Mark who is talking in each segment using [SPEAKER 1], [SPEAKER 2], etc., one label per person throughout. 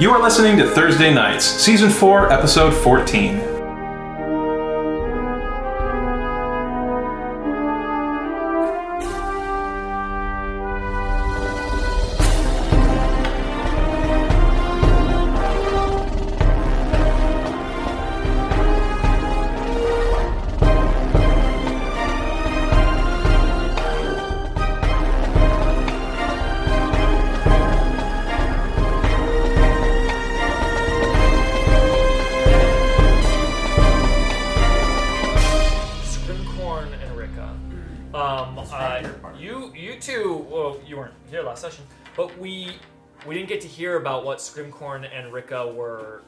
[SPEAKER 1] You are listening to Thursday Nights, Season 4, Episode 14.
[SPEAKER 2] Scrimcorn and Rika. Um, uh, you you two, well, you weren't here last session, but we we didn't get to hear about what Scrimcorn and Rika were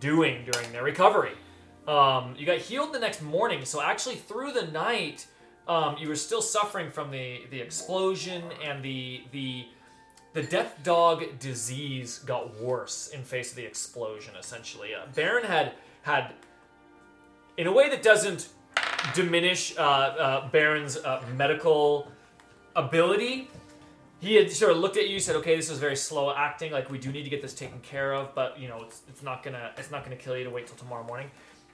[SPEAKER 2] doing during their recovery. Um, you got healed the next morning, so actually through the night, um, you were still suffering from the the explosion and the the the death dog disease got worse in face of the explosion. Essentially, uh, Baron had had in a way that doesn't diminish uh, uh, Baron's uh, medical ability. He had sort of looked at you, said, "Okay, this is very slow acting. Like we do need to get this taken care of, but you know, it's, it's not gonna it's not gonna kill you to wait till tomorrow morning."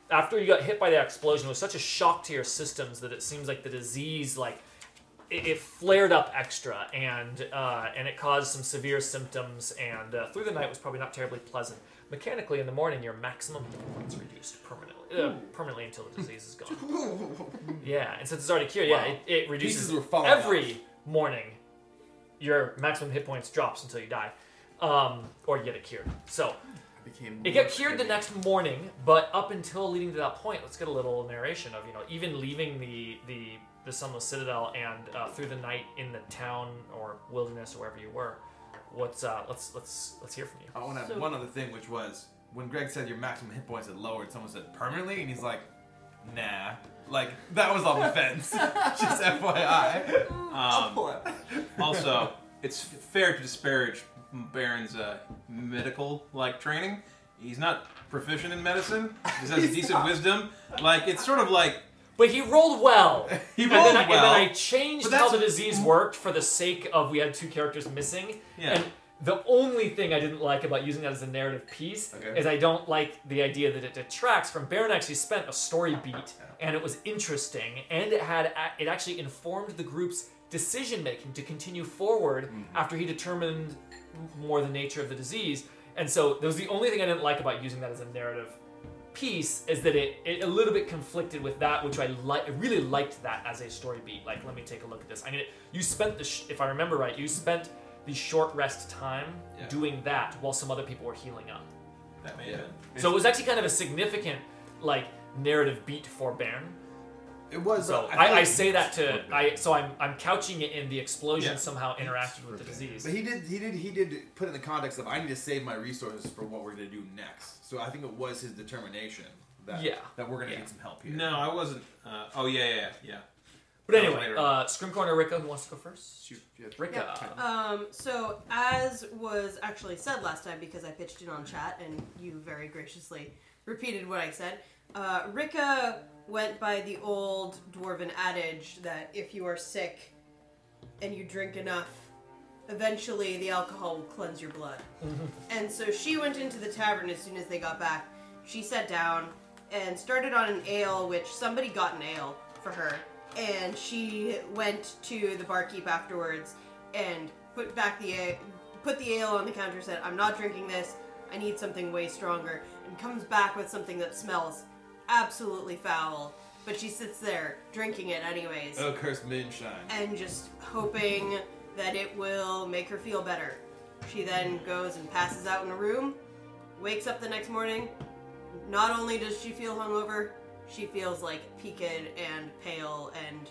[SPEAKER 2] After you got hit by that explosion, it was such a shock to your systems that it seems like the disease like it, it flared up extra and uh, and it caused some severe symptoms and uh, through the night was probably not terribly pleasant. Mechanically, in the morning, your maximum hit points reduced permanently, uh, permanently until the disease is gone. yeah, and since it's already cured, yeah,
[SPEAKER 3] Wow.
[SPEAKER 2] it, it reduces
[SPEAKER 3] Pieces were falling
[SPEAKER 2] every morning. Your maximum hit points drops until you die, um, or you get it cured. So
[SPEAKER 3] became
[SPEAKER 2] it got cured the next morning, but up until leading to that point, let's get a little narration of you know even leaving the the the Sunless Citadel and uh, through the night in the town or wilderness or wherever you were. What's uh, let's let's let's hear from you.
[SPEAKER 3] I want to have one other thing, which was when Greg said your maximum hit points had lowered, someone said permanently, and he's like, nah. Like, that was on the fence. Just FYI.
[SPEAKER 4] Um, also, it's fair to disparage Baron's uh, medical-like training. He's not proficient in medicine. He has decent wisdom. Like it's sort of like
[SPEAKER 2] But he rolled well.
[SPEAKER 4] he
[SPEAKER 2] and,
[SPEAKER 4] rolled
[SPEAKER 2] then I, and
[SPEAKER 4] well.
[SPEAKER 2] then I changed
[SPEAKER 4] But
[SPEAKER 2] how
[SPEAKER 4] that's-
[SPEAKER 2] the disease worked for the sake of we had two characters missing.
[SPEAKER 4] Yeah.
[SPEAKER 2] And the only thing I didn't like about using that as a narrative piece
[SPEAKER 3] Okay.
[SPEAKER 2] is I don't like the idea that it detracts from Baron actually spent a story beat and it was interesting and it had a- it actually informed the group's decision making to continue forward
[SPEAKER 4] Mm-hmm.
[SPEAKER 2] after he determined more the nature of the disease. And so that was the only thing I didn't like about using that as a narrative piece is that it, it a little bit conflicted with that, which I like. I really liked that as a story beat. Like, let me take a look at this. I mean, it- you spent the sh- if I remember right, you spent the short rest time
[SPEAKER 4] Yeah.
[SPEAKER 2] doing that while some other people were healing up.
[SPEAKER 4] that may have been.
[SPEAKER 2] So it was actually kind of a significant like narrative beat for Baron.
[SPEAKER 3] It was.
[SPEAKER 2] So
[SPEAKER 3] uh,
[SPEAKER 2] I, I,
[SPEAKER 3] feel like-
[SPEAKER 2] say that to I so I'm I'm couching it in the explosion
[SPEAKER 4] Yeah.
[SPEAKER 2] somehow interacted with the disease.
[SPEAKER 3] But he did. He did. He did put in the context of I need to save my resources for what we're gonna do next. So I think it was his determination that
[SPEAKER 2] Yeah.
[SPEAKER 3] that we're gonna
[SPEAKER 4] Yeah.
[SPEAKER 3] get some help here.
[SPEAKER 4] No, I wasn't. Uh, oh yeah, yeah, yeah.
[SPEAKER 2] But
[SPEAKER 4] That was
[SPEAKER 2] anyway,
[SPEAKER 4] later.
[SPEAKER 2] uh, Scrim Corner Rika, who wants to go first?
[SPEAKER 3] Shoot. yeah.
[SPEAKER 2] Rika.
[SPEAKER 5] Um, so as was actually said last time, because I pitched it on chat and you very graciously repeated what I said, uh, Rika went by the old dwarven adage that if you are sick and you drink enough, eventually the alcohol will cleanse your blood. and so she went into the tavern as soon as they got back. She sat down and started on an ale, which somebody got an ale for her. And she went to the barkeep afterwards and put back the a- put the ale on the counter. Said, "I'm not drinking this. I need something way stronger." And comes back with something that smells absolutely foul. But she sits there drinking it anyways
[SPEAKER 3] Oh, cursed moonshine.
[SPEAKER 5] and just hoping that it will make her feel better. She then goes and passes out in a room, wakes up the next morning. Not only does she feel hungover, she feels like peaked and pale, and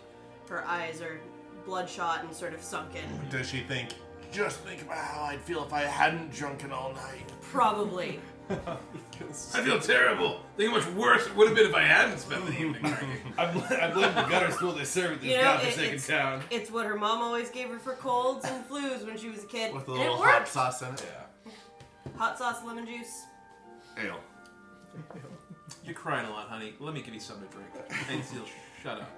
[SPEAKER 5] her eyes are bloodshot and sort of sunken.
[SPEAKER 6] Does she think, just think about how I'd feel if I hadn't drunken all night?
[SPEAKER 5] Probably.
[SPEAKER 4] I feel terrible. Think how much worse it would have been if I hadn't spent the evening drinking.
[SPEAKER 3] I, bl- I blame the gutter school they serve at this
[SPEAKER 5] You know, it-
[SPEAKER 3] godforsaken
[SPEAKER 5] it's-
[SPEAKER 3] town.
[SPEAKER 5] It's what her mom always gave her for colds and flus when she was a kid.
[SPEAKER 6] With a
[SPEAKER 5] and
[SPEAKER 6] little
[SPEAKER 5] it worked.
[SPEAKER 6] hot sauce in it?
[SPEAKER 5] Hot sauce, lemon juice.
[SPEAKER 6] Ale.
[SPEAKER 4] You're crying a lot, honey. Let me give you something to drink. And she'll Shut up.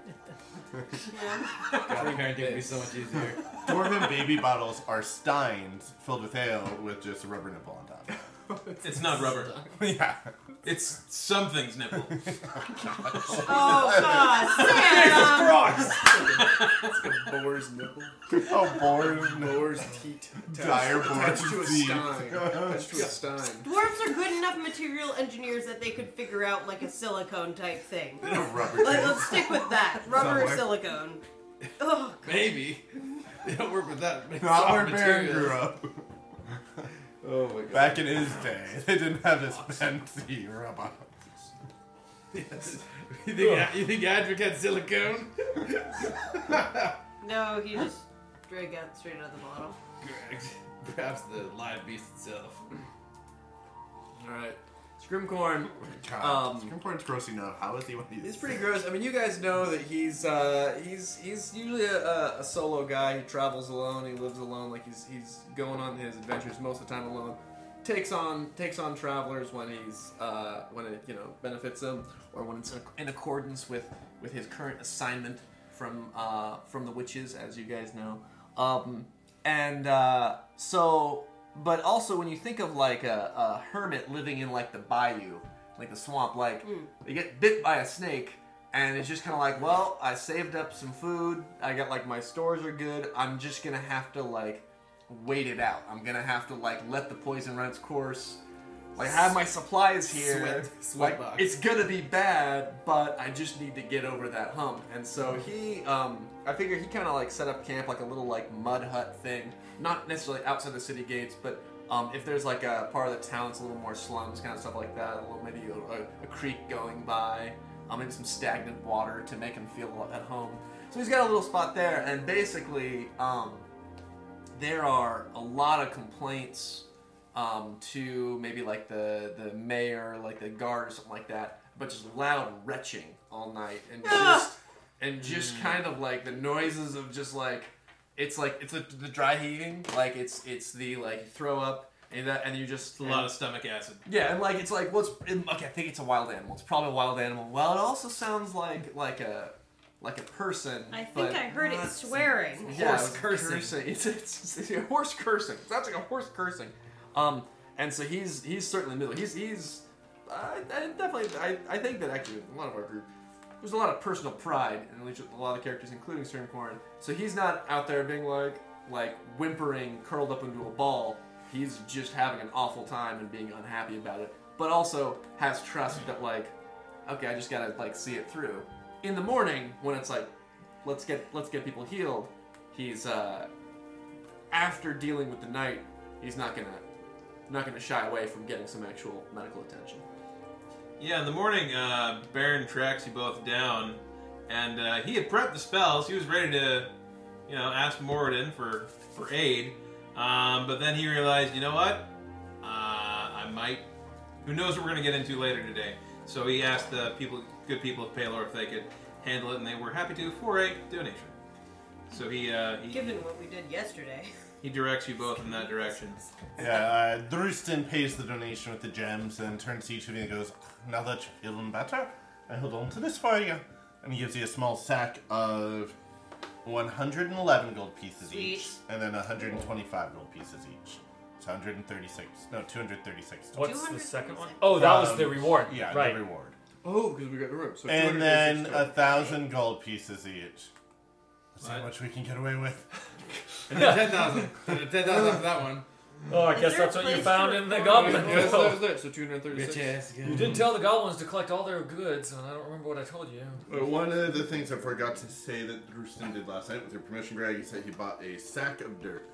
[SPEAKER 5] Yeah.
[SPEAKER 3] Parenting would be so much easier.
[SPEAKER 6] Dwarven baby bottles are steins filled with ale with just a rubber nipple on top.
[SPEAKER 4] It's not rubber.
[SPEAKER 6] yeah.
[SPEAKER 4] It's something's nipple.
[SPEAKER 5] Oh God,
[SPEAKER 7] Boar's nipple.
[SPEAKER 6] Oh, bored.
[SPEAKER 7] Boar's teat. attached-
[SPEAKER 6] Dire boar's
[SPEAKER 7] attached to a
[SPEAKER 6] teat.
[SPEAKER 7] stein. Attached to a stein.
[SPEAKER 5] Santa! Dwarves are good enough material engineers that they could figure out like a silicone type thing.
[SPEAKER 6] A rubber
[SPEAKER 5] Like,
[SPEAKER 6] nipple.
[SPEAKER 5] let's stick with that. Rubber or
[SPEAKER 6] Somewhere.
[SPEAKER 5] silicone. Oh,
[SPEAKER 3] Maybe. They don't work with that.
[SPEAKER 6] Not where
[SPEAKER 3] soft
[SPEAKER 6] Baron
[SPEAKER 3] materials.
[SPEAKER 6] grew up.
[SPEAKER 7] Oh my god.
[SPEAKER 6] Back in his day, they didn't have this fancy rubber.
[SPEAKER 3] Yes. You think, you think Adric had silicone?
[SPEAKER 5] no, he just drank out straight out of the bottle.
[SPEAKER 3] Correct. Perhaps the live beast itself.
[SPEAKER 7] Alright. Scrimcorn.
[SPEAKER 6] God,
[SPEAKER 7] Um,
[SPEAKER 6] um, Scrimcorn's gross enough. How is he one of these?
[SPEAKER 7] He's pretty gross. I mean, you guys know that he's uh, he's he's usually a, a, a solo guy. He travels alone. He lives alone. Like he's he's going on his adventures most of the time alone. Takes on takes on travelers when he's uh, when it you know benefits him or when it's in accordance with with his current assignment from uh, from the witches, as you guys know. Um, and uh, so, but also when you think of like a, a hermit living in like the bayou, like the swamp, like
[SPEAKER 3] Hmm.
[SPEAKER 7] they get bit by a snake, and it's just kind of like, well, I saved up some food. I got like my stores are good. I'm just gonna have to like wait it out. I'm gonna have to like let the poison run its course. Like have my supplies here.
[SPEAKER 3] Sweat- sweat
[SPEAKER 7] Like,
[SPEAKER 3] box.
[SPEAKER 7] it's gonna be bad, but I just need to get over that hump. And so he, um, I figure he kind of like set up camp like a little like mud hut thing, not necessarily outside the city gates, but um, if there's like a part of the town that's a little more slums, kind of stuff like that, a little maybe a, a, a creek going by, um, maybe some stagnant water to make him feel at home. So he's got a little spot there, and basically, um, there are a lot of complaints um, to maybe like the the mayor, like the guard or something like that, but just loud retching all night and
[SPEAKER 5] Ah!
[SPEAKER 7] just and just
[SPEAKER 4] Mm.
[SPEAKER 7] kind of like the noises of just like it's like it's the the dry heaving, like it's it's the like you throw up and that and you just
[SPEAKER 4] It's a lot of stomach acid.
[SPEAKER 7] yeah, and like it's like what's and, okay, I think it's a wild animal. It's probably a wild animal. Well, it also sounds like like a like a person.
[SPEAKER 5] I think
[SPEAKER 7] but-
[SPEAKER 5] I heard it swearing.
[SPEAKER 7] yeah,
[SPEAKER 3] Horse
[SPEAKER 7] it was
[SPEAKER 3] cursing.
[SPEAKER 7] It's, it's, it's a horse cursing. It sounds like a horse cursing. Um, and so he's he's certainly middle. He's he's uh, I definitely I, I think that actually a lot of our group there's a lot of personal pride in at least a lot of characters, including Stormcorn. So he's not out there being like like whimpering, curled up into a ball. He's just having an awful time and being unhappy about it, but also has trust that like okay, I just gotta like see it through. In the morning, when it's like, let's get let's get people healed, he's uh, after dealing with the night, he's not gonna not gonna shy away from getting some actual medical attention.
[SPEAKER 4] Yeah, in the morning, uh, Baron tracks you both down, and uh, he had prepped the spells. He was ready to, you know, ask Moradin for for aid, um, but then he realized, you know what? Uh, I might. Who knows what we're gonna get into later today? So he asked the people, good people of Palor, if they could handle it, and they were happy to for a donation. So he uh, he,
[SPEAKER 5] Given what we did yesterday.
[SPEAKER 4] he directs you both in that direction.
[SPEAKER 6] Yeah, uh, Drustin pays the donation with the gems and turns to each of you and goes, Now that you're feeling better, I hold on to this for you. And he gives you a small sack of 111 gold pieces each,
[SPEAKER 5] Sweet.
[SPEAKER 6] and then 125 gold pieces each. It's 136. No, 236. total.
[SPEAKER 2] What's the second one?
[SPEAKER 5] 236.
[SPEAKER 2] Oh, that was
[SPEAKER 6] Um,
[SPEAKER 2] the reward.
[SPEAKER 6] Yeah,
[SPEAKER 2] right.
[SPEAKER 6] the reward.
[SPEAKER 7] Oh, because we got the room. So
[SPEAKER 6] And then a thousand gold pieces each. That's how
[SPEAKER 4] What?
[SPEAKER 6] much we can get away with.
[SPEAKER 3] And then 10,000. And then 10,000 for that one.
[SPEAKER 2] Oh, I
[SPEAKER 5] Is
[SPEAKER 2] guess
[SPEAKER 5] there a
[SPEAKER 2] that's what you
[SPEAKER 5] place
[SPEAKER 2] found
[SPEAKER 5] for-
[SPEAKER 2] in the
[SPEAKER 5] Oh,
[SPEAKER 2] goblin.
[SPEAKER 5] yeah,
[SPEAKER 2] bill.
[SPEAKER 7] so two hundred thirty-six.
[SPEAKER 2] You didn't tell the goblins to collect all their goods, and I don't remember what I told you.
[SPEAKER 6] Uh, One of the things I forgot to say that Drustin did last night, with your permission, Greg, he said he bought a sack of dirt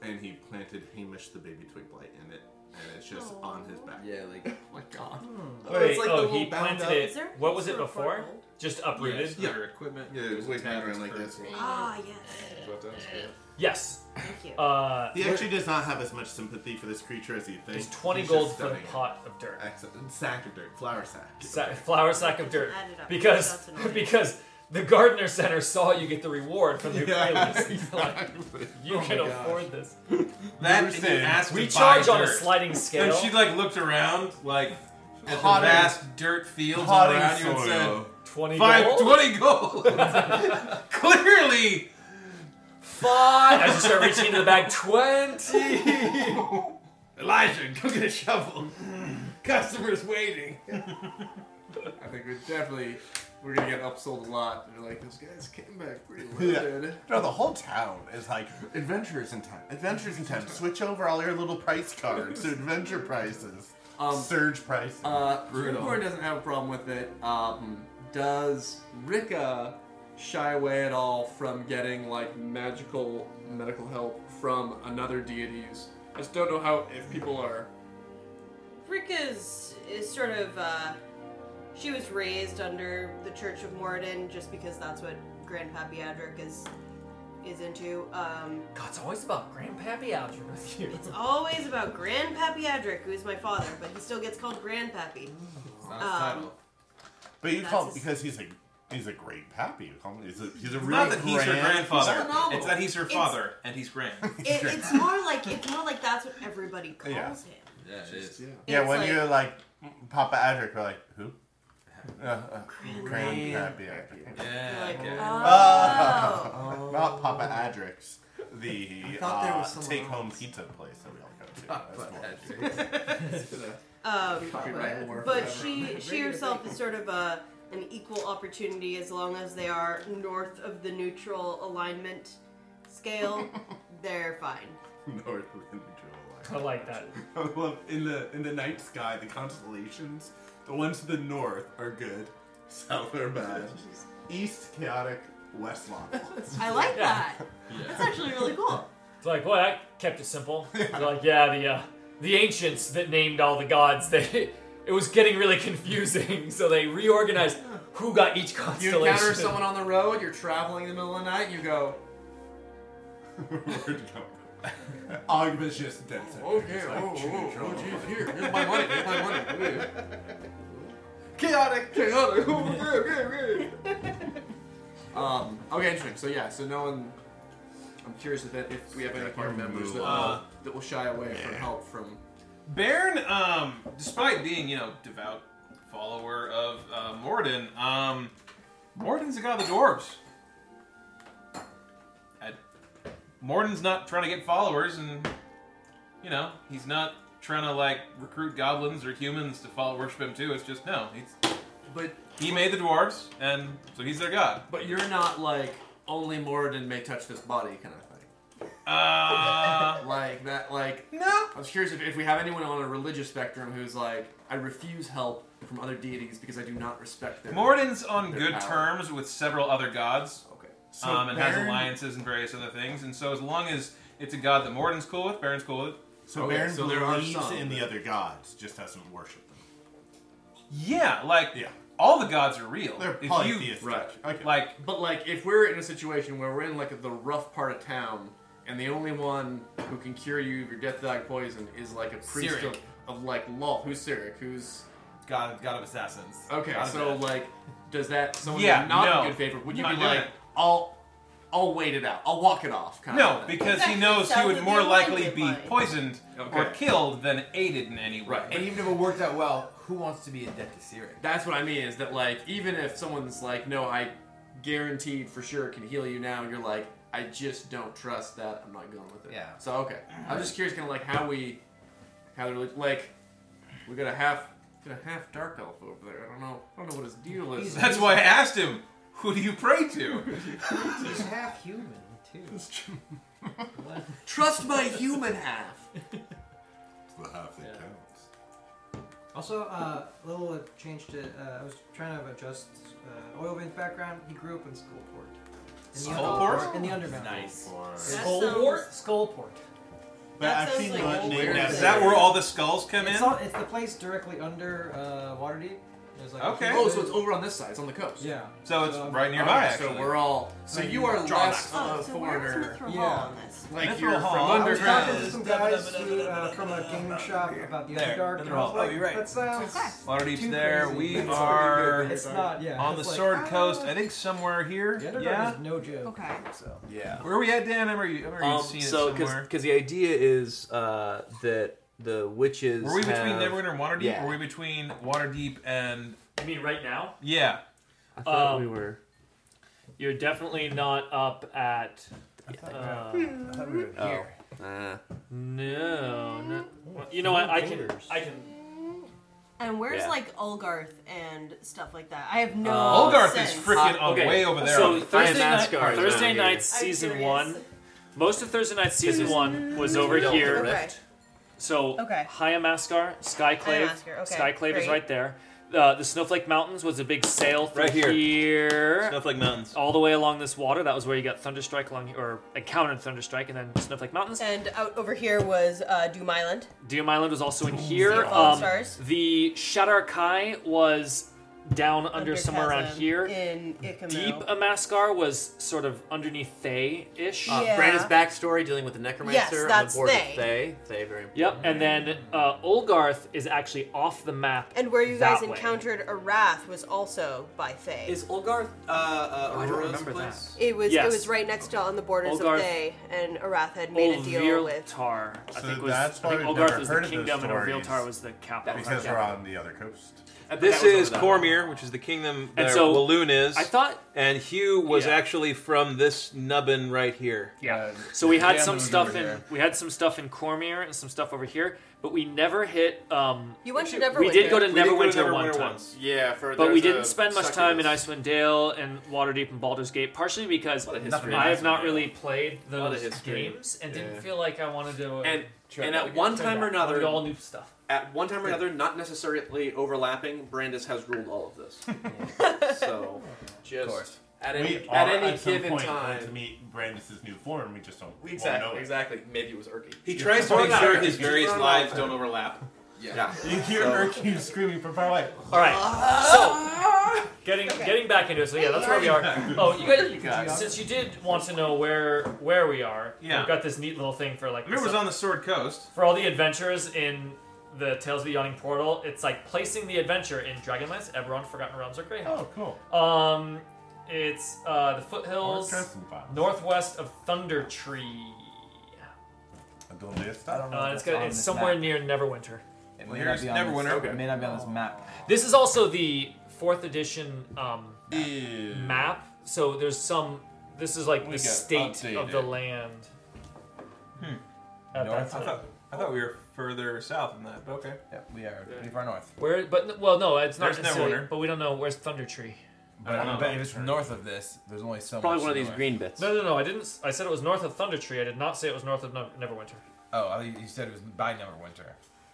[SPEAKER 6] and he planted Hamish the baby twig blight in it, and it's just
[SPEAKER 5] Aw.
[SPEAKER 6] on his back.
[SPEAKER 7] Yeah, like oh my god. Oh,
[SPEAKER 2] Wait,
[SPEAKER 7] it's like the
[SPEAKER 2] oh,
[SPEAKER 7] little
[SPEAKER 2] he
[SPEAKER 7] bound
[SPEAKER 2] planted
[SPEAKER 7] up-
[SPEAKER 2] it.
[SPEAKER 5] Is there a
[SPEAKER 2] What was
[SPEAKER 5] place
[SPEAKER 2] it
[SPEAKER 5] for
[SPEAKER 2] before?
[SPEAKER 5] gold?
[SPEAKER 2] Just uprooted.
[SPEAKER 4] yeah. your equipment.
[SPEAKER 6] Yeah, it was like
[SPEAKER 4] tabs,
[SPEAKER 6] hanging around like
[SPEAKER 4] curtains.
[SPEAKER 6] this.
[SPEAKER 5] Ah, yes.
[SPEAKER 2] Yes.
[SPEAKER 5] Thank you.
[SPEAKER 2] Uh,
[SPEAKER 6] He actually does not have as much sympathy for this creature as he thinks.
[SPEAKER 2] there's 20
[SPEAKER 6] He's
[SPEAKER 2] gold
[SPEAKER 6] just
[SPEAKER 2] for the
[SPEAKER 6] studying it.
[SPEAKER 2] pot of dirt.
[SPEAKER 6] Excellent. Sack of dirt, flour sack.
[SPEAKER 2] Sa- flour sack of dirt.
[SPEAKER 5] Add it up.
[SPEAKER 2] Because
[SPEAKER 5] That's annoying.
[SPEAKER 2] because the gardener center saw you get the reward from the
[SPEAKER 6] Yeah,
[SPEAKER 2] Ukrainians. like, you can
[SPEAKER 3] gosh.
[SPEAKER 2] afford this.
[SPEAKER 4] That and you
[SPEAKER 6] Understand.
[SPEAKER 4] asked to
[SPEAKER 2] We
[SPEAKER 4] buy
[SPEAKER 2] charge on a
[SPEAKER 4] dirt.
[SPEAKER 2] sliding scale.
[SPEAKER 4] And she like looked around, like at the
[SPEAKER 6] Potting-
[SPEAKER 4] vast dirt fields all
[SPEAKER 6] potting
[SPEAKER 4] around you and
[SPEAKER 6] soil.
[SPEAKER 4] said,
[SPEAKER 2] twenty.
[SPEAKER 4] Five
[SPEAKER 2] gold?
[SPEAKER 4] twenty gold. Clearly,
[SPEAKER 2] Five. I just start reaching into the bag. Twenty.
[SPEAKER 4] Elijah, go get a shovel. Customers waiting.
[SPEAKER 6] uh,
[SPEAKER 7] I think we're definitely we're gonna get upsold a lot. They're like, those guys came back pretty loaded.
[SPEAKER 6] No, the whole town is like adventures in time. Adventures in time. Switch over all your little price cards to adventure prices.
[SPEAKER 7] Um,
[SPEAKER 6] Surge prices.
[SPEAKER 7] uh,
[SPEAKER 4] Brutal.
[SPEAKER 7] Grimcorn doesn't have a problem with it. Um, does Rika shy away at all from getting like magical medical help from another deities? I just don't know how if people are.
[SPEAKER 5] Rick is is sort of uh, she was raised under the Church of Moradin just because that's what Grandpappy Adric is is into. Um,
[SPEAKER 2] God, it's always about Grandpappy Algernon with you.
[SPEAKER 5] it's always about Grandpappy Adric, who is my father, but he still gets called Grandpappy. Um,
[SPEAKER 3] It's not his
[SPEAKER 4] um,
[SPEAKER 3] title.
[SPEAKER 6] but you
[SPEAKER 5] that's
[SPEAKER 6] call him
[SPEAKER 5] his-
[SPEAKER 6] because he's a he's a great pappy. You call him he's a he's a
[SPEAKER 4] It's
[SPEAKER 6] really
[SPEAKER 4] not that he's her
[SPEAKER 6] grand-
[SPEAKER 4] grandfather.
[SPEAKER 5] novel.
[SPEAKER 4] It's that he's her father and he's grand.
[SPEAKER 5] It, it's more like it's more like that's what everybody calls
[SPEAKER 6] Yeah.
[SPEAKER 5] him.
[SPEAKER 3] Yeah, it is.
[SPEAKER 7] Yeah.
[SPEAKER 6] Yeah,
[SPEAKER 5] It's
[SPEAKER 6] when
[SPEAKER 5] like-
[SPEAKER 6] you're like mm, Papa Adric, we're like who? Uh, uh, grandpappy Adric.
[SPEAKER 3] Yeah.
[SPEAKER 5] Like,
[SPEAKER 3] okay.
[SPEAKER 5] oh.
[SPEAKER 6] Not Papa Adric's. The
[SPEAKER 7] I thought there
[SPEAKER 6] uh,
[SPEAKER 7] was someone
[SPEAKER 6] take-home
[SPEAKER 7] else.
[SPEAKER 6] pizza place that we all go to.
[SPEAKER 3] But
[SPEAKER 6] That's more-
[SPEAKER 3] that-
[SPEAKER 5] Um,
[SPEAKER 7] Copyright
[SPEAKER 5] but-
[SPEAKER 7] war
[SPEAKER 5] but
[SPEAKER 7] forever.
[SPEAKER 5] she she herself is sort of a an equal opportunity as long as they are north of the neutral alignment scale, they're fine.
[SPEAKER 6] North Wind
[SPEAKER 2] I like that.
[SPEAKER 6] I love in the in the night sky the constellations. The ones to the north are good, south are bad. East chaotic, west lawful.
[SPEAKER 5] I like
[SPEAKER 2] Yeah.
[SPEAKER 5] that. That's actually really cool.
[SPEAKER 2] It's like, well, I kept it simple. It's like, yeah, the uh, the ancients that named all the gods, they it was getting really confusing, so they reorganized who got each
[SPEAKER 7] You
[SPEAKER 2] constellation.
[SPEAKER 7] encounter someone on the road. You're traveling in the middle of the night. You go,
[SPEAKER 6] Word government. Ogma's just dead. center.
[SPEAKER 7] okay,
[SPEAKER 6] It's like,
[SPEAKER 7] oh,
[SPEAKER 6] choo-
[SPEAKER 7] oh,
[SPEAKER 6] choo-
[SPEAKER 7] oh,
[SPEAKER 6] choo-
[SPEAKER 7] geez, here, here's my money, here's my money. Ooh. Chaotic, chaotic. Ooh, okay, okay, okay. um, okay, interesting. So yeah, so no one. I'm curious if, if we have any of our members that will,
[SPEAKER 4] Uh,
[SPEAKER 7] that will shy away from help from.
[SPEAKER 4] Baron, um, despite being, you know, devout follower of uh, Morden, um, Morden's the god of the dwarves. I, Morden's not trying to get followers, and, you know, he's not trying to, like, recruit goblins or humans to follow worship him, too. It's just, no. He's,
[SPEAKER 7] But
[SPEAKER 4] he made the dwarves, and so he's their god.
[SPEAKER 7] but you're not like only Moradin may touch this body kind of thing.
[SPEAKER 4] Uh,
[SPEAKER 7] Like that, like
[SPEAKER 4] no.
[SPEAKER 7] I was curious if, if we have anyone on a religious spectrum who's like, I refuse help from other deities because I do not respect their.
[SPEAKER 4] Morden's on
[SPEAKER 7] Their
[SPEAKER 4] good
[SPEAKER 7] power.
[SPEAKER 4] terms with several other gods.
[SPEAKER 7] Okay.
[SPEAKER 6] So
[SPEAKER 4] um, and has
[SPEAKER 6] Baron-
[SPEAKER 4] alliances and various other things. And so as long as it's a god that Morden's cool with, Baron's cool with.
[SPEAKER 6] So
[SPEAKER 7] Okay,
[SPEAKER 6] Baron
[SPEAKER 7] so there are
[SPEAKER 6] believes
[SPEAKER 7] some,
[SPEAKER 6] in the
[SPEAKER 7] but-
[SPEAKER 6] other gods, just doesn't worship them.
[SPEAKER 4] Yeah, like
[SPEAKER 6] Yeah.
[SPEAKER 4] all the gods are real.
[SPEAKER 6] They're
[SPEAKER 4] if you
[SPEAKER 6] polytheistic.
[SPEAKER 7] right,
[SPEAKER 6] Okay.
[SPEAKER 4] like,
[SPEAKER 7] But like, if we're in a situation where we're in like the rough part of town, and the only one who can cure you of your death dog poison is like a priest
[SPEAKER 4] Cyric.
[SPEAKER 7] of, of like law, who's Cyric, who's
[SPEAKER 3] God, God of Assassins.
[SPEAKER 7] okay.
[SPEAKER 3] God of
[SPEAKER 7] so
[SPEAKER 3] Death.
[SPEAKER 7] like, does that someone
[SPEAKER 4] Yeah,
[SPEAKER 7] who's not
[SPEAKER 4] no.
[SPEAKER 7] in good favor? Would you
[SPEAKER 4] Not
[SPEAKER 7] be
[SPEAKER 4] doing
[SPEAKER 7] like,
[SPEAKER 4] it.
[SPEAKER 7] I'll, I'll wait it out, I'll walk it off, kind
[SPEAKER 4] no,
[SPEAKER 7] of? thing?
[SPEAKER 4] because he
[SPEAKER 5] Exactly,
[SPEAKER 4] knows he
[SPEAKER 5] sounds
[SPEAKER 4] would
[SPEAKER 5] like
[SPEAKER 4] more
[SPEAKER 5] you're
[SPEAKER 4] likely
[SPEAKER 5] blinded
[SPEAKER 4] be
[SPEAKER 5] by it.
[SPEAKER 4] poisoned or
[SPEAKER 7] Okay.
[SPEAKER 4] killed than aided in any way.
[SPEAKER 7] Right.
[SPEAKER 3] And even if it worked out well, who wants to be in debt to Syria?
[SPEAKER 7] That's what I mean is that like even if someone's like, no, I guaranteed for sure can heal you now, you're like, I just don't trust that. I'm not going with it.
[SPEAKER 3] Yeah.
[SPEAKER 7] So okay, I'm just curious, kind of like how we, how they're like, we got a half, got a half dark elf over there. I don't know, I don't know what his deal is.
[SPEAKER 4] That's why I asked him, who do you pray to?
[SPEAKER 8] He's half human too. What?
[SPEAKER 7] trust my human half.
[SPEAKER 6] the half that counts.
[SPEAKER 8] Also, uh, little change to. Uh, I was trying to adjust uh, Oil Vin's background. He grew up in Skullport. In the
[SPEAKER 4] Skullport?
[SPEAKER 8] Undermount- In the Undermount.
[SPEAKER 3] Nice.
[SPEAKER 6] Or-
[SPEAKER 5] That
[SPEAKER 2] Skullport?
[SPEAKER 8] Skullport.
[SPEAKER 6] But
[SPEAKER 5] That
[SPEAKER 6] I've
[SPEAKER 5] sounds
[SPEAKER 6] seen
[SPEAKER 5] like
[SPEAKER 6] one
[SPEAKER 5] old
[SPEAKER 6] named
[SPEAKER 5] weird
[SPEAKER 6] after
[SPEAKER 4] Is that where all the skulls come
[SPEAKER 8] It's,
[SPEAKER 4] in?
[SPEAKER 8] all, it's the place directly under uh, Waterdeep. There's like a
[SPEAKER 4] Okay.
[SPEAKER 8] few-
[SPEAKER 7] Oh, so it's over on this side. It's on the coast.
[SPEAKER 8] yeah.
[SPEAKER 4] So it's
[SPEAKER 8] um,
[SPEAKER 4] right
[SPEAKER 7] Okay,
[SPEAKER 4] nearby,
[SPEAKER 7] so
[SPEAKER 4] actually.
[SPEAKER 7] we're all. So
[SPEAKER 8] Like
[SPEAKER 7] you are
[SPEAKER 3] Jarlax.
[SPEAKER 7] less
[SPEAKER 5] Oh,
[SPEAKER 7] of a
[SPEAKER 5] so where is
[SPEAKER 7] foreigner.
[SPEAKER 5] Mithril
[SPEAKER 8] Yeah.
[SPEAKER 5] Hall on this?
[SPEAKER 7] Like
[SPEAKER 4] Mithril
[SPEAKER 7] you're
[SPEAKER 4] Hall.
[SPEAKER 7] from
[SPEAKER 4] I
[SPEAKER 8] I was talking to
[SPEAKER 7] underground.
[SPEAKER 8] some guys who, uh, from a gaming shop about the
[SPEAKER 4] There,
[SPEAKER 8] Underdark, and I
[SPEAKER 4] Underdark.
[SPEAKER 8] was
[SPEAKER 4] Oh,
[SPEAKER 8] like,
[SPEAKER 4] you're right.
[SPEAKER 8] that sounds.
[SPEAKER 4] Waterdeep's
[SPEAKER 8] too
[SPEAKER 4] there.
[SPEAKER 8] crazy.
[SPEAKER 4] We
[SPEAKER 8] That's all
[SPEAKER 4] are
[SPEAKER 8] It's not, yeah.
[SPEAKER 4] on the
[SPEAKER 8] it's like,
[SPEAKER 4] Sword
[SPEAKER 8] ah,
[SPEAKER 4] Coast. I think somewhere here.
[SPEAKER 8] The Underdark
[SPEAKER 4] Yeah.
[SPEAKER 8] is no joke.
[SPEAKER 5] Okay.
[SPEAKER 8] So.
[SPEAKER 3] Yeah.
[SPEAKER 4] Where are we at, Dan? Are you, are you
[SPEAKER 9] Um,
[SPEAKER 4] seeing
[SPEAKER 9] so,
[SPEAKER 4] it somewhere?
[SPEAKER 9] because the idea is uh, that the witches.
[SPEAKER 4] Were we between
[SPEAKER 9] have-
[SPEAKER 4] Neverwinter and Waterdeep?
[SPEAKER 9] Yeah.
[SPEAKER 4] Were we between Waterdeep and
[SPEAKER 2] You mean right now?
[SPEAKER 4] yeah?
[SPEAKER 9] I thought we
[SPEAKER 2] Um,
[SPEAKER 9] were.
[SPEAKER 2] You're definitely not up at. Uh,
[SPEAKER 9] Oh. Uh,
[SPEAKER 2] no, no. well, uh, You know what? I can.
[SPEAKER 9] fingers.
[SPEAKER 2] I can.
[SPEAKER 5] And where's
[SPEAKER 9] Yeah.
[SPEAKER 5] like Olgarth and stuff like that? I have no.
[SPEAKER 9] Uh,
[SPEAKER 4] Olgarth is
[SPEAKER 5] sense.
[SPEAKER 4] freaking on
[SPEAKER 2] Uh, okay.
[SPEAKER 4] way over there.
[SPEAKER 2] So
[SPEAKER 4] on the-
[SPEAKER 2] Thursday
[SPEAKER 9] I am
[SPEAKER 2] night,
[SPEAKER 9] Asgard,
[SPEAKER 2] Thursday
[SPEAKER 9] I'm
[SPEAKER 2] night's
[SPEAKER 5] I'm
[SPEAKER 2] season
[SPEAKER 5] curious.
[SPEAKER 2] one. Most of Thursday night's season
[SPEAKER 9] it's-
[SPEAKER 2] one was over
[SPEAKER 9] Middle of the
[SPEAKER 2] here.
[SPEAKER 5] Okay.
[SPEAKER 9] rift.
[SPEAKER 2] So
[SPEAKER 5] Okay.
[SPEAKER 2] Hyamaskar, Skyclave,
[SPEAKER 5] Hyamaskar, okay,
[SPEAKER 2] Skyclave is
[SPEAKER 5] great.
[SPEAKER 2] right there. Uh, the Snowflake Mountains was a big sail through
[SPEAKER 4] Right here.
[SPEAKER 2] here.
[SPEAKER 4] Snowflake Mountains.
[SPEAKER 2] all the way along this water. That was where you got Thunderstrike along or encountered Thunderstrike and then Snowflake Mountains.
[SPEAKER 5] And out over here was uh, Doom Island.
[SPEAKER 2] Doom Island was also in here.
[SPEAKER 5] Sea of Fallen
[SPEAKER 2] Um,
[SPEAKER 5] Stars.
[SPEAKER 2] the Shadar Kai was down under, somewhere around
[SPEAKER 5] Chasm
[SPEAKER 2] here.
[SPEAKER 5] In Ichamil.
[SPEAKER 2] Deep Amaskar was sort of underneath Thay ish.
[SPEAKER 9] uh,
[SPEAKER 5] Yeah.
[SPEAKER 9] Brandon's backstory dealing with the necromancer
[SPEAKER 5] Yes, that's
[SPEAKER 9] on the board
[SPEAKER 5] they.
[SPEAKER 9] with Thay. Thay, very important.
[SPEAKER 2] Yep, and then uh, Olgarth is actually off the map.
[SPEAKER 5] And where you
[SPEAKER 2] that
[SPEAKER 5] guys
[SPEAKER 2] way.
[SPEAKER 5] encountered Arath was also by Fae.
[SPEAKER 7] Is Olgarth uh, uh,
[SPEAKER 9] Oh, I don't
[SPEAKER 7] Aurora's
[SPEAKER 9] remember
[SPEAKER 7] place?
[SPEAKER 5] it was
[SPEAKER 2] Yes.
[SPEAKER 5] it was right next to on the borders
[SPEAKER 2] Olgarth-
[SPEAKER 5] of Fae, and Arath had made a deal with.
[SPEAKER 2] Olvirltar, I
[SPEAKER 6] So
[SPEAKER 2] think was
[SPEAKER 6] that's
[SPEAKER 2] I
[SPEAKER 6] why
[SPEAKER 2] think
[SPEAKER 6] we've
[SPEAKER 2] Olgarth
[SPEAKER 6] never
[SPEAKER 2] was the
[SPEAKER 6] heard of those
[SPEAKER 2] kingdom and
[SPEAKER 6] stories.
[SPEAKER 2] Orviltar was the capital.
[SPEAKER 6] Because we're on the other coast.
[SPEAKER 9] I bet
[SPEAKER 4] This
[SPEAKER 9] that was
[SPEAKER 4] is
[SPEAKER 9] over that one.
[SPEAKER 4] Cormier, which is the kingdom
[SPEAKER 2] And
[SPEAKER 4] where
[SPEAKER 2] so-
[SPEAKER 4] Walloon is.
[SPEAKER 2] I thought
[SPEAKER 4] and Hugh was
[SPEAKER 2] Yeah.
[SPEAKER 4] actually from this nubbin right here.
[SPEAKER 2] Yeah. So we had
[SPEAKER 3] Yeah,
[SPEAKER 2] some
[SPEAKER 3] those
[SPEAKER 2] stuff
[SPEAKER 3] over
[SPEAKER 2] in
[SPEAKER 3] there.
[SPEAKER 2] we had some stuff in Cormier and some stuff over here, but we never hit. Um,
[SPEAKER 5] You went to
[SPEAKER 2] we-
[SPEAKER 5] Neverwinter.
[SPEAKER 2] We did go to
[SPEAKER 4] We did go to
[SPEAKER 2] Neverwinter
[SPEAKER 4] Neverwinter
[SPEAKER 2] one time,
[SPEAKER 4] once.
[SPEAKER 9] Yeah, for
[SPEAKER 2] but we
[SPEAKER 9] there's a
[SPEAKER 2] didn't spend much time in
[SPEAKER 9] succubus.
[SPEAKER 2] Icewind Dale and Waterdeep and Baldur's Gate, partially because
[SPEAKER 9] What a history.
[SPEAKER 2] I have
[SPEAKER 9] Icewind
[SPEAKER 2] not
[SPEAKER 9] Dale.
[SPEAKER 2] really played
[SPEAKER 9] lot of
[SPEAKER 2] those
[SPEAKER 9] history.
[SPEAKER 2] games and didn't
[SPEAKER 9] Yeah.
[SPEAKER 2] feel like I wanted to. uh,
[SPEAKER 9] And
[SPEAKER 7] Try
[SPEAKER 9] and
[SPEAKER 7] that
[SPEAKER 9] at
[SPEAKER 7] again.
[SPEAKER 9] one
[SPEAKER 2] play
[SPEAKER 9] time
[SPEAKER 2] that.
[SPEAKER 9] or
[SPEAKER 2] Wanted
[SPEAKER 9] another,
[SPEAKER 2] all new stuff.
[SPEAKER 9] at one time or another, not necessarily overlapping, Brandis has ruled all of this. so just
[SPEAKER 3] course.
[SPEAKER 9] at
[SPEAKER 6] We
[SPEAKER 9] any,
[SPEAKER 6] are
[SPEAKER 9] at any
[SPEAKER 6] at some
[SPEAKER 9] given
[SPEAKER 6] point going to
[SPEAKER 9] time.
[SPEAKER 6] meet Brandis' new form. We just don't won't know
[SPEAKER 9] Exactly,
[SPEAKER 6] it.
[SPEAKER 9] exactly. Maybe it was Erky.
[SPEAKER 4] He tries to
[SPEAKER 9] Or
[SPEAKER 4] make
[SPEAKER 9] not.
[SPEAKER 4] sure his various
[SPEAKER 9] Or not.
[SPEAKER 4] lives don't overlap.
[SPEAKER 3] Yeah.
[SPEAKER 6] You hear
[SPEAKER 9] So-
[SPEAKER 6] Urquhart screaming from far away.
[SPEAKER 2] All right. So getting getting back into it. So yeah, that's where we are. Oh, you guys. Since you did want to know where where we are,
[SPEAKER 4] Yeah.
[SPEAKER 2] we've got this neat little thing for like
[SPEAKER 4] Amir
[SPEAKER 2] the
[SPEAKER 4] was on the Sword Coast.
[SPEAKER 2] for all the adventures in the Tales of the Yawning Portal, it's like placing the adventure in Dragonlance, Eberron, Forgotten Realms, or Greyhound.
[SPEAKER 6] Oh, cool.
[SPEAKER 2] Um, it's uh, the foothills
[SPEAKER 6] Crimson Fox.
[SPEAKER 2] northwest of Thunder Tree.
[SPEAKER 6] Don't do this
[SPEAKER 7] I
[SPEAKER 6] stuff.
[SPEAKER 7] don't know.
[SPEAKER 2] Uh,
[SPEAKER 7] if
[SPEAKER 2] it's
[SPEAKER 7] that's
[SPEAKER 2] got,
[SPEAKER 7] on
[SPEAKER 2] it's
[SPEAKER 7] this
[SPEAKER 2] somewhere
[SPEAKER 7] map.
[SPEAKER 2] near Neverwinter.
[SPEAKER 7] It
[SPEAKER 4] Well,
[SPEAKER 7] may not
[SPEAKER 4] here's
[SPEAKER 7] be on this-
[SPEAKER 4] Neverwinter.
[SPEAKER 7] It may not be on this map.
[SPEAKER 2] This is also the fourth edition um, map, so there's some. This is like
[SPEAKER 6] We
[SPEAKER 2] the
[SPEAKER 6] got
[SPEAKER 2] state of the
[SPEAKER 6] updated.
[SPEAKER 2] land.
[SPEAKER 4] Hmm.
[SPEAKER 2] At
[SPEAKER 7] North-
[SPEAKER 2] that
[SPEAKER 4] I
[SPEAKER 2] time.
[SPEAKER 4] thought, I thought we were further south than that, but okay.
[SPEAKER 7] Yeah, we are
[SPEAKER 9] Yeah.
[SPEAKER 7] pretty far north.
[SPEAKER 2] Where, but n- well, no, it's not
[SPEAKER 4] There's
[SPEAKER 2] necessarily.
[SPEAKER 4] Neverwinter.
[SPEAKER 2] But we don't know where's Thunder Tree.
[SPEAKER 4] I don't know.
[SPEAKER 7] But if it's north of this, there's only so
[SPEAKER 9] Probably
[SPEAKER 7] much
[SPEAKER 9] one of these
[SPEAKER 7] north.
[SPEAKER 9] green bits.
[SPEAKER 2] No, no, no. I didn't. s- I said it was north of Thunder Tree. I did not say it was north of Nev- Neverwinter.
[SPEAKER 7] Oh, I thought you said it was by Neverwinter.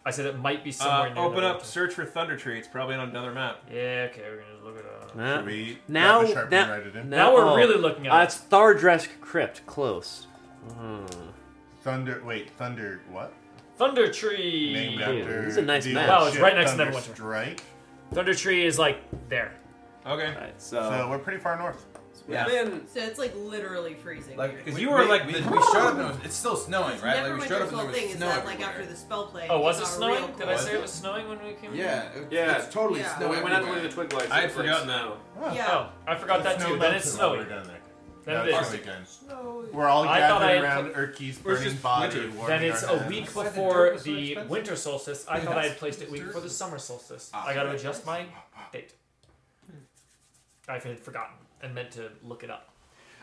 [SPEAKER 2] I said it might be somewhere
[SPEAKER 4] Uh,
[SPEAKER 2] near.
[SPEAKER 4] open up,
[SPEAKER 2] Neverwinter.
[SPEAKER 4] search for Thunder Tree. It's probably on another map.
[SPEAKER 2] Yeah. Okay. We're gonna just look it up.
[SPEAKER 9] Nah.
[SPEAKER 6] Should we
[SPEAKER 9] Now-
[SPEAKER 6] grab a Sharpie
[SPEAKER 9] now-
[SPEAKER 6] and write it in?
[SPEAKER 9] now-
[SPEAKER 2] Now we're
[SPEAKER 9] oh.
[SPEAKER 2] really looking
[SPEAKER 9] Uh,
[SPEAKER 2] at.
[SPEAKER 9] it's Thardresk Crypt, close.
[SPEAKER 6] Hmm. Thunder. Wait, thunder. What?
[SPEAKER 2] Thunder Tree.
[SPEAKER 6] Named
[SPEAKER 9] Dude,
[SPEAKER 6] after.
[SPEAKER 9] this is a nice
[SPEAKER 6] the
[SPEAKER 9] map.
[SPEAKER 6] old
[SPEAKER 2] Wow, it's right
[SPEAKER 6] ship,
[SPEAKER 2] next to
[SPEAKER 6] Thunder
[SPEAKER 2] Neverwinter.
[SPEAKER 6] Strike.
[SPEAKER 2] Thunder Tree is like there.
[SPEAKER 4] Okay.
[SPEAKER 9] All right, so,
[SPEAKER 6] So we're pretty far north.
[SPEAKER 4] Yeah.
[SPEAKER 9] within
[SPEAKER 5] So it's like literally freezing.
[SPEAKER 7] Like,
[SPEAKER 4] 'Cause you were like
[SPEAKER 7] we,
[SPEAKER 4] the-
[SPEAKER 7] we showed up and it was, it's still snowing, right? Like we
[SPEAKER 5] Neverwinter's
[SPEAKER 7] showed up and there
[SPEAKER 5] whole
[SPEAKER 7] was
[SPEAKER 5] thing is
[SPEAKER 7] snow
[SPEAKER 5] that like
[SPEAKER 7] everywhere.
[SPEAKER 5] after the spell play.
[SPEAKER 2] Oh, was
[SPEAKER 5] it
[SPEAKER 2] it
[SPEAKER 5] got
[SPEAKER 2] snowing?
[SPEAKER 5] real
[SPEAKER 2] Did I
[SPEAKER 5] cold.
[SPEAKER 2] say it was snowing when we came?
[SPEAKER 3] Yeah, it,
[SPEAKER 9] Yeah.
[SPEAKER 3] it's totally
[SPEAKER 5] Yeah.
[SPEAKER 9] no,
[SPEAKER 3] snowing.
[SPEAKER 9] we went out to look at the twig lights.
[SPEAKER 4] I had forgotten that.
[SPEAKER 6] Oh.
[SPEAKER 5] Yeah.
[SPEAKER 2] Oh, I forgot that too. Then it's snowy. Then it is.
[SPEAKER 6] We're all
[SPEAKER 2] I thought I
[SPEAKER 6] gathered
[SPEAKER 2] had
[SPEAKER 6] around Erky's burning
[SPEAKER 4] just
[SPEAKER 6] body.
[SPEAKER 4] winter.
[SPEAKER 6] warming
[SPEAKER 2] Then it's
[SPEAKER 6] our
[SPEAKER 2] a
[SPEAKER 6] hands.
[SPEAKER 2] week
[SPEAKER 8] Why the
[SPEAKER 2] before
[SPEAKER 8] dirt was so
[SPEAKER 2] the
[SPEAKER 8] expensive?
[SPEAKER 2] winter solstice. I
[SPEAKER 3] Yeah,
[SPEAKER 2] thought I
[SPEAKER 3] that's-
[SPEAKER 2] had placed it
[SPEAKER 3] it's
[SPEAKER 2] week
[SPEAKER 3] dirt
[SPEAKER 2] for the
[SPEAKER 3] solstice.
[SPEAKER 2] summer solstice.
[SPEAKER 3] Ah,
[SPEAKER 2] I got to
[SPEAKER 3] yeah,
[SPEAKER 2] adjust my date. I had forgotten and meant to look it up.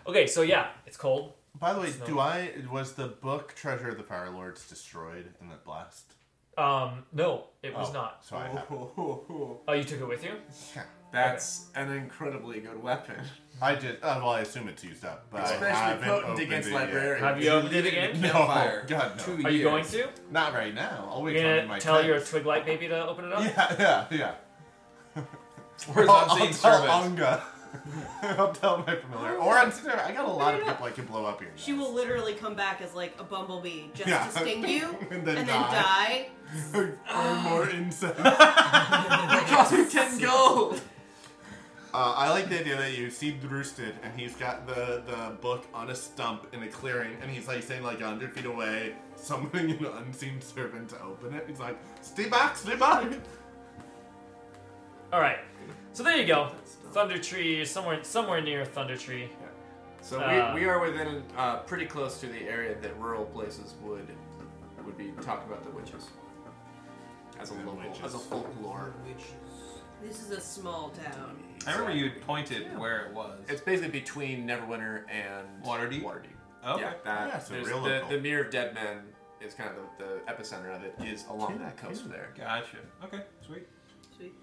[SPEAKER 2] Okay, so yeah, it's cold.
[SPEAKER 6] By the way,
[SPEAKER 2] Snow.
[SPEAKER 6] do I was the book Treasure of the Fire Lords destroyed in that blast?
[SPEAKER 2] Um, no, it was not.
[SPEAKER 6] So I have.
[SPEAKER 2] Oh, you took it with you?
[SPEAKER 6] Yeah.
[SPEAKER 7] That's an incredibly good weapon.
[SPEAKER 6] I did. Uh, well, I assume it's used up, but I
[SPEAKER 7] Especially
[SPEAKER 6] haven't
[SPEAKER 7] potent
[SPEAKER 6] opened
[SPEAKER 7] against
[SPEAKER 6] it yet.
[SPEAKER 7] librarians.
[SPEAKER 2] Have you opened it again?
[SPEAKER 6] No,
[SPEAKER 7] Campfire.
[SPEAKER 6] God, no.
[SPEAKER 7] Two
[SPEAKER 2] Are you
[SPEAKER 7] years.
[SPEAKER 2] going to?
[SPEAKER 6] Not right now. I'll wait
[SPEAKER 2] You're
[SPEAKER 6] till I'm in
[SPEAKER 2] gonna
[SPEAKER 6] my
[SPEAKER 2] tell your
[SPEAKER 6] tent.
[SPEAKER 2] twig light maybe to open it up?
[SPEAKER 6] Yeah, yeah, yeah.
[SPEAKER 4] Where's
[SPEAKER 6] I'll,
[SPEAKER 4] unseen
[SPEAKER 6] I'll tell
[SPEAKER 4] servants?
[SPEAKER 6] Anga. I'll tell my
[SPEAKER 7] Oh,
[SPEAKER 6] familiar. Or I'm sitting there, I got a lot of people I can blow up here.
[SPEAKER 5] She
[SPEAKER 6] guys.
[SPEAKER 5] will literally come back as like a bumblebee just
[SPEAKER 6] Yeah.
[SPEAKER 5] to sting you
[SPEAKER 6] And
[SPEAKER 5] and
[SPEAKER 6] then
[SPEAKER 5] then,
[SPEAKER 6] die.
[SPEAKER 5] die.
[SPEAKER 6] or more insects.
[SPEAKER 7] Cost me ten gold.
[SPEAKER 6] Uh, I like the idea that you see Drusted and he's got the, the book on a stump in a clearing and he's like saying like a hundred feet away, summoning an unseen servant to open it. He's like, stay back, stay back.
[SPEAKER 2] All right. So there you go. Thunder Tree, somewhere, somewhere near Thunder Tree.
[SPEAKER 7] So
[SPEAKER 2] Uh,
[SPEAKER 7] we, we are within uh, pretty close to the area that rural places would would be talking about the witches. As a
[SPEAKER 6] The
[SPEAKER 7] local,
[SPEAKER 6] witches.
[SPEAKER 7] as a folklore.
[SPEAKER 5] The This is a small town.
[SPEAKER 4] I remember you pointed where it was.
[SPEAKER 9] It's basically between Neverwinter and
[SPEAKER 4] Waterdeep?
[SPEAKER 9] Waterdeep.
[SPEAKER 4] okay.
[SPEAKER 9] Yeah,
[SPEAKER 6] Yeah,
[SPEAKER 9] that.
[SPEAKER 6] so
[SPEAKER 9] there's
[SPEAKER 6] real
[SPEAKER 9] the,
[SPEAKER 6] local.
[SPEAKER 9] the Mirror of Dead Men is kind of the, the epicenter of it. Is along that coast there.
[SPEAKER 4] Gotcha. Okay, sweet.
[SPEAKER 5] Sweet.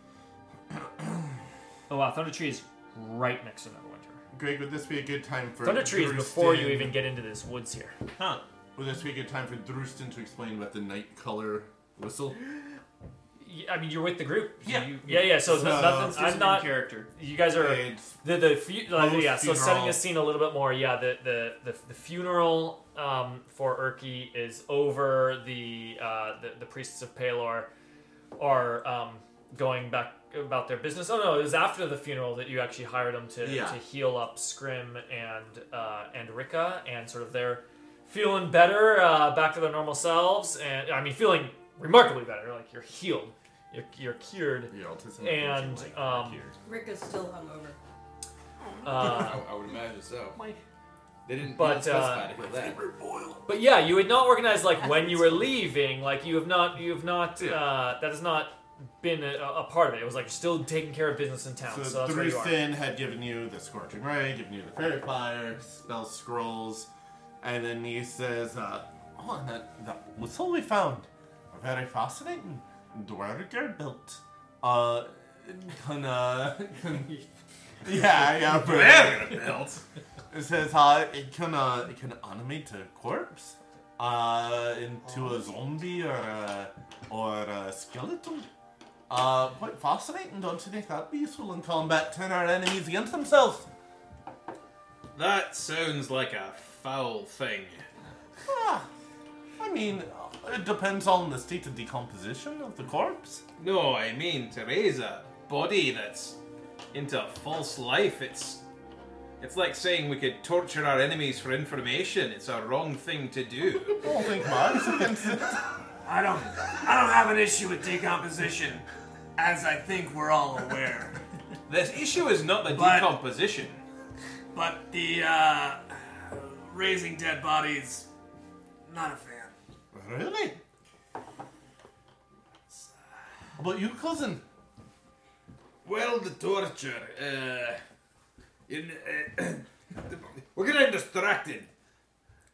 [SPEAKER 2] Oh wow, Thunder Tree is right next to Neverwinter.
[SPEAKER 6] Greg, would this be a good time for
[SPEAKER 2] Thunder Tree is before you
[SPEAKER 6] Drustin-
[SPEAKER 2] even get into this woods here.
[SPEAKER 4] Huh.
[SPEAKER 6] Would this be a good time for Drustin to explain about the night color whistle?
[SPEAKER 2] Y- I mean, you're with the group.
[SPEAKER 4] Yeah.
[SPEAKER 2] You- yeah, yeah. So,
[SPEAKER 6] So-
[SPEAKER 2] nothing.
[SPEAKER 6] It's
[SPEAKER 2] I'm not.
[SPEAKER 4] character.
[SPEAKER 2] You guys are.
[SPEAKER 6] It's
[SPEAKER 2] The the fu- uh,
[SPEAKER 6] Post
[SPEAKER 2] yeah, so setting
[SPEAKER 6] funeral.
[SPEAKER 2] the scene a little bit more. Yeah, the the the, the funeral um, for Erky is over. The, uh, the the priests of Palor are um, going back about their business. Oh no, it was after the funeral that you actually hired them to
[SPEAKER 9] Yeah.
[SPEAKER 2] to heal up Scrim and uh, and Rika and sort of their feeling better, uh, back to their normal selves, and I mean feeling remarkably better. Like you're healed, you're, you're cured,
[SPEAKER 6] your autism
[SPEAKER 2] and
[SPEAKER 6] like,
[SPEAKER 2] um,
[SPEAKER 5] Rick is still hungover.
[SPEAKER 2] uh,
[SPEAKER 3] I, I would imagine so. They didn't.
[SPEAKER 2] But,
[SPEAKER 3] But specify
[SPEAKER 2] uh,
[SPEAKER 3] to heal that.
[SPEAKER 2] But yeah, you had not organized like when you were leaving. Like you have not, you have not. Uh, that has not been a, a part of it. It was like you're still taking care of business in town. So,
[SPEAKER 6] So,
[SPEAKER 2] that's where you are.
[SPEAKER 6] Drustin had given you the Scorching Ray, given you the Fairy Fire, spell scrolls, and then he says, uh, "Oh, and that, that whistle we found, very fascinating. Dwerger built. Uh, can, uh, can, yeah, yeah, Dwerger built. It says uh, it can uh, it can animate a corpse, uh,
[SPEAKER 2] Oh.
[SPEAKER 6] into a zombie or a, or a skeleton." Uh, quite fascinating, don't you think? That'd be useful in combat, turn our enemies against themselves.
[SPEAKER 4] That sounds like a
[SPEAKER 7] Oh,
[SPEAKER 4] foul thing.
[SPEAKER 6] Ah, I mean, it depends on the state of decomposition of the corpse.
[SPEAKER 4] No, I mean to raise a body that's into false life. It's it's like saying we could torture our enemies for information. It's a wrong thing to do.
[SPEAKER 6] I don't think mine's against it.
[SPEAKER 7] I don't. I don't have an issue with decomposition, as I think we're all aware.
[SPEAKER 4] the issue is not the
[SPEAKER 7] But-
[SPEAKER 4] decomposition.
[SPEAKER 7] But the uh, raising dead bodies, not a fan.
[SPEAKER 6] Really? But you, cousin?
[SPEAKER 3] Well, the torture. Uh, in, uh, we're getting distracted.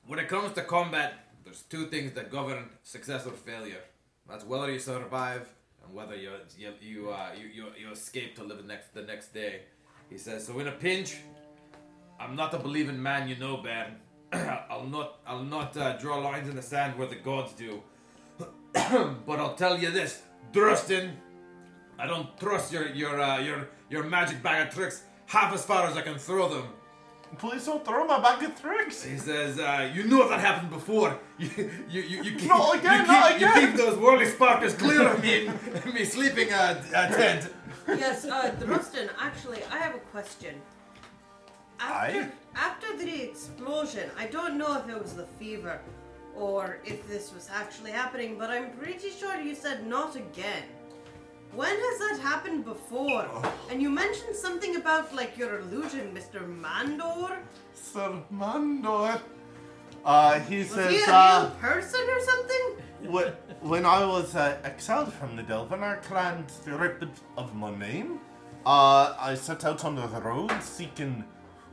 [SPEAKER 3] When it comes to combat, there's two things that govern success or failure. That's whether you survive and whether you you you uh, you, you, you escape to live the next the next day. He says. So in a pinch, I'm not a believing man, you know, Baron. I'll not I'll not uh, draw lines in the sand where the gods do. but I'll tell you this, Drustin. I don't trust your your uh, your your magic bag of tricks half as far as I can throw them.
[SPEAKER 6] Please don't throw my bag of tricks.
[SPEAKER 3] He says, uh, "You knew that happened before. You you you, you keep
[SPEAKER 6] Not
[SPEAKER 3] you
[SPEAKER 6] again,
[SPEAKER 3] keep,
[SPEAKER 6] not
[SPEAKER 3] you
[SPEAKER 6] again."
[SPEAKER 3] keep those worldly sparkers clear of me me sleeping uh, uh, tent."
[SPEAKER 5] yes, uh, Rustin, actually, I have a question. After,
[SPEAKER 6] Aye?
[SPEAKER 5] after the explosion, I don't know if it was the fever or if this was actually happening, but I'm pretty sure you said not again. When has that happened before?
[SPEAKER 6] Oh.
[SPEAKER 5] And you mentioned something about like your illusion, Mr. Mandor.
[SPEAKER 6] Sir Mandor. Uh, he
[SPEAKER 5] Was he
[SPEAKER 6] says,
[SPEAKER 5] a
[SPEAKER 6] uh,
[SPEAKER 5] real person or something?
[SPEAKER 6] Wh- when I was uh, exiled from the Delvenar clan, stripped of my name, uh, I set out on the road seeking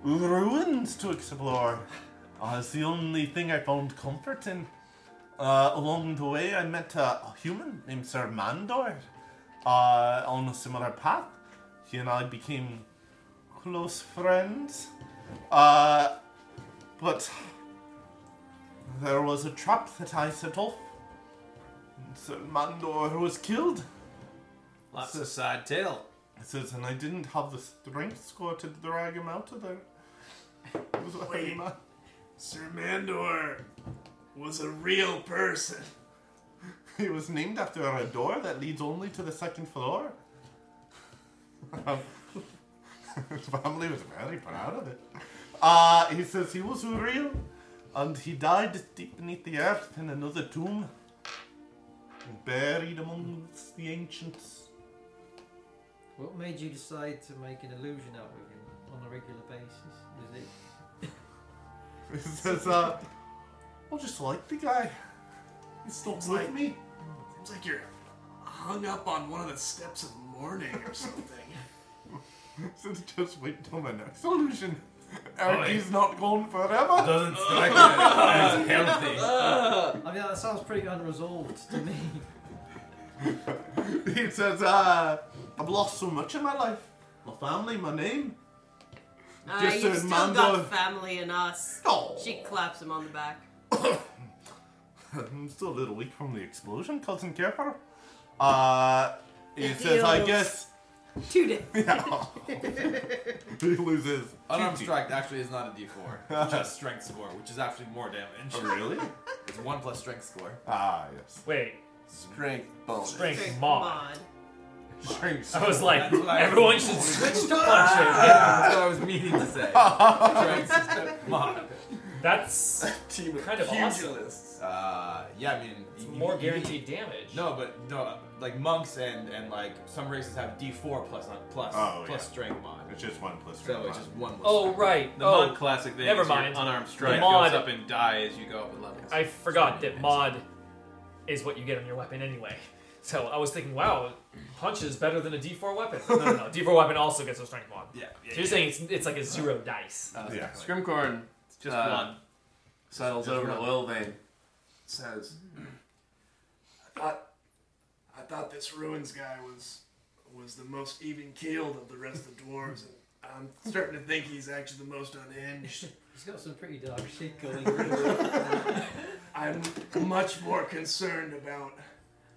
[SPEAKER 6] ruins to explore. Uh, it's the only thing I found comfort in. Uh, along the way, I met a, a human named Sir Mandor uh, on a similar path. He and I became close friends. Uh, but there was a trap that I set off Sir Mandor was killed.
[SPEAKER 4] That's a sad tale.
[SPEAKER 6] It says, and I didn't have the strength score to drag him out of there. It was a
[SPEAKER 7] Wait.
[SPEAKER 6] ma-
[SPEAKER 7] Sir Mandor was a real person.
[SPEAKER 6] He was named after a door that leads only to the second floor. His family was very proud of it. Uh, he says he was real, and he died deep beneath the earth in another tomb, buried amongst the ancients.
[SPEAKER 8] What made you decide to make an illusion out of him on a regular basis? Was
[SPEAKER 6] He
[SPEAKER 8] it
[SPEAKER 6] says, uh, I just like the guy. He still like me.
[SPEAKER 7] Seems like you're hung up on one of the steps of mourning or something.
[SPEAKER 6] Since just wait till my next solution.
[SPEAKER 9] Oh,
[SPEAKER 6] Anarchy's not gone forever.
[SPEAKER 3] Doesn't strike me as healthy.
[SPEAKER 8] I mean, that sounds pretty unresolved to me.
[SPEAKER 6] He says, uh, I've lost so much in my life. My family, my name.
[SPEAKER 5] Uh,
[SPEAKER 6] Just
[SPEAKER 5] you've
[SPEAKER 6] said
[SPEAKER 5] still
[SPEAKER 6] Mando.
[SPEAKER 5] got family in us.
[SPEAKER 6] Oh.
[SPEAKER 5] She claps him on the back.
[SPEAKER 6] I'm still a little weak from the explosion, cousin Kefir. Uh, he says, I
[SPEAKER 5] Feels-
[SPEAKER 6] guess.
[SPEAKER 5] Two days.
[SPEAKER 6] he loses.
[SPEAKER 3] Unarmed
[SPEAKER 6] two
[SPEAKER 3] strike actually is not a D4, just strength score, which is actually more damage.
[SPEAKER 6] D. Really?
[SPEAKER 3] It's one plus strength score.
[SPEAKER 6] Ah, yes.
[SPEAKER 2] Wait,
[SPEAKER 7] Strength bonus.
[SPEAKER 2] strength mod.
[SPEAKER 6] Strength.
[SPEAKER 2] I was like,
[SPEAKER 3] That's what I-
[SPEAKER 2] everyone should switch to punching.
[SPEAKER 3] That's what I was meaning to say. Strength mod.
[SPEAKER 2] That's
[SPEAKER 7] Team
[SPEAKER 2] Kind of awesome.
[SPEAKER 7] pugilists.
[SPEAKER 3] Uh, yeah, I mean, you- you-
[SPEAKER 2] more
[SPEAKER 3] you-
[SPEAKER 2] guaranteed damage.
[SPEAKER 3] No, but no, like monks and and like some races have D4 plus not plus
[SPEAKER 6] Oh,
[SPEAKER 3] plus
[SPEAKER 6] yeah.
[SPEAKER 3] strength mod.
[SPEAKER 6] It's just one plus three.
[SPEAKER 3] So it's just one. less
[SPEAKER 2] Oh
[SPEAKER 3] strength.
[SPEAKER 2] right.
[SPEAKER 4] The
[SPEAKER 2] oh,
[SPEAKER 4] mod classic thing
[SPEAKER 2] never
[SPEAKER 4] is your
[SPEAKER 2] mind.
[SPEAKER 4] unarmed strike
[SPEAKER 2] mod-
[SPEAKER 4] goes up and die as you go up in levels.
[SPEAKER 2] I forgot that mod is what you get on your weapon anyway. So I was thinking, wow, punch is better than a D4 weapon. No, no, no. D4 weapon also gets a strength mod.
[SPEAKER 3] Yeah. yeah, Uh,
[SPEAKER 2] So you're saying it's, it's like a zero dice.
[SPEAKER 9] Oh,
[SPEAKER 6] Yeah.
[SPEAKER 9] Scrimcorn
[SPEAKER 4] Just
[SPEAKER 9] Uh,
[SPEAKER 4] one.
[SPEAKER 9] sidles
[SPEAKER 4] Just
[SPEAKER 9] over to
[SPEAKER 4] one.
[SPEAKER 9] Oil Vein, says, I thought, I thought this ruins guy was was the most even keeled of the rest of the dwarves. And I'm starting to think he's actually the most unhinged.
[SPEAKER 8] He's got some pretty dark shit going on.
[SPEAKER 9] I'm much more concerned about.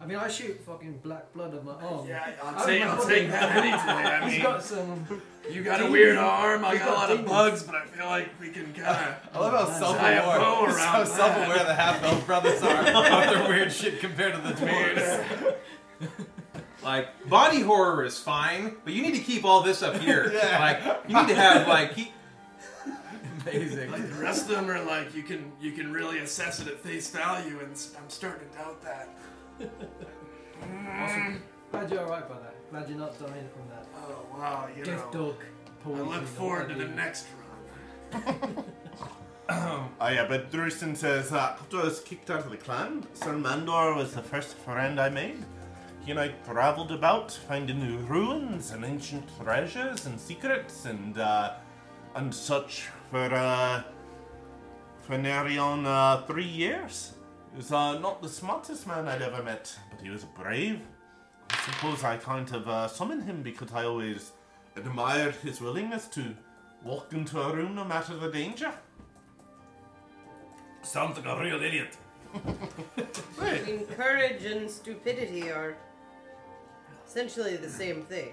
[SPEAKER 8] I mean, I shoot fucking black blood on my arm.
[SPEAKER 9] Yeah,
[SPEAKER 8] Oh
[SPEAKER 9] I'll take,
[SPEAKER 8] my
[SPEAKER 9] I'll take that any day. I
[SPEAKER 8] He's
[SPEAKER 9] mean,
[SPEAKER 8] got some.
[SPEAKER 9] you got a weird arm. I
[SPEAKER 8] he's
[SPEAKER 9] got a
[SPEAKER 8] got
[SPEAKER 9] lot of
[SPEAKER 8] demons.
[SPEAKER 9] bugs, but I feel like we can kind
[SPEAKER 3] I love how
[SPEAKER 9] Tie a bow
[SPEAKER 3] self-aware,
[SPEAKER 9] around
[SPEAKER 3] how self-aware the half-elf brothers are of their weird shit compared to the dwarves.
[SPEAKER 4] Like body horror is fine, but you need to keep all this up here. Like you need to have like he,
[SPEAKER 9] of.
[SPEAKER 3] Amazing.
[SPEAKER 9] Like the rest of them are like you can you can really assess it at face value, and s- I'm starting to doubt that.
[SPEAKER 8] Awesome. Glad you're alright by that. Glad you're not dying from that.
[SPEAKER 9] Oh wow, you
[SPEAKER 8] Death
[SPEAKER 9] know.
[SPEAKER 8] dog.
[SPEAKER 9] I
[SPEAKER 8] poison or
[SPEAKER 9] look forward to the
[SPEAKER 8] whatever.
[SPEAKER 9] next run.
[SPEAKER 6] Oh yeah, but Thurston says, uh, after I was kicked out of the clan, Sir Mandor was the first friend I made. He and I traveled about, finding new ruins and ancient treasures and secrets and uh, and such for uh, for nearly on uh, three years. He was uh, not the smartest man I'd ever met, but he was brave. I suppose I can't have uh, summoned him because I always admired his willingness to walk into a room no matter the danger.
[SPEAKER 3] Sounds like a real idiot.
[SPEAKER 5] Courage and stupidity are essentially the same thing.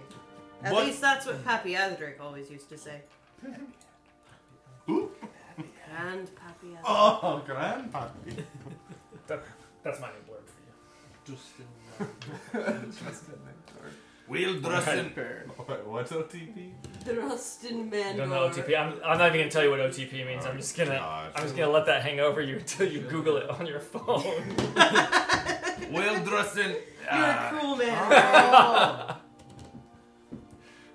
[SPEAKER 5] At
[SPEAKER 6] What-
[SPEAKER 5] least that's what Pappy Azric always used to say.
[SPEAKER 6] Who?
[SPEAKER 5] Grand Pappy Azric.
[SPEAKER 6] Oh, grandpappy.
[SPEAKER 2] That, that's my new blurb for you.
[SPEAKER 8] Justin.
[SPEAKER 3] We'll dress in
[SPEAKER 6] Wait, what's OTP?
[SPEAKER 5] Thrustin
[SPEAKER 2] You
[SPEAKER 5] Mandor.
[SPEAKER 2] don't know OTP. I'm, I'm not even gonna tell you what OTP means. I'm just gonna
[SPEAKER 6] God.
[SPEAKER 2] I'm just gonna let that hang over you until you Google it on your phone.
[SPEAKER 3] Will Drusen.
[SPEAKER 5] You're
[SPEAKER 6] ah.
[SPEAKER 5] a
[SPEAKER 3] Uh,
[SPEAKER 5] cruel man.
[SPEAKER 6] Oh.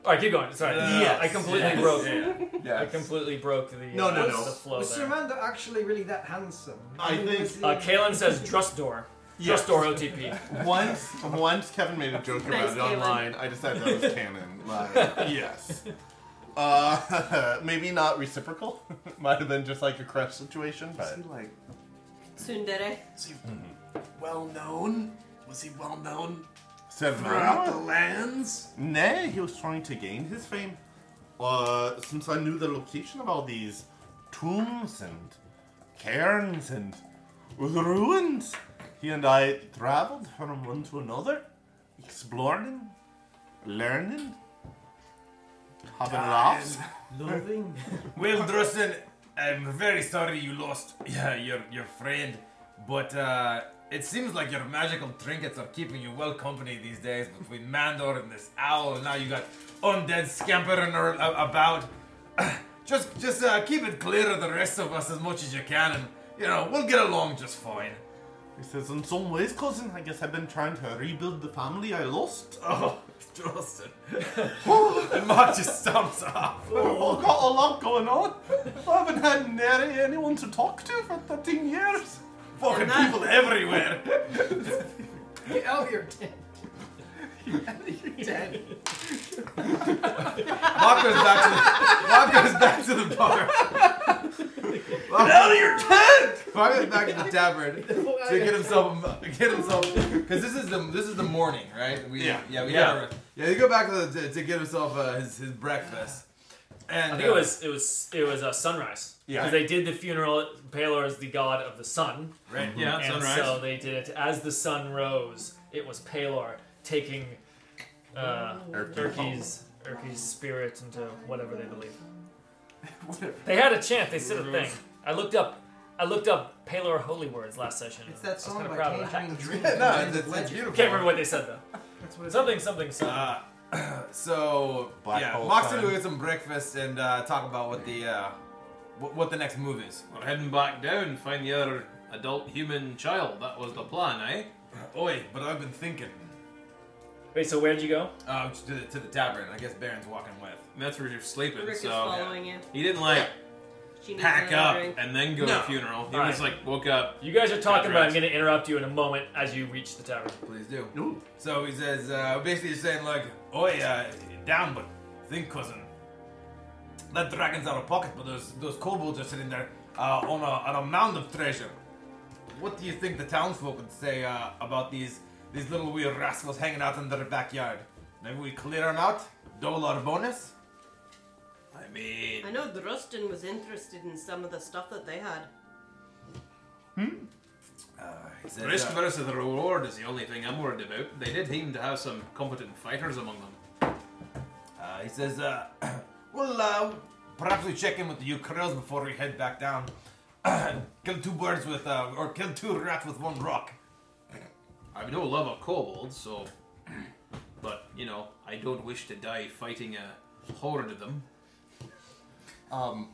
[SPEAKER 2] All right, keep going. Sorry,
[SPEAKER 6] Yes,
[SPEAKER 2] I completely
[SPEAKER 6] yes,
[SPEAKER 2] broke. I
[SPEAKER 6] Yes.
[SPEAKER 2] completely broke the
[SPEAKER 6] No,
[SPEAKER 2] uh,
[SPEAKER 6] no,
[SPEAKER 2] the
[SPEAKER 6] no.
[SPEAKER 2] flow
[SPEAKER 8] Was
[SPEAKER 2] there.
[SPEAKER 8] Saranda actually really that handsome?
[SPEAKER 6] I
[SPEAKER 8] mean,
[SPEAKER 6] think-
[SPEAKER 8] was he-
[SPEAKER 2] Uh, Kalen says Drustdoor.
[SPEAKER 6] Yes.
[SPEAKER 2] Drustdoor OTP.
[SPEAKER 6] Once, once Kevin made a joke about
[SPEAKER 5] Thanks,
[SPEAKER 6] it
[SPEAKER 5] Kevin.
[SPEAKER 6] online, I decided that was canon. Like, yes. Uh, maybe not reciprocal. Might have been just like a crush situation,
[SPEAKER 9] Was
[SPEAKER 6] but
[SPEAKER 9] he like
[SPEAKER 5] Tsundere.
[SPEAKER 9] was he well known? Was he well known throughout the
[SPEAKER 6] several.
[SPEAKER 9] lands?
[SPEAKER 6] Nay, he was trying to gain his fame. Uh, since I knew the location of all these tombs and cairns and ruins, he and I traveled from one to another, exploring, learning, having laughs.
[SPEAKER 8] Loving.
[SPEAKER 3] Will Drusen, I'm very sorry you lost yeah, your your friend, but uh, it seems like your magical trinkets are keeping you well company these days. Between Mandor and this owl, now you got undead scampering ar- a- about. Just just uh, keep it clear of the rest of us as much as you can, and you know we'll get along just fine.
[SPEAKER 6] He says, in some ways, cousin, I guess I've been trying to rebuild the family I lost.
[SPEAKER 3] Oh, Drusen, and Mark just stumps off.
[SPEAKER 6] I've got a lot going on. I haven't had nearly anyone to talk to for 13 years.
[SPEAKER 3] Fucking people everywhere.
[SPEAKER 8] Get out of your tent.
[SPEAKER 7] Ten.
[SPEAKER 3] Locke goes back to the, Locke goes back to the bar. Locke,
[SPEAKER 9] Out of your tent!
[SPEAKER 3] Locke goes back to the tavern to get himself a- get himself because this is the this is the morning, right? We,
[SPEAKER 4] Yeah.
[SPEAKER 3] yeah, we
[SPEAKER 4] Yeah.
[SPEAKER 3] yeah. yeah. He go back to, the, to, to get himself uh, his his breakfast. And
[SPEAKER 2] I think it
[SPEAKER 3] uh,
[SPEAKER 2] was it was it was uh, sunrise.
[SPEAKER 3] Yeah.
[SPEAKER 2] Because they did the funeral. Baylor is the god of the sun,
[SPEAKER 8] Mhm.
[SPEAKER 3] right.
[SPEAKER 4] Yeah,
[SPEAKER 2] and
[SPEAKER 4] sunrise.
[SPEAKER 2] so they did it as the sun rose. It was Palor taking uh, Erky's Erky's spirit into whatever they believe. They had a chant. They said a thing. I looked up. I looked up Palor holy words last session.
[SPEAKER 8] It's that
[SPEAKER 2] I was
[SPEAKER 8] song
[SPEAKER 2] kinda
[SPEAKER 8] by
[SPEAKER 2] proud of that.
[SPEAKER 8] Tangerine Dream.
[SPEAKER 3] No, it's,
[SPEAKER 8] Legend of
[SPEAKER 3] it's, it's
[SPEAKER 8] Legend.
[SPEAKER 3] beautiful.
[SPEAKER 2] Can't remember what they said though.
[SPEAKER 8] That's what it's
[SPEAKER 2] Something, something, something.
[SPEAKER 3] Uh, so
[SPEAKER 6] Black
[SPEAKER 3] yeah,
[SPEAKER 6] hole
[SPEAKER 3] Locke's gonna
[SPEAKER 6] time.
[SPEAKER 3] go get some breakfast and uh, talk about what the uh, what, what the next move is.
[SPEAKER 4] We're heading back down and find the other adult human child. That was the plan, eh?
[SPEAKER 3] Oi, but I've been thinking.
[SPEAKER 2] Wait, so where'd you go?
[SPEAKER 3] Uh, to the to the tavern. I guess Baron's walking with.
[SPEAKER 4] And that's where you're sleeping.
[SPEAKER 5] Rick is
[SPEAKER 4] so
[SPEAKER 5] following you.
[SPEAKER 4] he didn't like
[SPEAKER 5] She needs
[SPEAKER 4] pack
[SPEAKER 5] another
[SPEAKER 4] up
[SPEAKER 5] drink.
[SPEAKER 4] and then go to the funeral. He
[SPEAKER 2] All
[SPEAKER 4] was like woke up.
[SPEAKER 2] You guys are talking about. I'm
[SPEAKER 4] Sunrise.
[SPEAKER 2] going to interrupt you in a moment as you reach the tavern.
[SPEAKER 3] Please do. So he says, uh, basically, he's saying like, "Oi, uh, down, but think, cousin. That dragon's out of pocket, but those those kobolds are sitting there uh, on a on a mound of treasure. What do you think the townsfolk would say uh, about these these little wee rascals hanging out in their backyard? Maybe we clear them out, dole our bonus.
[SPEAKER 4] I mean,
[SPEAKER 5] I know Drustin was interested in some of the stuff that they had.
[SPEAKER 3] Hmm? He says,
[SPEAKER 4] risk
[SPEAKER 3] uh,
[SPEAKER 4] versus the reward is the only thing I'm worried about. They did seem to have some competent fighters among them.
[SPEAKER 3] Uh, he says, uh, well, uh, perhaps we check in with the Ukrills before we head back down. kill two birds with, uh, or kill two rats with one rock.
[SPEAKER 4] I have no love of kobolds, so. But you know, I don't wish to die fighting a horde of them.
[SPEAKER 7] Um,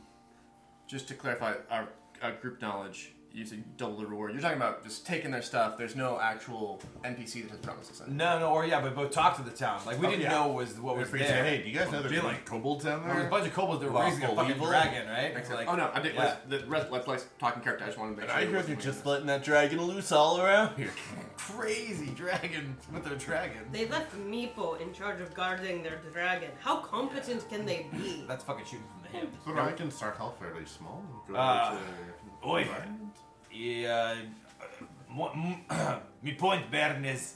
[SPEAKER 7] just to clarify our, our group knowledge using double the reward. You're talking about just taking their stuff. There's no actual NPC that has promises. In. it.
[SPEAKER 3] No, no, or yeah, but both talk to the town. Like, we
[SPEAKER 6] Oh,
[SPEAKER 3] didn't
[SPEAKER 6] yeah.
[SPEAKER 3] know was what was
[SPEAKER 6] If we
[SPEAKER 3] there.
[SPEAKER 6] say, hey, do you guys know there's
[SPEAKER 3] Be
[SPEAKER 6] like
[SPEAKER 3] like-
[SPEAKER 6] kobolds down
[SPEAKER 3] there was a
[SPEAKER 6] there?
[SPEAKER 3] bunch of kobolds that were raising a
[SPEAKER 6] Lawful
[SPEAKER 3] fucking
[SPEAKER 6] evil.
[SPEAKER 3] dragon, right?
[SPEAKER 7] Makes sense.
[SPEAKER 3] Like,
[SPEAKER 7] oh no, I did.
[SPEAKER 3] yeah.
[SPEAKER 7] The rest, let's like talking character. I just wanted to make
[SPEAKER 6] And
[SPEAKER 7] sure.
[SPEAKER 6] I
[SPEAKER 7] it
[SPEAKER 6] hear
[SPEAKER 7] wasn't
[SPEAKER 6] they're just
[SPEAKER 7] like-
[SPEAKER 6] letting that dragon loose all around here.
[SPEAKER 3] Crazy dragons with their dragon.
[SPEAKER 5] They left Meepo in charge of guarding their dragon. How competent can they be?
[SPEAKER 3] That's fucking shooting from the hip.
[SPEAKER 6] But I can start out fairly small. and go
[SPEAKER 3] Uh,
[SPEAKER 6] to-
[SPEAKER 3] oi.
[SPEAKER 6] Right.
[SPEAKER 3] Yeah. uh, mo- m- My point, Baron, is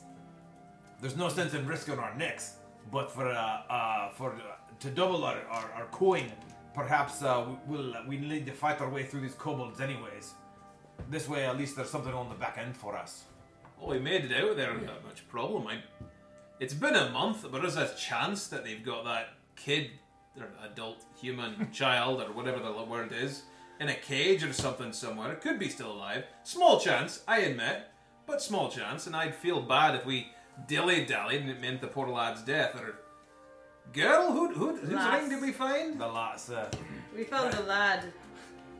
[SPEAKER 3] there's no sense in risking our necks, but for uh, uh, for uh, to double our, our, our coin, perhaps uh, we- we'll we need to fight our way through these kobolds anyways. This way, at least there's something on the back end for us.
[SPEAKER 4] Oh, we made it out there without much problem. I, it's been a month, but there's a chance that they've got that kid, or adult human child, or whatever the word is, in a cage or something somewhere. It could be still alive. Small chance, I admit, but small chance, and I'd feel bad if we dilly dallied and it meant the poor lad's death. Or girl, who, who, whose
[SPEAKER 5] Lass.
[SPEAKER 4] ring did we find?
[SPEAKER 3] The lads, uh,
[SPEAKER 5] We found the lad.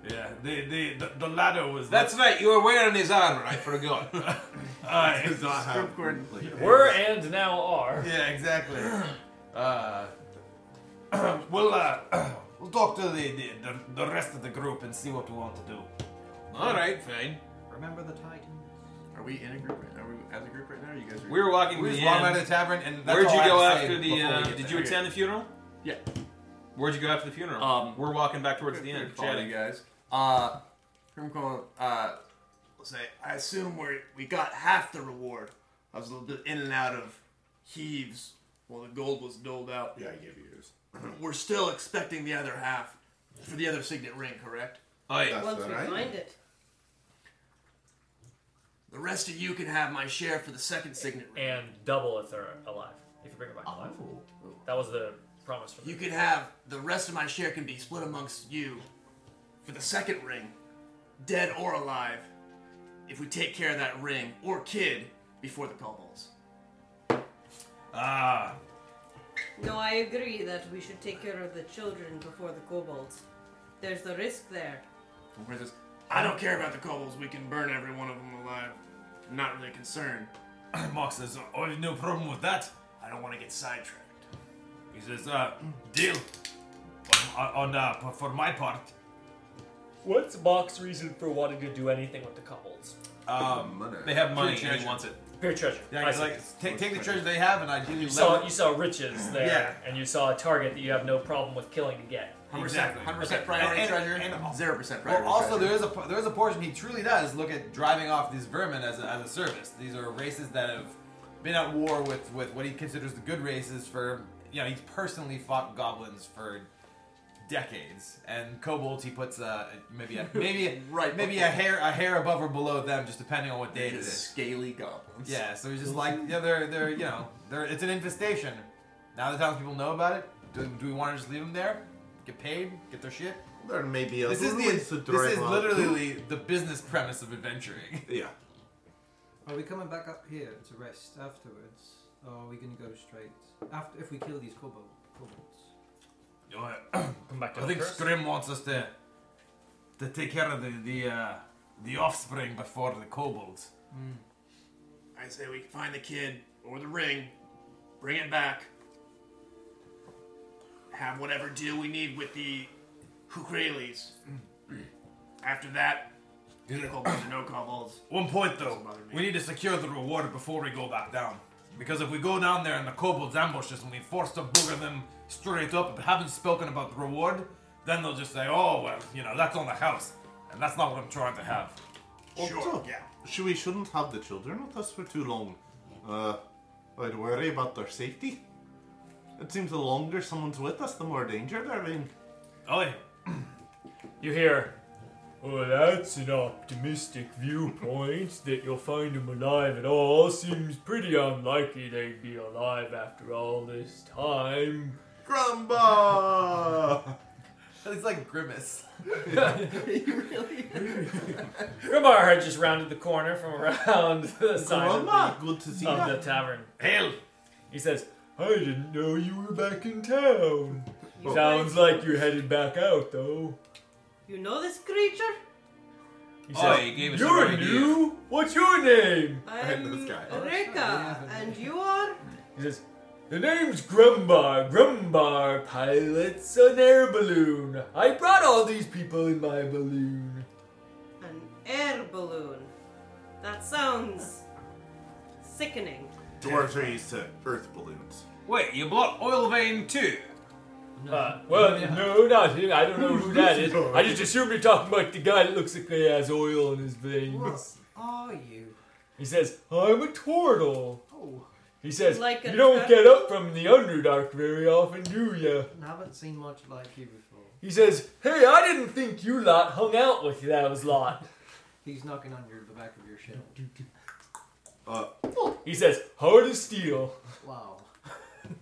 [SPEAKER 3] yeah, the, the the the ladder was
[SPEAKER 4] That's right, you were wearing his armor. I forgot.
[SPEAKER 3] uh,
[SPEAKER 6] Does not have-
[SPEAKER 2] Were and now are.
[SPEAKER 3] Yeah, exactly. Uh, we'll uh, we'll talk to the, the the the rest of the group and see what we want to do.
[SPEAKER 4] All right, fine.
[SPEAKER 8] Remember the Titans.
[SPEAKER 7] Are we in a group right now? Are we as a group right now? Or you guys are.
[SPEAKER 4] We were walking.
[SPEAKER 3] We
[SPEAKER 4] to
[SPEAKER 3] just
[SPEAKER 4] the
[SPEAKER 3] walked
[SPEAKER 4] end.
[SPEAKER 3] by the tavern, and that's
[SPEAKER 4] Where'd
[SPEAKER 3] all
[SPEAKER 4] you
[SPEAKER 3] I
[SPEAKER 4] go
[SPEAKER 3] have to say
[SPEAKER 4] after the?
[SPEAKER 3] before we
[SPEAKER 4] Uh,
[SPEAKER 3] get
[SPEAKER 4] did
[SPEAKER 3] there.
[SPEAKER 4] you attend the funeral?
[SPEAKER 7] Yeah.
[SPEAKER 4] Where'd you go after the funeral?
[SPEAKER 7] Um,
[SPEAKER 4] We're walking back towards the end.
[SPEAKER 7] Follow you
[SPEAKER 4] Chatting.
[SPEAKER 7] guys. Uh, Grimcorn, uh,
[SPEAKER 9] Say, I assume we we got half the reward. I was a little bit in and out of heaves while the gold was doled out.
[SPEAKER 6] Yeah, I gave you yours.
[SPEAKER 9] We're still expecting the other half for the other signet ring, correct?
[SPEAKER 4] Aye.
[SPEAKER 6] That's
[SPEAKER 5] Once we
[SPEAKER 6] alright.
[SPEAKER 5] find it.
[SPEAKER 9] The rest of you can have my share for the second signet ring.
[SPEAKER 2] And double if they're alive. If you bring them back
[SPEAKER 8] Oh.
[SPEAKER 2] alive. That was the promise from
[SPEAKER 9] You can have the rest of my share can be split amongst you for the second ring, dead or alive, if we take care of that ring or kid before the kobolds.
[SPEAKER 3] Ah,
[SPEAKER 5] No, I agree that we should take care of the children before the kobolds. There's the risk there.
[SPEAKER 7] where's this?
[SPEAKER 9] I don't care about the kobolds. We can burn every one of them alive. I'm not really concerned.
[SPEAKER 3] Mox says, "I have no problem with that."
[SPEAKER 9] I don't want to get sidetracked.
[SPEAKER 3] He says, uh, "Deal." On, on uh, for my part,
[SPEAKER 2] What's Bach's reason for wanting to do anything with the couples?
[SPEAKER 3] um,
[SPEAKER 4] They have money and he wants it.
[SPEAKER 9] Pure treasure.
[SPEAKER 3] Yeah,
[SPEAKER 9] I
[SPEAKER 3] 'cause,
[SPEAKER 9] see.
[SPEAKER 3] like take, take the treasure they have and ideally
[SPEAKER 9] you saw
[SPEAKER 3] level.
[SPEAKER 9] you saw riches there,
[SPEAKER 3] Yeah.
[SPEAKER 9] and you saw a target that you have no problem with killing to get.
[SPEAKER 2] Hundred percent,
[SPEAKER 3] Exactly.
[SPEAKER 2] hundred percent priority
[SPEAKER 3] And-
[SPEAKER 2] treasure,
[SPEAKER 3] and- and-
[SPEAKER 2] zero percent priority
[SPEAKER 3] Well, also
[SPEAKER 2] treasure.
[SPEAKER 3] there is a there is a portion he truly does look at driving off these vermin as a, as a service. These are races that have been at war with with what he considers the good races for. You know, he's personally fought goblins for decades, and kobolds he puts uh, maybe a, maybe
[SPEAKER 2] Right,
[SPEAKER 3] maybe a
[SPEAKER 2] before.
[SPEAKER 3] hair a hair above or below them, just depending on what day it
[SPEAKER 2] Just
[SPEAKER 3] is.
[SPEAKER 2] scaly goblins.
[SPEAKER 3] Yeah, so he's just like, yeah, they're, they're, you know, they're, it's an infestation. Now the townspeople know about it. Do, do we want to just leave them there? Get paid? Get their shit?
[SPEAKER 6] There may be a
[SPEAKER 3] This is, the,
[SPEAKER 6] little
[SPEAKER 3] this is
[SPEAKER 6] drama.
[SPEAKER 3] literally the business premise of adventuring.
[SPEAKER 6] Yeah.
[SPEAKER 8] Are we coming back up here to rest afterwards, or are we gonna go straight after if we kill these kobold, kobolds?
[SPEAKER 9] Come back to
[SPEAKER 3] I think
[SPEAKER 9] Hunter's.
[SPEAKER 3] Scrim wants us to to take care of the the, uh, the offspring before the kobolds.
[SPEAKER 7] I say we find the kid or the ring, bring it back, have whatever deal we need with the Hukralis. After that, kobolds or no kobolds.
[SPEAKER 3] One point though,
[SPEAKER 7] Doesn't bother me.
[SPEAKER 3] we need to secure the reward before we go back down. Because if we go down there and the kobolds ambush us and we force to booger them straight up but haven't spoken about the reward, then they'll just say, oh, well, you know, that's on the house. And that's not what I'm trying to have.
[SPEAKER 7] Sure, yeah.
[SPEAKER 6] Sh- we shouldn't have the children with us for too long. Uh, I'd worry about their safety. It seems the longer someone's with us, the more danger they're in.
[SPEAKER 3] Oi,
[SPEAKER 9] You hear, well, that's an optimistic viewpoint that you'll find them alive at all. Seems pretty unlikely they'd be alive after all this time.
[SPEAKER 6] Grumba!
[SPEAKER 3] it's like grimace.
[SPEAKER 9] Grimar had just rounded the corner from around the side
[SPEAKER 6] Grumba! Good to see
[SPEAKER 9] of the,
[SPEAKER 6] you.
[SPEAKER 9] of the tavern.
[SPEAKER 3] Hell,
[SPEAKER 9] He says, I didn't know you were back in town.
[SPEAKER 5] You
[SPEAKER 9] Sounds
[SPEAKER 5] guys-
[SPEAKER 9] like you're headed back out, though.
[SPEAKER 5] You know this creature?
[SPEAKER 9] He
[SPEAKER 4] Oh,
[SPEAKER 9] says,
[SPEAKER 4] he gave us the
[SPEAKER 9] You're
[SPEAKER 4] right idea."
[SPEAKER 9] new? What's your name?
[SPEAKER 5] I'm
[SPEAKER 6] know this guy.
[SPEAKER 8] Oh, that's
[SPEAKER 5] Rika,
[SPEAKER 8] right. Yeah.
[SPEAKER 5] and you are?
[SPEAKER 9] He says, The name's Grumbar. Grumbar pilots an air balloon. I brought all these people in my balloon.
[SPEAKER 5] An air balloon. That sounds sickening.
[SPEAKER 6] Dwarves are used to earth balloons.
[SPEAKER 4] Wait, you bought oil vein too?
[SPEAKER 9] Uh, well, no, not him. I don't know who that is. I just assume you're talking about the guy that looks like he has oil in his
[SPEAKER 8] What
[SPEAKER 9] veins.
[SPEAKER 8] are you?
[SPEAKER 9] He says, I'm a turtle.
[SPEAKER 8] Oh,
[SPEAKER 9] He says,
[SPEAKER 5] Like a
[SPEAKER 9] You don't
[SPEAKER 5] tur-
[SPEAKER 9] get up from the Underdark very often, do ya?
[SPEAKER 8] I haven't seen much like you before.
[SPEAKER 9] He says, Hey, I didn't think you lot hung out with those lot.
[SPEAKER 8] He's knocking on your the back of your shell.
[SPEAKER 9] He says, Hard as steel.
[SPEAKER 8] Wow.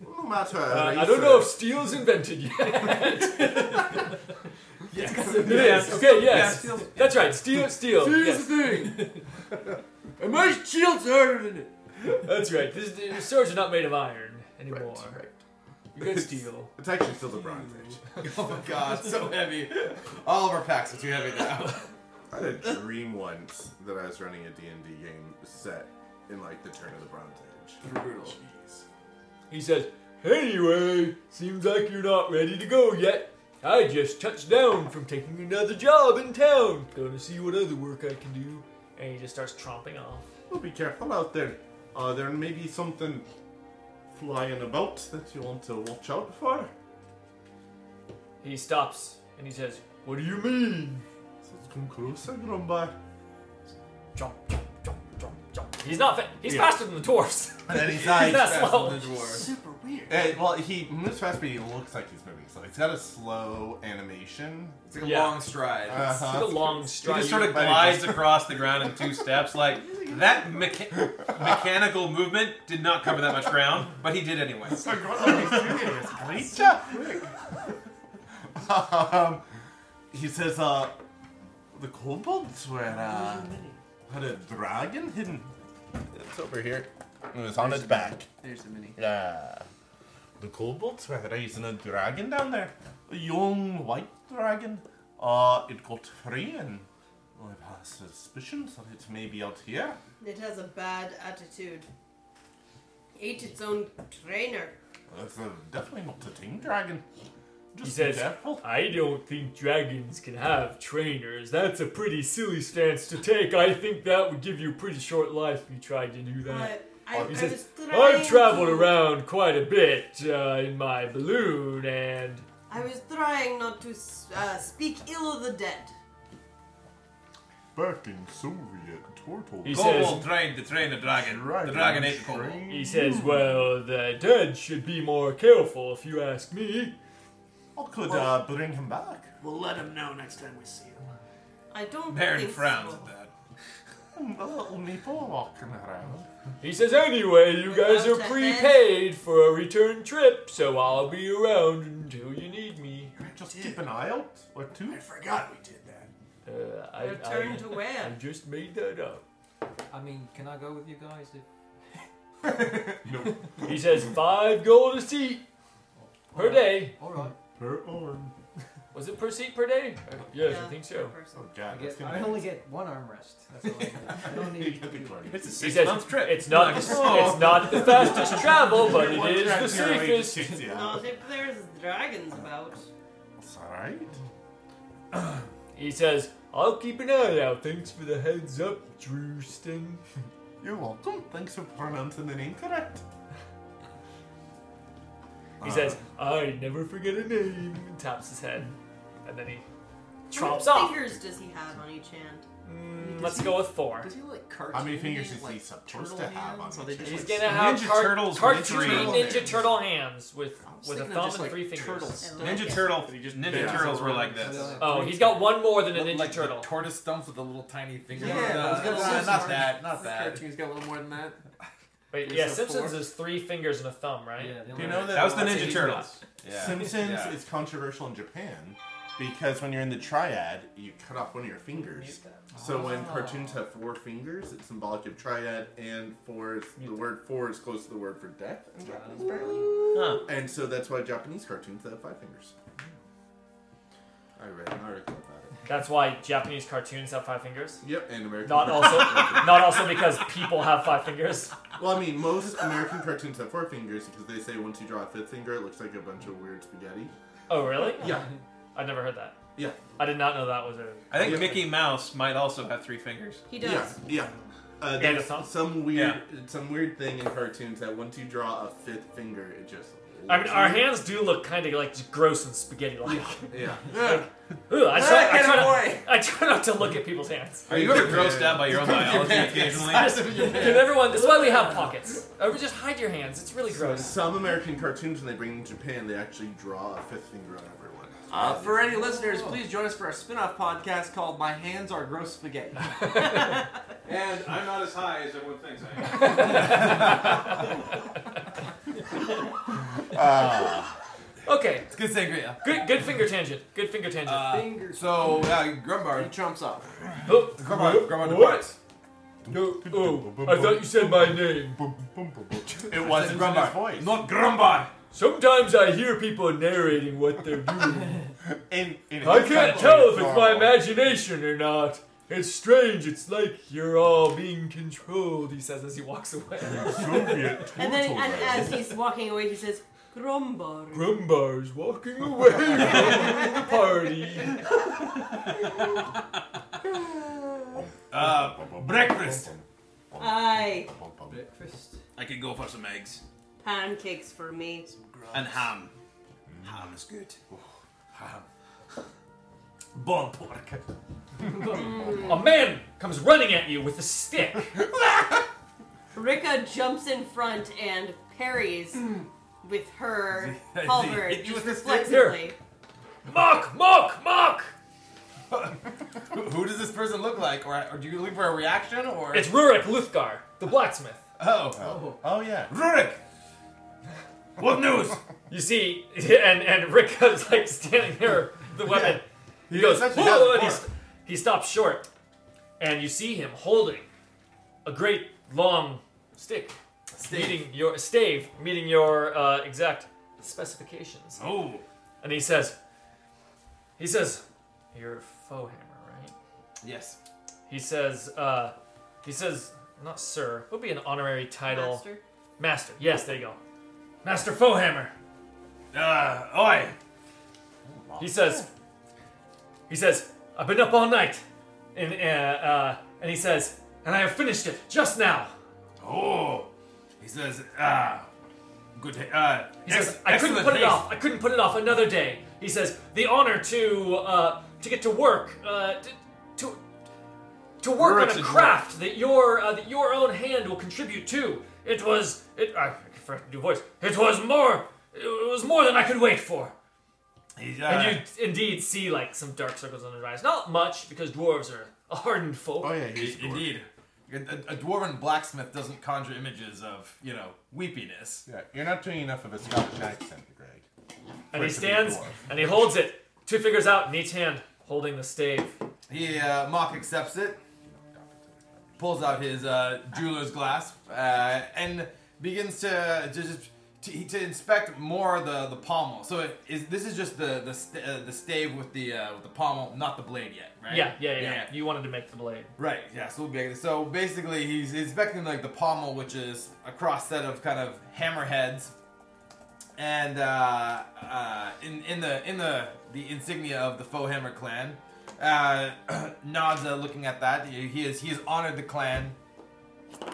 [SPEAKER 6] No matter.
[SPEAKER 9] Uh,
[SPEAKER 6] race
[SPEAKER 9] I don't know
[SPEAKER 6] or-
[SPEAKER 9] if steel's invented yet.
[SPEAKER 3] Yes.
[SPEAKER 9] It is. Okay, yes.
[SPEAKER 3] Yeah,
[SPEAKER 9] That's right. Steel, steel. Yes.
[SPEAKER 2] thing. and my shield's harder than it.
[SPEAKER 9] That's right. This, the swords are not made of iron anymore. You got steel.
[SPEAKER 6] It's actually still the Bronze Age.
[SPEAKER 3] Oh god, so heavy. All of our packs are too heavy now.
[SPEAKER 6] I had a dream once that I was running a D&D game set in like the turn of the Bronze Age.
[SPEAKER 2] Brutal.
[SPEAKER 9] He says, Anyway, seems like you're not ready to go yet. I just touched down from taking another job in town. Gonna see what other work I can do. And he just starts tromping off.
[SPEAKER 6] Well, be careful out there. Uh, there may be something flying about that you want to watch out for.
[SPEAKER 9] He stops and he says, What do you mean?
[SPEAKER 6] So let's come closer, Grumbar.
[SPEAKER 9] Jump, jump, jump, jump, jump. He's not. Fa- he's
[SPEAKER 6] Yeah.
[SPEAKER 9] faster than the dwarfs.
[SPEAKER 6] And then he's
[SPEAKER 9] He's not slow.
[SPEAKER 5] Super weird.
[SPEAKER 6] Eh, well, he moves fast, but he looks like he's moving slow. He's got a slow animation.
[SPEAKER 3] It's like a
[SPEAKER 9] Yeah.
[SPEAKER 3] long stride.
[SPEAKER 6] Uh-huh.
[SPEAKER 9] It's like a long
[SPEAKER 4] He
[SPEAKER 9] stride.
[SPEAKER 4] just sort of
[SPEAKER 6] Might have
[SPEAKER 4] glides
[SPEAKER 6] just-
[SPEAKER 4] across the ground in two steps. Like that mecha- mechanical movement did not cover that much ground, but he did anyway.
[SPEAKER 6] Great job, um, he says, uh, the kobolds were, uh, had a dragon hidden. It's over here. It was on its back.
[SPEAKER 2] There's the mini.
[SPEAKER 6] Yeah. The kobolds were raising a dragon down there. A young white dragon. Uh, it got free and I've had suspicions that it may be out here.
[SPEAKER 5] It has a bad attitude. Ate its own trainer.
[SPEAKER 6] That's uh, definitely not a tame dragon.
[SPEAKER 2] He says, I don't think dragons can have trainers. That's a pretty silly stance to take. I think that would give you a pretty short life if you tried to do that.
[SPEAKER 5] But I, I
[SPEAKER 2] He
[SPEAKER 5] was
[SPEAKER 2] says,
[SPEAKER 5] trying
[SPEAKER 2] I've traveled
[SPEAKER 5] to-
[SPEAKER 2] around quite a bit uh, in my balloon, and
[SPEAKER 5] I was trying not to s- uh, speak ill of the dead.
[SPEAKER 6] Back in Soviet turtle.
[SPEAKER 2] he
[SPEAKER 4] Kobold
[SPEAKER 2] says,
[SPEAKER 4] trained to train a dragon. the dragon ate the kobold.
[SPEAKER 6] train-
[SPEAKER 2] he says, well, the dead should be more careful, if you ask me.
[SPEAKER 6] I could uh, bring him back.
[SPEAKER 9] We'll let him know next time we see him.
[SPEAKER 5] I don't
[SPEAKER 4] Baron
[SPEAKER 5] think
[SPEAKER 4] frowns
[SPEAKER 5] so.
[SPEAKER 4] at that.
[SPEAKER 6] A little nipple walking around.
[SPEAKER 2] He says, anyway, you
[SPEAKER 5] We're
[SPEAKER 2] guys
[SPEAKER 5] about
[SPEAKER 2] are
[SPEAKER 5] to
[SPEAKER 2] prepaid for a return trip, so I'll be around until you need me.
[SPEAKER 6] Just keep an eye out or two.
[SPEAKER 9] I forgot we did that.
[SPEAKER 2] Uh, I,
[SPEAKER 5] Return
[SPEAKER 2] I-
[SPEAKER 5] to
[SPEAKER 2] I
[SPEAKER 5] where?
[SPEAKER 2] just made that up.
[SPEAKER 8] I mean, can I go with you guys? If,
[SPEAKER 2] He says five gold a seat per day.
[SPEAKER 8] all right.
[SPEAKER 6] Per arm.
[SPEAKER 2] Was it per seat per day? Uh, Yes, I
[SPEAKER 5] Yeah,
[SPEAKER 2] think
[SPEAKER 5] per
[SPEAKER 2] so.
[SPEAKER 5] person.
[SPEAKER 6] Oh god,
[SPEAKER 8] I,
[SPEAKER 6] that's
[SPEAKER 8] get,
[SPEAKER 6] gonna
[SPEAKER 8] I
[SPEAKER 6] be-
[SPEAKER 8] only get one armrest. That's all I get. I don't
[SPEAKER 6] You
[SPEAKER 8] need.
[SPEAKER 6] get the glory.
[SPEAKER 4] It's a
[SPEAKER 2] He
[SPEAKER 4] six
[SPEAKER 2] says
[SPEAKER 4] month trip.
[SPEAKER 2] it's not the,
[SPEAKER 6] Oh.
[SPEAKER 2] it's not the fastest travel, but it is the safest.
[SPEAKER 5] Not if Oh, there's dragons about.
[SPEAKER 6] It's alright.
[SPEAKER 2] He says, "I'll keep an eye out. Thanks for the heads up, Drewston."
[SPEAKER 6] You're welcome. Thanks for pronouncing the name correct.
[SPEAKER 2] He
[SPEAKER 9] Uh-huh.
[SPEAKER 2] says, "I never forget a name," and taps his head, and then he tromps off.
[SPEAKER 5] fingers does he have on each hand?
[SPEAKER 2] Mm, let's go with four.
[SPEAKER 7] Does he like cartoon?
[SPEAKER 6] How many fingers is
[SPEAKER 7] like,
[SPEAKER 6] he supposed
[SPEAKER 7] turtle
[SPEAKER 6] to have on
[SPEAKER 7] hands? Are
[SPEAKER 6] each
[SPEAKER 7] they
[SPEAKER 6] hand?
[SPEAKER 7] just,
[SPEAKER 2] He's
[SPEAKER 7] like,
[SPEAKER 2] gonna have
[SPEAKER 4] Ninja
[SPEAKER 2] car-
[SPEAKER 4] Turtles
[SPEAKER 2] cartoon
[SPEAKER 4] wizardry.
[SPEAKER 2] Ninja Turtle hands with
[SPEAKER 7] I was
[SPEAKER 2] with a
[SPEAKER 7] thinking of
[SPEAKER 2] thumb
[SPEAKER 7] just,
[SPEAKER 2] and
[SPEAKER 7] like,
[SPEAKER 2] three fingers.
[SPEAKER 7] turtle
[SPEAKER 5] I
[SPEAKER 7] stuff.
[SPEAKER 5] like
[SPEAKER 4] Ninja
[SPEAKER 5] it.
[SPEAKER 4] Turtle. Ninja
[SPEAKER 6] Yeah.
[SPEAKER 4] Turtles were like
[SPEAKER 8] I
[SPEAKER 4] this.
[SPEAKER 8] don't-
[SPEAKER 2] Oh, he's got one more than a Ninja
[SPEAKER 3] like
[SPEAKER 2] Turtle.
[SPEAKER 3] The tortoise stumps with the little tiny finger.
[SPEAKER 7] Yeah,
[SPEAKER 4] Uh,
[SPEAKER 7] I was gonna
[SPEAKER 4] uh,
[SPEAKER 7] say
[SPEAKER 4] not
[SPEAKER 7] sorry.
[SPEAKER 4] that. Not
[SPEAKER 7] This
[SPEAKER 4] that.
[SPEAKER 7] cartoon's got a little more than that.
[SPEAKER 2] Wait,
[SPEAKER 7] Is
[SPEAKER 2] yeah,
[SPEAKER 7] there
[SPEAKER 2] Simpsons
[SPEAKER 7] four?
[SPEAKER 2] is three fingers and a thumb, right?
[SPEAKER 8] Yeah, the
[SPEAKER 6] Do
[SPEAKER 8] only
[SPEAKER 6] you know that,
[SPEAKER 4] That was the
[SPEAKER 6] uh,
[SPEAKER 4] Ninja Turtles.
[SPEAKER 6] Simpsons
[SPEAKER 4] Yeah.
[SPEAKER 6] is controversial in Japan because when you're in the triad, you cut off one of your fingers. So when
[SPEAKER 4] Ah.
[SPEAKER 6] cartoons have four fingers, it's symbolic of triad, and four is the word four is close to the word for death in Japanese, apparently.
[SPEAKER 4] Huh.
[SPEAKER 6] And so that's why Japanese cartoons have five fingers.
[SPEAKER 4] Hmm.
[SPEAKER 6] I read an article about it.
[SPEAKER 2] That's why Japanese cartoons have five fingers.
[SPEAKER 6] Yep, and American.
[SPEAKER 2] Not
[SPEAKER 6] cartoons
[SPEAKER 2] also,
[SPEAKER 6] have five
[SPEAKER 2] not also because people have five fingers.
[SPEAKER 6] fingers. Well, I mean, most American cartoons have four fingers because they say once you draw a fifth finger, it looks like a bunch of weird spaghetti.
[SPEAKER 2] Oh, really?
[SPEAKER 6] Yeah,
[SPEAKER 2] I never heard that.
[SPEAKER 6] yeah,
[SPEAKER 2] I did not know that was a.
[SPEAKER 4] I think
[SPEAKER 6] Yeah.
[SPEAKER 4] Mickey Mouse might also have three fingers.
[SPEAKER 5] He does.
[SPEAKER 6] yeah, yeah. Uh,
[SPEAKER 2] And a
[SPEAKER 6] there's
[SPEAKER 2] thumb.
[SPEAKER 6] some weird, some weird thing in cartoons that once you draw a fifth finger, it just.
[SPEAKER 2] I mean,
[SPEAKER 6] looks
[SPEAKER 2] our
[SPEAKER 6] weird.
[SPEAKER 2] hands do look kind of like just gross and spaghetti-like.
[SPEAKER 6] Yeah.
[SPEAKER 2] Ugh, I, try, I,
[SPEAKER 7] get
[SPEAKER 2] try
[SPEAKER 7] away.
[SPEAKER 2] not, I try not to look at people's hands.
[SPEAKER 4] Are you ever grossed out by your own biology occasionally?
[SPEAKER 2] Give everyone. That's why we have pockets. Or just hide your hands. It's really
[SPEAKER 6] So
[SPEAKER 2] gross.
[SPEAKER 6] some American cartoons, when they bring them to Japan, they actually draw a fifth finger on everyone.
[SPEAKER 7] Uh, for any listeners, please join us for our spin-off podcast called "My Hands Are Gross Spaghetti."
[SPEAKER 4] And I'm not as high as everyone thinks I am.
[SPEAKER 2] Okay,
[SPEAKER 3] Ah. It's a good thing, yeah.
[SPEAKER 2] good good finger tangent. Good finger tangent.
[SPEAKER 7] Fingers.
[SPEAKER 3] So, uh,
[SPEAKER 7] He
[SPEAKER 3] Grumbar.
[SPEAKER 7] chomps off.
[SPEAKER 2] Oh,
[SPEAKER 3] Grumbar, Grumbar
[SPEAKER 2] what?
[SPEAKER 3] departs.
[SPEAKER 2] No, oh, I thought you said my name.
[SPEAKER 6] It wasn't in his voice.
[SPEAKER 3] Not Grumbar.
[SPEAKER 2] Sometimes I hear people narrating what they're doing.
[SPEAKER 6] In, in
[SPEAKER 2] I
[SPEAKER 6] his
[SPEAKER 2] can't
[SPEAKER 6] country,
[SPEAKER 2] tell if it's my
[SPEAKER 6] normal.
[SPEAKER 2] imagination or not. It's strange. It's like you're all being controlled, he says as he walks away.
[SPEAKER 6] Soviet
[SPEAKER 5] And then,
[SPEAKER 6] turtle
[SPEAKER 5] and
[SPEAKER 6] man.
[SPEAKER 5] as he's walking away, he says, "Grumbar."
[SPEAKER 2] Grumbar's walking away from the party.
[SPEAKER 4] Uh, breakfast.
[SPEAKER 5] Aye,
[SPEAKER 8] breakfast.
[SPEAKER 4] I could go for some eggs
[SPEAKER 5] pancakes for me.
[SPEAKER 4] and ham. Ham is good. Ham. Bon pork.
[SPEAKER 5] Mm.
[SPEAKER 2] A man comes running at you with a stick.
[SPEAKER 5] Rika jumps in front and parries with her halberd just reflexively.
[SPEAKER 2] Mock, mock, mock!
[SPEAKER 3] Who does this person look like? Or, or do you look for a reaction? Or
[SPEAKER 2] It's Rurik Luthgar, the blacksmith.
[SPEAKER 3] oh,
[SPEAKER 6] Oh yeah.
[SPEAKER 3] Rurik. What news?
[SPEAKER 2] You see, and and Rika's like standing there with the weapon. He goes,
[SPEAKER 6] actually
[SPEAKER 2] "Whoa,"
[SPEAKER 6] has a
[SPEAKER 2] and he,
[SPEAKER 6] fork.
[SPEAKER 2] st- he stops short, and you see him holding a great long stick, meeting your stave, meeting your uh, exact specifications.
[SPEAKER 4] Oh,
[SPEAKER 2] And he says, he says, you're a faux hammer, right?
[SPEAKER 3] yes.
[SPEAKER 2] He says, uh, he says, not sir, would be an honorary title.
[SPEAKER 5] Master.
[SPEAKER 2] Master, yes, there you go. Master Foehammer.
[SPEAKER 4] uh, oi.
[SPEAKER 2] He says, he says, I've been up all night, and uh, uh, and he says, and I have finished it just now.
[SPEAKER 3] Oh, he says, ah, good. Uh,
[SPEAKER 2] He says, I couldn't put it off. I couldn't put it off another day. He says, the honor to uh, to get to work, uh, to, to to work
[SPEAKER 4] Works
[SPEAKER 2] on a
[SPEAKER 4] and
[SPEAKER 2] craft that your uh, that your own hand will contribute to. It was it. I forgot to do voice. It was more. It was more than I could wait for.
[SPEAKER 3] He's,
[SPEAKER 2] And you indeed see like some dark circles under his eyes. Not much because dwarves are hardened folk.
[SPEAKER 6] Oh yeah, he's
[SPEAKER 3] I- Indeed. A, a- a dwarven blacksmith doesn't conjure images of, you know, weepiness.
[SPEAKER 6] Yeah, you're not doing enough of a Scottish accent, Greg.
[SPEAKER 2] and he
[SPEAKER 6] Right to the
[SPEAKER 2] stands
[SPEAKER 6] dwarf.
[SPEAKER 2] and he holds it. Two fingers out in each hand, holding the stave.
[SPEAKER 3] He, uh, Mock accepts it, pulls out his uh, jeweler's glass, uh, and begins to, to just to, to inspect more the the pommel. So it is, this is just the the, st- uh, the stave with the uh, with the pommel, not the blade yet, right?
[SPEAKER 2] Yeah, yeah, yeah, yeah. You wanted to make the blade.
[SPEAKER 3] Right, yeah, so we'll be- so basically he's inspecting like the pommel, which is a cross set of kind of hammerheads. And uh, uh, in in the in the the insignia of the faux hammer clan, uh, nods uh, looking at that. He he is he has honored the clan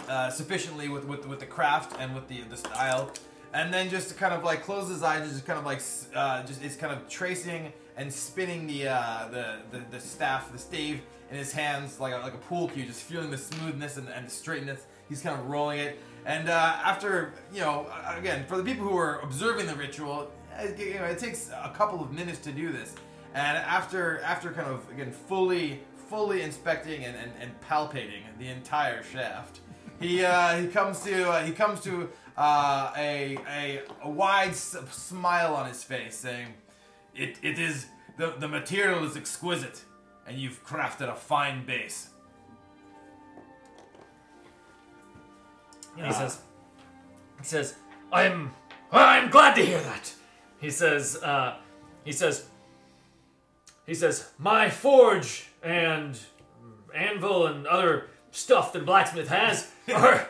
[SPEAKER 3] uh, sufficiently with, with with the craft and with the the style, and then just to kind of like close his eyes, and just kind of like s- uh, just is kind of tracing and spinning the, uh, the the the staff, the stave in his hands like a, like a pool cue, just feeling the smoothness and, and the straightness. He's kind of rolling it, and uh, after you know, uh, again for the people who are observing the ritual, uh, you know, it takes a couple of minutes to do this. And after after kind of again fully fully inspecting and, and, and palpating the entire shaft, he uh, he comes to uh, he comes to uh, a, a a wide s- smile on his face, saying, "It it is the the material is exquisite, and you've crafted a fine base."
[SPEAKER 2] And he says, he says, I'm, I'm glad to hear that. He says, uh, he says, he says, my forge and anvil and other stuff that blacksmith has are,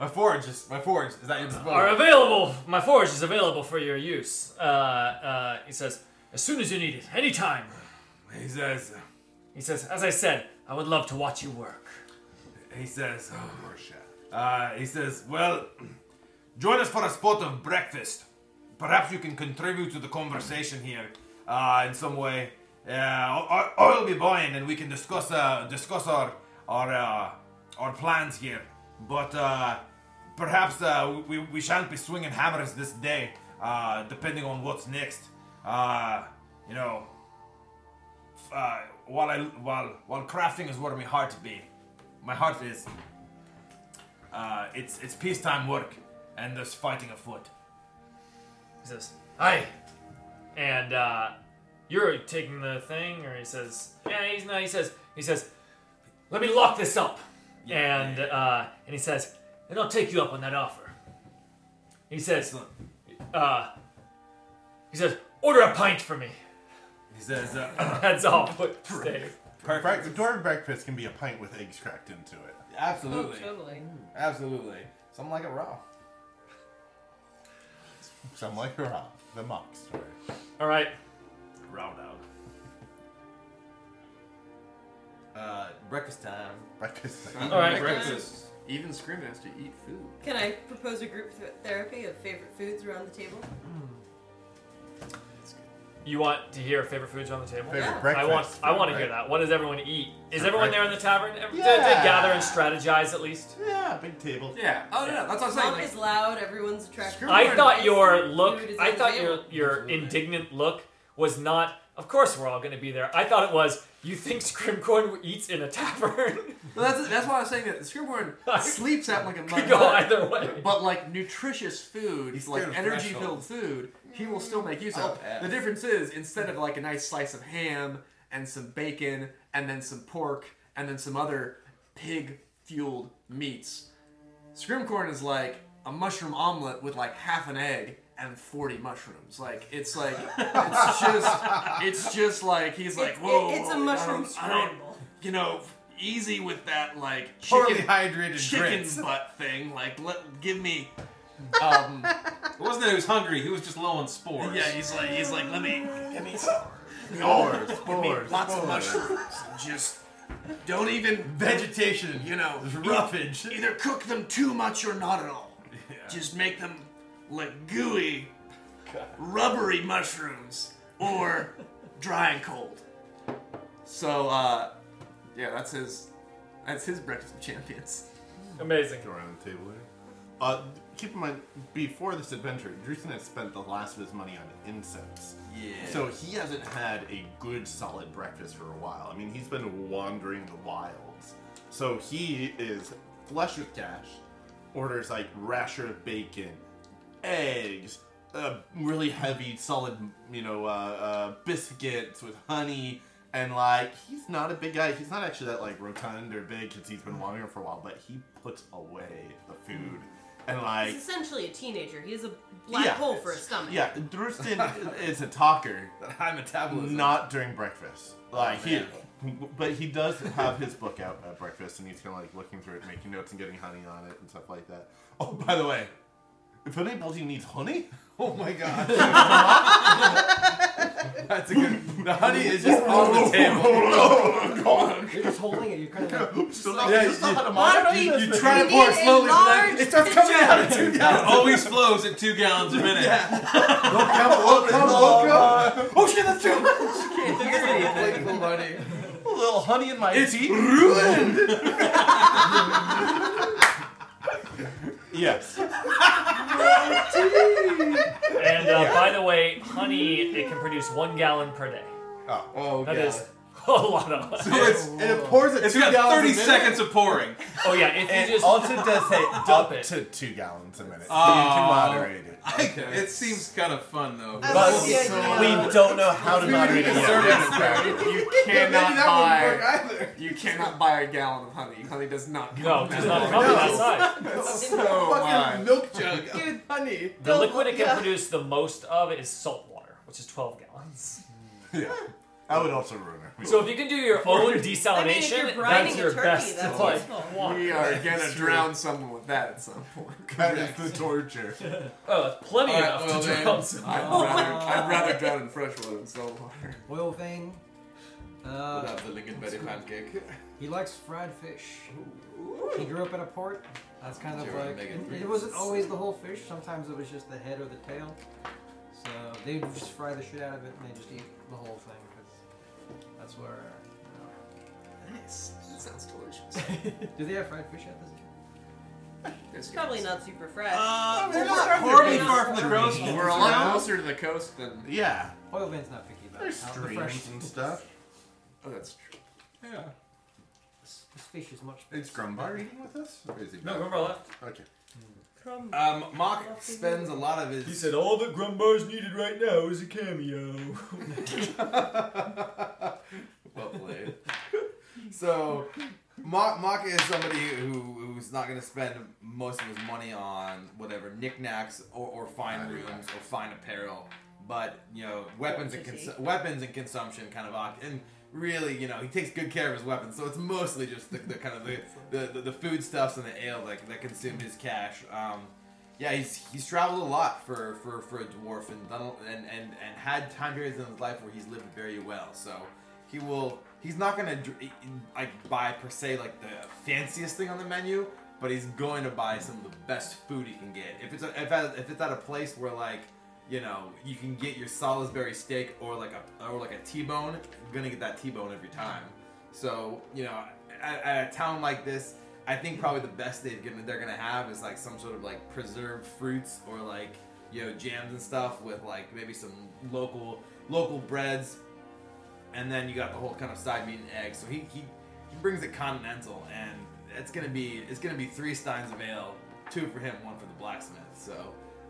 [SPEAKER 3] My forge is my forge. Is that your
[SPEAKER 2] are
[SPEAKER 3] disposal?
[SPEAKER 2] available. My forge is available for your use. Uh, uh, he says, as soon as you need it, anytime.
[SPEAKER 3] He says.
[SPEAKER 2] He says, as I said, I would love to watch you work.
[SPEAKER 3] He says. "Oh, Uh, he says, "Well, join us for a spot of breakfast. Perhaps you can contribute to the conversation here uh, in some way. Uh, I, I- I'll be buying, and we can discuss uh, discuss our our uh, our plans here. But uh, perhaps uh, we we shan't be swinging hammers this day, uh, depending on what's next. Uh, you know, f- uh, while I while while crafting is where my heart be, my heart is." Uh, it's it's peacetime work, and there's fighting afoot.
[SPEAKER 2] He says, "Hi," and uh, you're taking the thing, or he says, "Yeah, he's not." He says, "He says, let me lock this up," and Uh, and he says, "And I'll take you up on that offer." He says, uh, "He says, order a pint for me."
[SPEAKER 3] He says, uh,
[SPEAKER 2] That's all. Put stay.
[SPEAKER 6] Right, the dwarven breakfast can be a pint with eggs cracked into it.
[SPEAKER 3] absolutely,
[SPEAKER 7] Oh,
[SPEAKER 5] totally.
[SPEAKER 3] absolutely, something like it raw.
[SPEAKER 6] Some like hurrah, the mock story.
[SPEAKER 2] All right.
[SPEAKER 3] Raw dog. Uh, breakfast time.
[SPEAKER 6] Breakfast.
[SPEAKER 2] All right.
[SPEAKER 4] Breakfast.
[SPEAKER 7] Even Scream has to eat food.
[SPEAKER 5] Can I propose a group th- therapy of favorite foods around the table?
[SPEAKER 2] Hmm. You want to hear favorite foods on the table?
[SPEAKER 6] Favorite
[SPEAKER 5] Yeah.
[SPEAKER 6] breakfast.
[SPEAKER 2] I want. I want to hear that. What does everyone eat? Is everyone there in the tavern? Every- Did they
[SPEAKER 6] Yeah.
[SPEAKER 2] gather and strategize at least?
[SPEAKER 6] Yeah, big table.
[SPEAKER 7] Yeah. Oh no, that's what I'm saying.
[SPEAKER 5] Mom
[SPEAKER 7] like-
[SPEAKER 5] is loud. Everyone's attracted.
[SPEAKER 2] I thought your
[SPEAKER 5] Food
[SPEAKER 2] look,
[SPEAKER 5] is
[SPEAKER 2] I
[SPEAKER 5] on the
[SPEAKER 2] thought
[SPEAKER 5] table.
[SPEAKER 2] your your indignant look was not. Of course, we're all going to be there. I thought it was. You think Scrimcorn eats in a tavern?
[SPEAKER 7] Well, that's, that's why I was saying that Scribblern sleeps out like a mud
[SPEAKER 2] Could go
[SPEAKER 7] hut,
[SPEAKER 2] either way.
[SPEAKER 7] but like nutritious food,
[SPEAKER 3] He's
[SPEAKER 7] like
[SPEAKER 3] scared of
[SPEAKER 7] energy-filled food, he will still make use
[SPEAKER 3] I'll
[SPEAKER 7] of.
[SPEAKER 3] pass.
[SPEAKER 7] The difference is instead of like a nice slice of ham and some bacon and then some pork and then some other pig-fueled meats, Scrimcorn is like a mushroom omelet with like half an egg and 40 mushrooms. Like it's like it's just it's just like he's like
[SPEAKER 5] It's-
[SPEAKER 7] whoa.
[SPEAKER 5] it's a
[SPEAKER 7] I
[SPEAKER 5] mushroom
[SPEAKER 7] don't- I don't-
[SPEAKER 5] scramble.
[SPEAKER 7] you know, easy with that like
[SPEAKER 3] Poorly
[SPEAKER 7] chicken
[SPEAKER 3] hydrated
[SPEAKER 7] chicken
[SPEAKER 3] grits.
[SPEAKER 7] butt thing. Like, let give me um,
[SPEAKER 4] It wasn't that he was hungry, he was just low on spores.
[SPEAKER 10] Yeah, he's like, he's like, let me, let me,
[SPEAKER 6] Spores, spores,
[SPEAKER 10] lots of
[SPEAKER 6] spores.
[SPEAKER 10] mushrooms. and Just don't even,
[SPEAKER 6] Vegetation,
[SPEAKER 10] you know,
[SPEAKER 6] There's
[SPEAKER 10] eat-
[SPEAKER 6] roughage.
[SPEAKER 10] Either cook them too much or not at all. Just make them like gooey, rubbery mushrooms or dry and cold.
[SPEAKER 3] So, uh, yeah, that's his. That's his breakfast of champions.
[SPEAKER 2] Amazing.
[SPEAKER 6] Go around the table here. Uh, keep in mind, before this adventure, Drusen has spent the last of his money on incense.
[SPEAKER 3] Yeah.
[SPEAKER 6] So he hasn't had a good solid breakfast for a while. I mean, he's been wandering the wilds. So he is flush with cash, orders like rasher of bacon, eggs, a really heavy solid, you know, uh, uh, biscuits with honey. And like, he's not a big guy. He's not actually that like rotund or big because he's been wandering for a while, but he puts away the food. And like,
[SPEAKER 5] He's essentially a teenager. He has a black
[SPEAKER 6] Yeah.
[SPEAKER 5] hole for a stomach.
[SPEAKER 6] yeah, Drurston is a talker.
[SPEAKER 3] That high metabolism. Oh,
[SPEAKER 6] Not during breakfast. Like he,
[SPEAKER 3] man.
[SPEAKER 6] but he does have his book out at breakfast, and he's kind of like looking through it, making notes, and getting honey on it and stuff like that. Oh, by the way, if anybody needs honey,
[SPEAKER 3] Oh my god. that's a good. The honey is just on the table.
[SPEAKER 8] You're just holding it. You're kind of like,
[SPEAKER 6] still not, yeah, still not a modern
[SPEAKER 5] Why don't we
[SPEAKER 6] try
[SPEAKER 5] begin a large
[SPEAKER 3] It starts coming out of two
[SPEAKER 4] It always flows at two gallons a minute.
[SPEAKER 6] oh,
[SPEAKER 3] Oh shit, that's two. can't think of anything.
[SPEAKER 6] a little honey in my tea.
[SPEAKER 3] ruined.
[SPEAKER 6] Yes.
[SPEAKER 2] And uh, by the way, honey it can produce one gallon per day.
[SPEAKER 3] Oh
[SPEAKER 2] That
[SPEAKER 3] god.
[SPEAKER 2] is a lot of. honey.
[SPEAKER 6] It's, it pours at
[SPEAKER 4] It's
[SPEAKER 6] two
[SPEAKER 4] got
[SPEAKER 6] gallons a
[SPEAKER 4] 30
[SPEAKER 6] minute.
[SPEAKER 4] seconds of pouring.
[SPEAKER 2] Oh yeah, if you just
[SPEAKER 6] does say
[SPEAKER 2] Dump
[SPEAKER 6] up
[SPEAKER 2] it.
[SPEAKER 6] to two gallons a minute.
[SPEAKER 4] Oh.
[SPEAKER 6] so you can moderate it.
[SPEAKER 4] It seems kind of fun though.
[SPEAKER 5] I
[SPEAKER 6] But
[SPEAKER 5] love the idea.
[SPEAKER 6] we don't know how to moderate it. yet.
[SPEAKER 3] You
[SPEAKER 7] Maybe
[SPEAKER 3] cannot
[SPEAKER 7] that wouldn't
[SPEAKER 3] buy.
[SPEAKER 7] work either.
[SPEAKER 3] You cannot buy a gallon of honey. Honey does not.
[SPEAKER 2] no,
[SPEAKER 3] Come
[SPEAKER 2] it does not come
[SPEAKER 3] No.
[SPEAKER 2] outside.
[SPEAKER 3] So uh,
[SPEAKER 7] Fucking
[SPEAKER 3] why?
[SPEAKER 7] milk jug.
[SPEAKER 3] Dude, honey.
[SPEAKER 2] The liquid it can produce the most of is salt water, which is 12 gallons.
[SPEAKER 6] I would also ruin it.
[SPEAKER 2] So if you can do your
[SPEAKER 5] I
[SPEAKER 2] own
[SPEAKER 5] mean, if you're
[SPEAKER 2] desalination,
[SPEAKER 5] grinding
[SPEAKER 2] that's your
[SPEAKER 5] a turkey,
[SPEAKER 2] best.
[SPEAKER 5] that's
[SPEAKER 2] like,
[SPEAKER 5] useful.
[SPEAKER 3] We are gonna drown someone with that at some point.
[SPEAKER 6] That is the torture.
[SPEAKER 2] oh, that's plenty
[SPEAKER 4] All right,
[SPEAKER 2] enough
[SPEAKER 4] well
[SPEAKER 2] to
[SPEAKER 4] then-
[SPEAKER 2] drown some.
[SPEAKER 3] I'd rather, I'd rather drown in fresh water than salt water.
[SPEAKER 8] Oh oil vein. Uh,
[SPEAKER 3] the Lincoln Betty pancake.
[SPEAKER 8] He likes fried fish. He grew up in a port. That's kind of
[SPEAKER 3] Jerry
[SPEAKER 8] like
[SPEAKER 3] Megan
[SPEAKER 8] it,
[SPEAKER 3] Reeves.
[SPEAKER 8] it wasn't always the whole fish. Sometimes it was just the head or the tail. So they would just fry the shit out of it and they just eat the whole thing. 'cause that's where. uh,
[SPEAKER 3] Nice. That sounds delicious.
[SPEAKER 8] You know. Do they have fried fish at this?
[SPEAKER 3] It's
[SPEAKER 5] Probably not super fresh.
[SPEAKER 4] We're not horribly
[SPEAKER 5] down.
[SPEAKER 4] far from the coast.
[SPEAKER 3] We're a lot closer to the coast than.
[SPEAKER 6] Yeah.
[SPEAKER 8] Oil vein's not picky about
[SPEAKER 6] There's
[SPEAKER 8] it. the fresh
[SPEAKER 6] streams and stuff.
[SPEAKER 3] Oh, that's true.
[SPEAKER 4] Yeah.
[SPEAKER 8] this, this fish is much.
[SPEAKER 6] Is Grumbar eating with us? Or is he
[SPEAKER 2] No,
[SPEAKER 6] back?
[SPEAKER 2] remember I left.
[SPEAKER 6] Okay.
[SPEAKER 4] Um, Mock.
[SPEAKER 3] Spends a lot of his.
[SPEAKER 2] all that Grumbar's needed right now is a cameo.
[SPEAKER 3] Well played. so, Mock, Mock is somebody who, who's not going to spend most of his money on whatever knickknacks or, or fine rooms or fine apparel, but you know weapons and cons- weapons and consumption kind of oc- and really you know he takes good care of his weapons, so it's mostly just the, the kind of the, the, the, the food stuffs and the ale that, that consumed his cash. Um, yeah, he's he's traveled a lot for, for, for a dwarf and done and, and and had time periods in his life where he's lived very well. So he will he's not gonna dr- e, like buy per se like the fanciest thing on the menu, but he's going to buy some of the best food he can get. If it's a, if at, if it's at a place where like you know you can get your Salisbury steak or like a or like a T-bone, you're gonna get that T-bone every time. So you know at, at a town like this. I think probably the best they've given they're gonna have is like some sort of like preserved fruits or like you know jams and stuff with like maybe some local local breads, and then you got the whole kind of side meat and eggs. So he he, he brings it continental, and it's gonna be it's gonna be three steins of ale, two for him, one for the blacksmith. So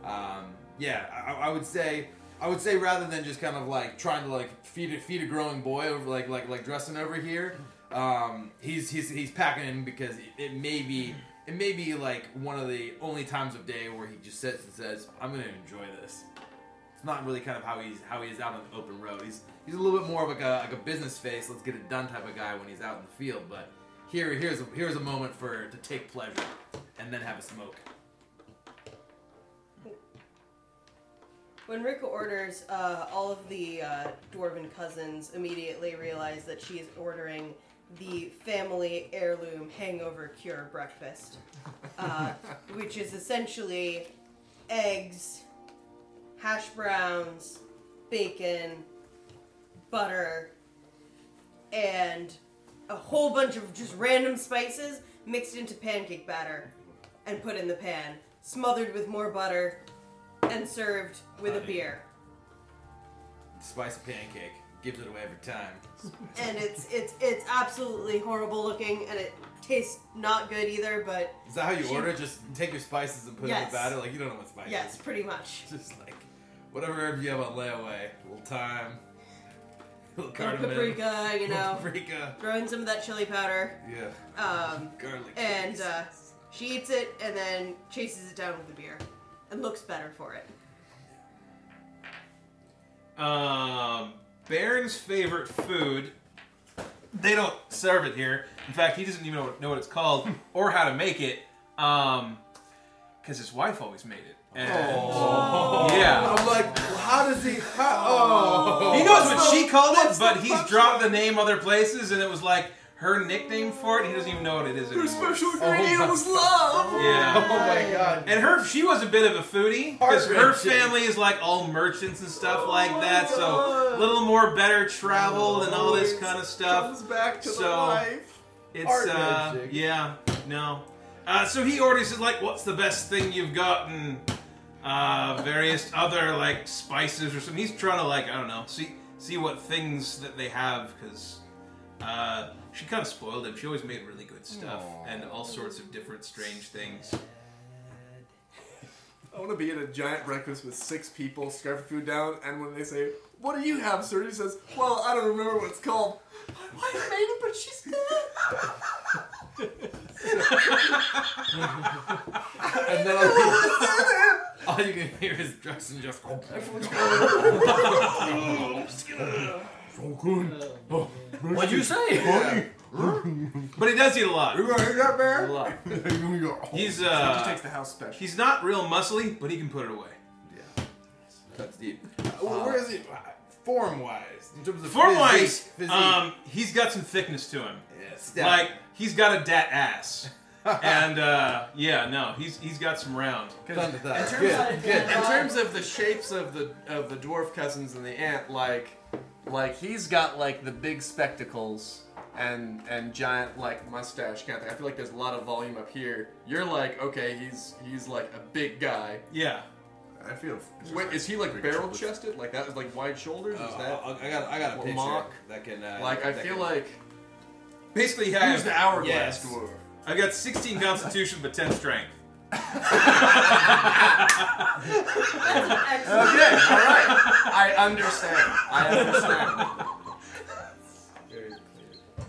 [SPEAKER 3] um, yeah, I, I- I would say. I would say rather than just kind of like trying to like feed a, feed a growing boy over like like like dressing over here, um, he's he's he's packing him because it, it may be it may be like one of the only times of day where he just sits and says, "I'm gonna enjoy this." It's not really kind of how he's how he is out on the open road. He's he's a little bit more of like a, like a business face, let's get it done type of guy when he's out in the field. But here here's a, here's a moment for to take pleasure and then have a smoke.
[SPEAKER 5] When Rika orders, uh, all of the uh, dwarven cousins immediately realize that she's ordering the family heirloom hangover cure breakfast, uh, which is essentially eggs, hash browns, bacon, butter, and a whole bunch of just random spices mixed into pancake batter and put in the pan, smothered with more butter, and served with a beer.
[SPEAKER 3] Spice a pancake. Gives it away every time.
[SPEAKER 5] And it's it's it's absolutely horrible looking, and it tastes not good either. But
[SPEAKER 3] Is that how you
[SPEAKER 5] She-
[SPEAKER 3] order? Just take your spices and put it in
[SPEAKER 5] Yes.
[SPEAKER 3] the batter? Like, you don't know what spices.
[SPEAKER 5] yes, pretty much.
[SPEAKER 3] Just like, whatever herb you have on layaway. A little thyme. A little
[SPEAKER 5] Little
[SPEAKER 3] cardamom.
[SPEAKER 5] paprika, you
[SPEAKER 3] little
[SPEAKER 5] know,
[SPEAKER 3] paprika.
[SPEAKER 5] throw in some of that chili powder,
[SPEAKER 3] Yeah.
[SPEAKER 5] um,
[SPEAKER 3] Garlic.
[SPEAKER 5] and uh, she eats it, and then chases it down with the beer, and looks better for it.
[SPEAKER 4] Um, Baron's favorite food. They don't serve it here. In fact, he doesn't even know, know what it's called or how to make it. Um, because his wife always made it. And- Yeah.
[SPEAKER 7] I'm like, how does he? How, oh,
[SPEAKER 4] He knows what
[SPEAKER 7] What's the-
[SPEAKER 4] she called it,
[SPEAKER 7] what's
[SPEAKER 4] but
[SPEAKER 7] the
[SPEAKER 4] he's
[SPEAKER 7] function?
[SPEAKER 4] dropped the name other places, and it was like her nickname for it. He doesn't even know what it is anymore.
[SPEAKER 7] ingredient was love.
[SPEAKER 4] Yeah.
[SPEAKER 7] Oh my god.
[SPEAKER 4] And her, she was a bit of a foodie because her
[SPEAKER 7] Heart-wrenching.
[SPEAKER 4] family is like all merchants and stuff like
[SPEAKER 7] Oh
[SPEAKER 4] that. So a little more better traveled and all this
[SPEAKER 7] Always
[SPEAKER 4] kind of stuff.
[SPEAKER 7] Comes back to the
[SPEAKER 4] So-
[SPEAKER 7] life.
[SPEAKER 4] It's
[SPEAKER 7] Art
[SPEAKER 4] uh,
[SPEAKER 7] magic.
[SPEAKER 4] yeah, no. Uh, so he orders it like, "What's the best thing you've got?" and uh, various other like spices or something. He's trying to like, I don't know, see see what things that they have because uh, she kind of spoiled him. She always made really good stuff and all sorts of different strange things.
[SPEAKER 7] I want to be at a giant breakfast with six people, scarf food down, and when they say, "What do you have, sir?" He says, "Well, I don't remember what it's called." My wife made it, but she's dead.
[SPEAKER 3] And then all you, all you can hear is Drexen just.
[SPEAKER 7] "Oh,
[SPEAKER 3] Oh,
[SPEAKER 9] What'd you say?
[SPEAKER 4] But he does eat a lot.
[SPEAKER 7] You gonna eat that, man?
[SPEAKER 4] He's
[SPEAKER 7] He just
[SPEAKER 4] uh,
[SPEAKER 7] takes the house special.
[SPEAKER 4] he's not real muscly, but he can put it away.
[SPEAKER 3] That's deep. Uh, where is he? Form wise. In terms of
[SPEAKER 4] Form wise,
[SPEAKER 3] physique- physique.
[SPEAKER 4] um, he's got some thickness to him.
[SPEAKER 3] Yeah, stout.
[SPEAKER 4] Like he's got a dat ass, and uh, yeah, no, he's he's got some round.
[SPEAKER 3] Thunder thighs.
[SPEAKER 7] terms
[SPEAKER 3] Good,
[SPEAKER 5] of-
[SPEAKER 3] good.
[SPEAKER 7] In terms of the shapes of the of the dwarf cousins and the ant, like like he's got like the big spectacles and and giant like mustache kind of thing. I feel like there's a lot of volume up here. You're like, okay, he's he's like a big guy.
[SPEAKER 4] Yeah,
[SPEAKER 6] I feel.
[SPEAKER 7] Wait, is he like barrel chested? Like that is like wide shoulders?
[SPEAKER 3] Oh,
[SPEAKER 7] Is that
[SPEAKER 3] I, I got, I got a
[SPEAKER 7] Well,
[SPEAKER 3] picture
[SPEAKER 7] mock.
[SPEAKER 3] that can. Uh,
[SPEAKER 7] like I
[SPEAKER 3] that
[SPEAKER 7] feel
[SPEAKER 3] can-
[SPEAKER 7] like
[SPEAKER 4] basically, I
[SPEAKER 7] who's
[SPEAKER 4] have,
[SPEAKER 7] the hourglass
[SPEAKER 3] yes.
[SPEAKER 7] dwarf?
[SPEAKER 4] I've got 16 constitution but 10 strength.
[SPEAKER 5] That's an
[SPEAKER 7] Okay, all
[SPEAKER 5] excellent.
[SPEAKER 7] right. I understand. I understand.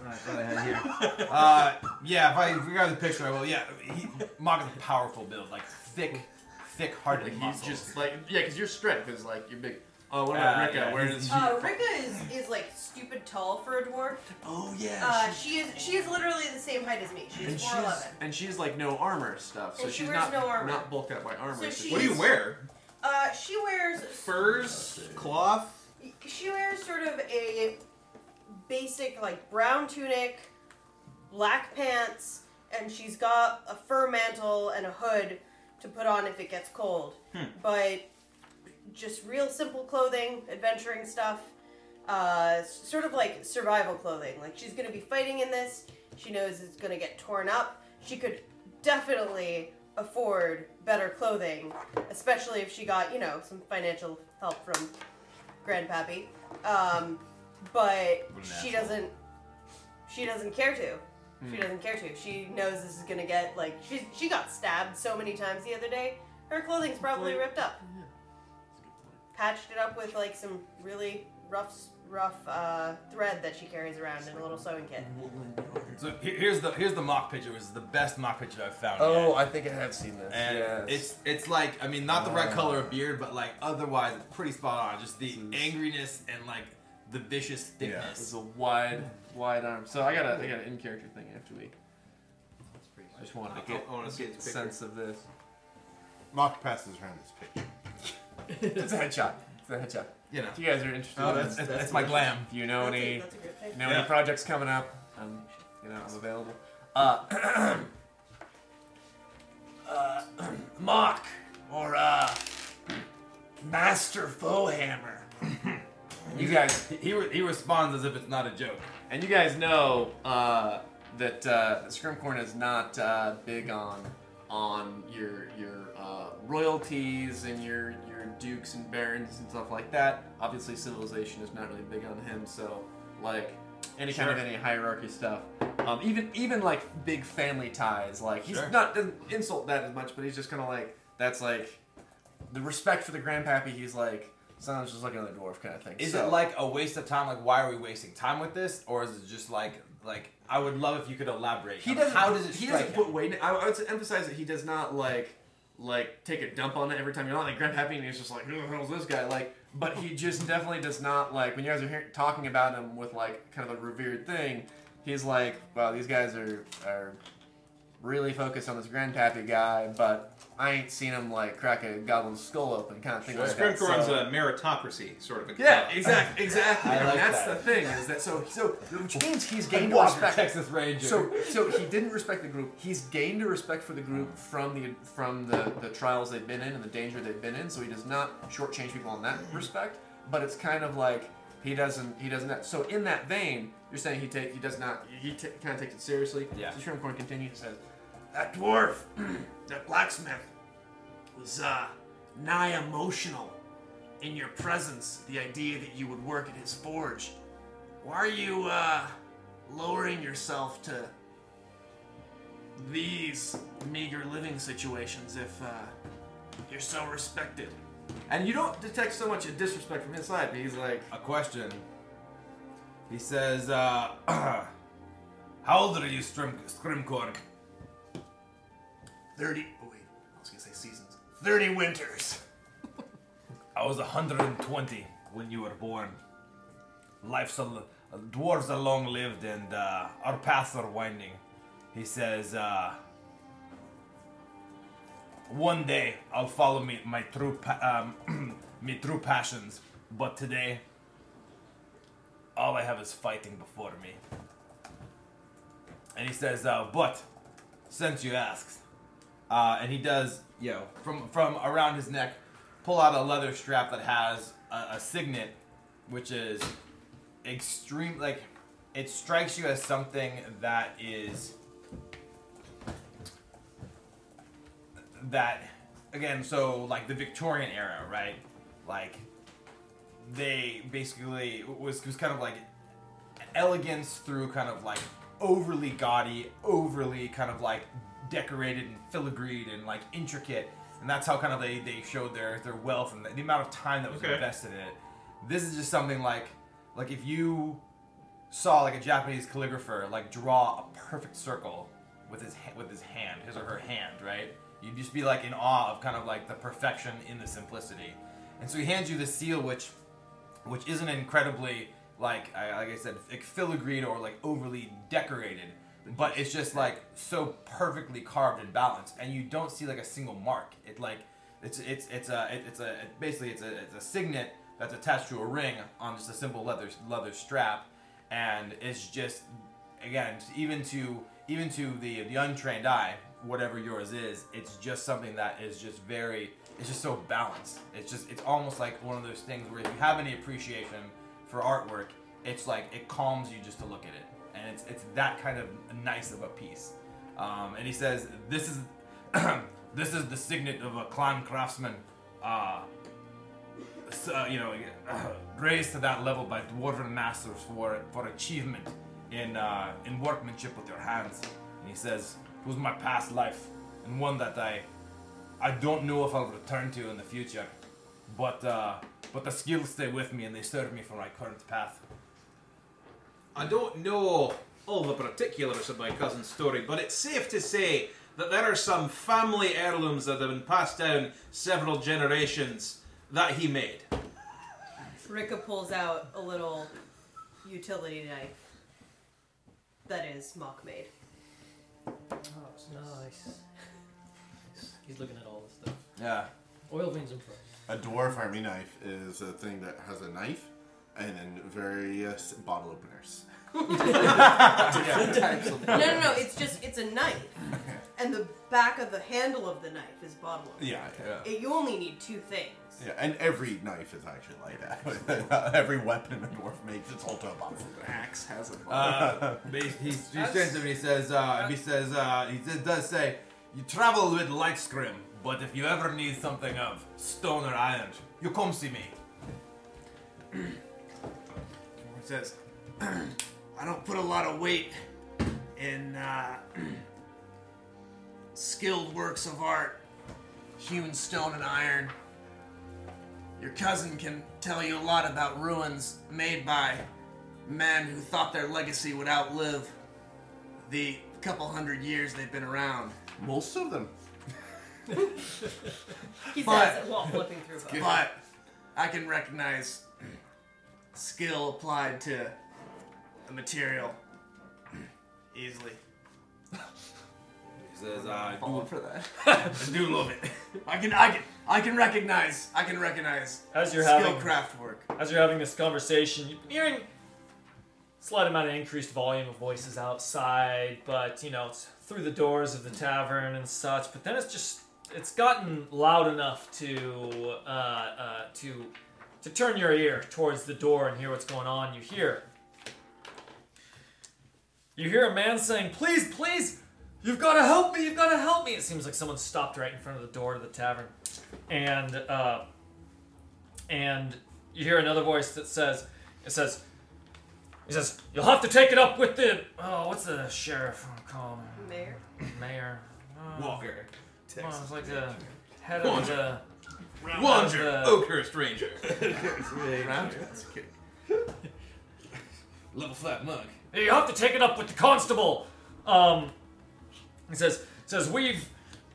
[SPEAKER 3] I thought I had here. Uh, yeah, if I if we grab the picture, I will. Yeah, he, Mock is a powerful build, like thick, thick-hearted
[SPEAKER 7] Like he's
[SPEAKER 3] muscles.
[SPEAKER 7] just like yeah, because your strength is like you're big. Oh, what about
[SPEAKER 3] Uh,
[SPEAKER 7] Rika?
[SPEAKER 3] yeah,
[SPEAKER 7] Where
[SPEAKER 3] he's-
[SPEAKER 7] is
[SPEAKER 5] Uh, Rika is, is like stupid tall for a dwarf.
[SPEAKER 3] oh yeah,
[SPEAKER 5] Uh, she is she is literally the same height as me. She's
[SPEAKER 7] and
[SPEAKER 5] four eleven.
[SPEAKER 7] she's and she's like no armor stuff, so
[SPEAKER 5] And she
[SPEAKER 7] she's
[SPEAKER 5] wears
[SPEAKER 7] not
[SPEAKER 5] no armor.
[SPEAKER 7] not bulked up by armor.
[SPEAKER 5] So
[SPEAKER 7] so
[SPEAKER 5] she-
[SPEAKER 4] What do you wear?
[SPEAKER 5] Uh, she wears
[SPEAKER 4] Furs, cloth.
[SPEAKER 5] she wears sort of a basic like brown tunic, black pants, and she's got a fur mantle and a hood to put on if it gets cold.
[SPEAKER 6] Hmm.
[SPEAKER 5] But just real simple clothing, adventuring stuff, uh, s- sort of like survival clothing. Like she's gonna be fighting in this. She knows it's gonna get torn up. She could definitely afford better clothing, especially if she got you know some financial help from grandpappy. Um, but she doesn't. She doesn't care to. She doesn't care to. She knows this is gonna get like she she got stabbed so many times the other day. Her clothing's probably ripped up. Patched it up with like some really rough s- rough uh, thread that she carries around in a little sewing kit.
[SPEAKER 3] So here- here's the here's the mock picture. Which is the best mock picture I've found.
[SPEAKER 7] Oh,
[SPEAKER 3] yet.
[SPEAKER 7] I think I have seen this. Ah.
[SPEAKER 3] and it's it's like I mean not the right color of beard, but like otherwise it's pretty spot on. Just the
[SPEAKER 7] Mm-hmm.
[SPEAKER 3] angriness and like the vicious
[SPEAKER 7] it's
[SPEAKER 3] thickness.
[SPEAKER 7] a wide wide arm. So I got a I got an in character thing after we. I just wanted to
[SPEAKER 4] I
[SPEAKER 7] get
[SPEAKER 4] want to see his
[SPEAKER 7] a
[SPEAKER 4] picture.
[SPEAKER 7] sense of this.
[SPEAKER 6] Mock passes around this picture.
[SPEAKER 7] It's a headshot. It's a headshot.
[SPEAKER 3] You know.
[SPEAKER 7] If you guys are interested,
[SPEAKER 3] Oh,
[SPEAKER 7] in
[SPEAKER 3] that's-
[SPEAKER 7] this,
[SPEAKER 3] that's my glam.
[SPEAKER 7] If you know
[SPEAKER 5] That's
[SPEAKER 7] any,
[SPEAKER 5] a, that's a great
[SPEAKER 7] you
[SPEAKER 5] thing.
[SPEAKER 7] know
[SPEAKER 3] Yeah.
[SPEAKER 7] any projects coming up, um, you know I'm available. Uh,
[SPEAKER 10] Uh, Mock or uh, Master Foehammer.
[SPEAKER 7] you guys,
[SPEAKER 3] He, re- he responds as if it's not a joke.
[SPEAKER 7] and you guys know uh, that uh, Scrimcorn is not uh, big on on your your uh, royalties and your your dukes and barons and stuff like that. Obviously, civilization is not really big on him, so like any kind of any hierarchy stuff. Um, even even like big family ties, like he's
[SPEAKER 4] Sure.
[SPEAKER 7] not doesn't insult that as much, but he's just kind of like that's like the respect for the grandpappy. He's like sounds just looking at the dwarf kind of thing.
[SPEAKER 3] Is
[SPEAKER 7] So-
[SPEAKER 3] it like a waste of time? Like, why are we wasting time with this? Or is it just like, like I would love if you could elaborate.
[SPEAKER 7] He
[SPEAKER 3] on
[SPEAKER 7] doesn't.
[SPEAKER 3] How does it
[SPEAKER 7] He
[SPEAKER 3] strike
[SPEAKER 7] doesn't
[SPEAKER 3] him?
[SPEAKER 7] put weight. In, I, I would emphasize that he does not like like take a dump on it every time. You're not like Grand Happy, and he's just like, who the hell's this guy? Like, but he just definitely does not like when you guys are hear talking about him with like kind of a revered thing. He's like, wow, these guys are are really focused on this grandpappy guy, but I ain't seen him like crack a goblin's skull open, kind of thing like that.
[SPEAKER 4] Scrimcorn's
[SPEAKER 7] so-
[SPEAKER 4] a meritocracy sort of a
[SPEAKER 7] yeah, exactly, exactly.
[SPEAKER 3] I
[SPEAKER 7] and
[SPEAKER 3] like
[SPEAKER 7] that's
[SPEAKER 3] that.
[SPEAKER 7] the thing is that so so which means he's gained
[SPEAKER 3] Walker,
[SPEAKER 7] respect.
[SPEAKER 3] Texas Ranger.
[SPEAKER 7] So, so he didn't respect the group. He's gained a respect for the group from the from the, the trials they've been in and the danger they've been in. So he does not shortchange people in that respect. But it's kind of like he doesn't he doesn't. So in that vein, you're saying he take he does not he ta kind of takes it seriously.
[SPEAKER 3] Yeah.
[SPEAKER 7] So Shrimpcorn continues and says,
[SPEAKER 10] That dwarf, that blacksmith, was uh, nigh emotional in your presence. The idea that you would work at his forge. Why are you uh, lowering yourself to these meager living situations if uh, you're so respected?
[SPEAKER 7] and you don't detect so much a disrespect from his side. But he's like,
[SPEAKER 3] a question. He says, uh, "How old are you, Scrim- Scrimcorn?"
[SPEAKER 10] Thirty. Oh wait, I was gonna say seasons. Thirty winters.
[SPEAKER 3] I was 120 when you were born. Life's a, dwarves are long lived, and uh, our paths are winding. He says, uh, "One day I'll follow me my true pa- um, me true passions, but today, all I have is fighting before me." And he says, uh, "But since you asked, uh, and he does, you know, from from around his neck, pull out a leather strap that has a, a signet, which is extreme. Like, it strikes you as something that is that again. So like the Victorian era, right? Like they basically was was kind of like elegance through kind of like overly gaudy, overly kind of like decorated and filigreed and like intricate. And that's how kind of they, they showed their, their wealth and the, the amount of time that was
[SPEAKER 4] Okay.
[SPEAKER 3] invested in it. This is just something like like if you saw like a Japanese calligrapher like draw a perfect circle with his ha- with his hand, his or her hand, right? You'd just be like in awe of kind of like the perfection in the simplicity. And so he hands you the seal, which which isn't incredibly like I, like I said, like filigreed or like overly decorated, but it's just like so perfectly carved and balanced, and you don't see like a single mark. It like it's it's it's a it- it's a it- basically it's a it's a signet that's attached to a ring on just a simple leather leather strap, and it's just again even to even to the the untrained eye whatever yours is it's just something that is just very it's just so balanced it's just it's almost like one of those things where if you have any appreciation for artwork it's like it calms you just to look at it and it's it's that kind of nice of a piece um, and he says this is this is the signet of a clan craftsman uh, s- uh, you know, raised to that level by dwarven masters for for achievement in uh, in workmanship with your hands. And he says, "It was my past life, and one that I I don't know if I'll return to in the future, but uh, but the skills stay with me and they serve me for my current path."
[SPEAKER 4] I don't know all the particulars of my cousin's story, but it's safe to say that there are some family heirlooms that have been passed down several generations that he made.
[SPEAKER 5] Rika pulls out a little utility knife that is mock made.
[SPEAKER 8] Oh, nice. He's looking at all this stuff.
[SPEAKER 3] Yeah.
[SPEAKER 8] Oil veins and pearls.
[SPEAKER 6] A dwarf army knife is a thing that has a knife and then various bottle openers.
[SPEAKER 5] No, no, no. It's just it's a knife, and the back of the handle of the knife is bottle. opener.
[SPEAKER 6] Yeah, yeah.
[SPEAKER 5] It- you only need two things.
[SPEAKER 6] Yeah, and every knife is actually like that. every weapon a dwarf makes, it's also a bottle opener.
[SPEAKER 7] Axe has a
[SPEAKER 3] Uh, he, he, he turns to me. He says, uh, he says, uh, he says, does say, you travel with light scrim, but if you ever need something of stone or iron, you come see me.
[SPEAKER 9] It says, I don't put a lot of weight in uh, skilled works of art, hewn stone and iron. Your cousin can tell you a lot about ruins made by men who thought their legacy would outlive the couple hundred years they've been around.
[SPEAKER 6] Most of them.
[SPEAKER 5] He
[SPEAKER 9] But-
[SPEAKER 5] says it while flipping through books.
[SPEAKER 9] But I can recognize skill applied to a material easily.
[SPEAKER 3] He says, uh, I do,
[SPEAKER 7] for that.
[SPEAKER 9] I do love it. I can, I can, I can recognize, I can recognize
[SPEAKER 2] As you're
[SPEAKER 9] skill
[SPEAKER 2] having-
[SPEAKER 9] craft work.
[SPEAKER 2] As you're having this conversation, you've been hearing a slight amount of increased volume of voices outside, but you know, it's through the doors of the tavern and such. But then it's just it's gotten loud enough to uh, uh, to to turn your ear towards the door and hear what's going on. You hear you hear a man saying, "Please, please, you've got to help me! You've got to help me!" It seems like someone stopped right in front of the door to the tavern, and. Uh, and you hear another voice that says, "It says, it says you'll have to take it up with the oh, what's the sheriff called?
[SPEAKER 5] Mayor,
[SPEAKER 2] Mayor? Uh,
[SPEAKER 4] Walker.
[SPEAKER 2] come on, it's like the head of the Uh,
[SPEAKER 4] Wanger. Oakhurst Ranger.
[SPEAKER 3] level five monk.
[SPEAKER 2] you have to take it up with the constable." Um, he says, "says we've,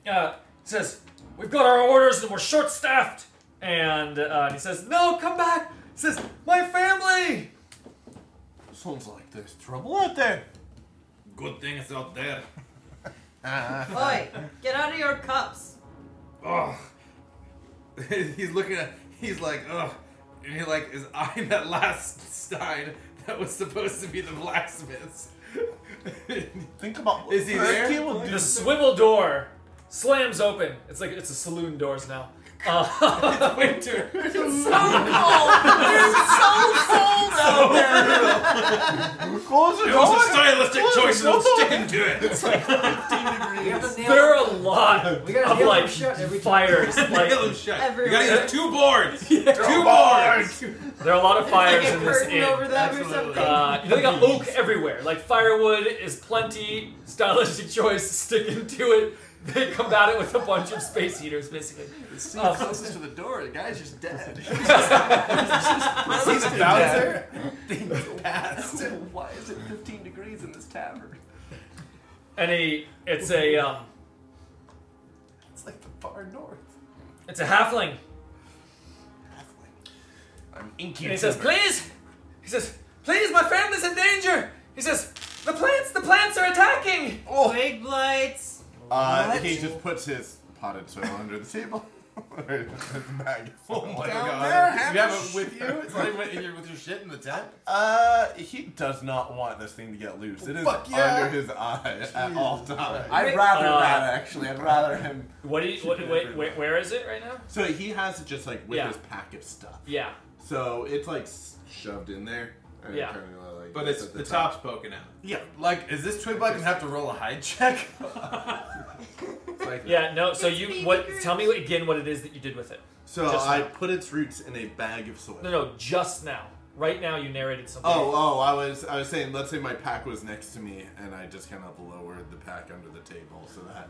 [SPEAKER 2] uh, says we've got our orders and we're short staffed." And, uh, and he says, "No, come back." He says, "My family."
[SPEAKER 6] Sounds like there's trouble out there.
[SPEAKER 3] Good thing it's out there.
[SPEAKER 5] oi, get out of your cups.
[SPEAKER 3] Ugh. he's looking at. He's like, ugh. And he like is eyeing that last stein that was supposed to be the blacksmith's.
[SPEAKER 6] Think about
[SPEAKER 3] Is he there?
[SPEAKER 6] He will do
[SPEAKER 2] The swivel door slams open. It's like it's a saloon doors now. Uh,
[SPEAKER 3] Winter.
[SPEAKER 5] So cold. You're so
[SPEAKER 2] Oh.
[SPEAKER 5] cold out there.
[SPEAKER 6] Close the
[SPEAKER 3] It was a
[SPEAKER 6] door.
[SPEAKER 3] stylistic choice, and I'm sticking to it.
[SPEAKER 8] We got the nail.
[SPEAKER 2] there are a lot
[SPEAKER 8] we gotta
[SPEAKER 2] of
[SPEAKER 8] nail
[SPEAKER 2] like
[SPEAKER 8] them shut every time.
[SPEAKER 2] fires.
[SPEAKER 4] Nail
[SPEAKER 2] Like
[SPEAKER 4] him shut. You
[SPEAKER 5] Everywhere.
[SPEAKER 4] gotta use two boards.
[SPEAKER 6] Two
[SPEAKER 4] Two boards.
[SPEAKER 2] there are a lot of fires
[SPEAKER 5] like a
[SPEAKER 2] in this
[SPEAKER 5] curtain over
[SPEAKER 2] inn.
[SPEAKER 5] them or something.
[SPEAKER 2] Uh, you know they got oak everywhere. Like firewood is plenty. Stylistic choice. Sticking to it. They combat it with a bunch of space heaters, basically.
[SPEAKER 7] The scene
[SPEAKER 2] Oh.
[SPEAKER 7] closest to the door, the guy's just dead.
[SPEAKER 6] He's out there.
[SPEAKER 7] Why is it 15 degrees in this tavern?
[SPEAKER 2] And he, it's a, um,
[SPEAKER 7] It's like the far north.
[SPEAKER 2] it's a halfling.
[SPEAKER 6] I'm inky.
[SPEAKER 2] And he says, please! He says, please, my family's in danger! He says, the plants, the plants are attacking!
[SPEAKER 5] Big blights.
[SPEAKER 6] Uh, he just puts his potted soil under the table. oh my
[SPEAKER 7] God. there, have
[SPEAKER 6] you
[SPEAKER 7] a
[SPEAKER 6] have it with you? It's like with your, with your shit in the tent? Uh, he does not want this thing to get loose. It is
[SPEAKER 7] Fuck yeah.
[SPEAKER 6] under his eye at all times.
[SPEAKER 7] I'd rather
[SPEAKER 2] Uh,
[SPEAKER 7] that, actually. I'd rather him.
[SPEAKER 2] What do you, what, wait, wait, where is it right now?
[SPEAKER 6] So he has it just like with
[SPEAKER 2] Yeah.
[SPEAKER 6] his pack of stuff.
[SPEAKER 2] Yeah.
[SPEAKER 6] So it's like s- shoved in there. and
[SPEAKER 2] Yeah.
[SPEAKER 6] kinda, like,
[SPEAKER 4] But it's
[SPEAKER 6] at
[SPEAKER 4] the, top's poking out.
[SPEAKER 6] Yeah, like is this twin black and have to roll a hide check?
[SPEAKER 2] Yeah, no, so
[SPEAKER 5] It's
[SPEAKER 2] you,
[SPEAKER 5] being
[SPEAKER 2] what,
[SPEAKER 5] bigger.
[SPEAKER 2] tell me again what it is that you did with it.
[SPEAKER 6] So
[SPEAKER 2] Just
[SPEAKER 6] I
[SPEAKER 2] now.
[SPEAKER 6] put its roots in a bag of soil.
[SPEAKER 2] No, no, just now. Right now you narrated something.
[SPEAKER 6] Oh, oh, I was, I was saying, let's say my pack was next to me, and I just kind of lowered the pack under the table so that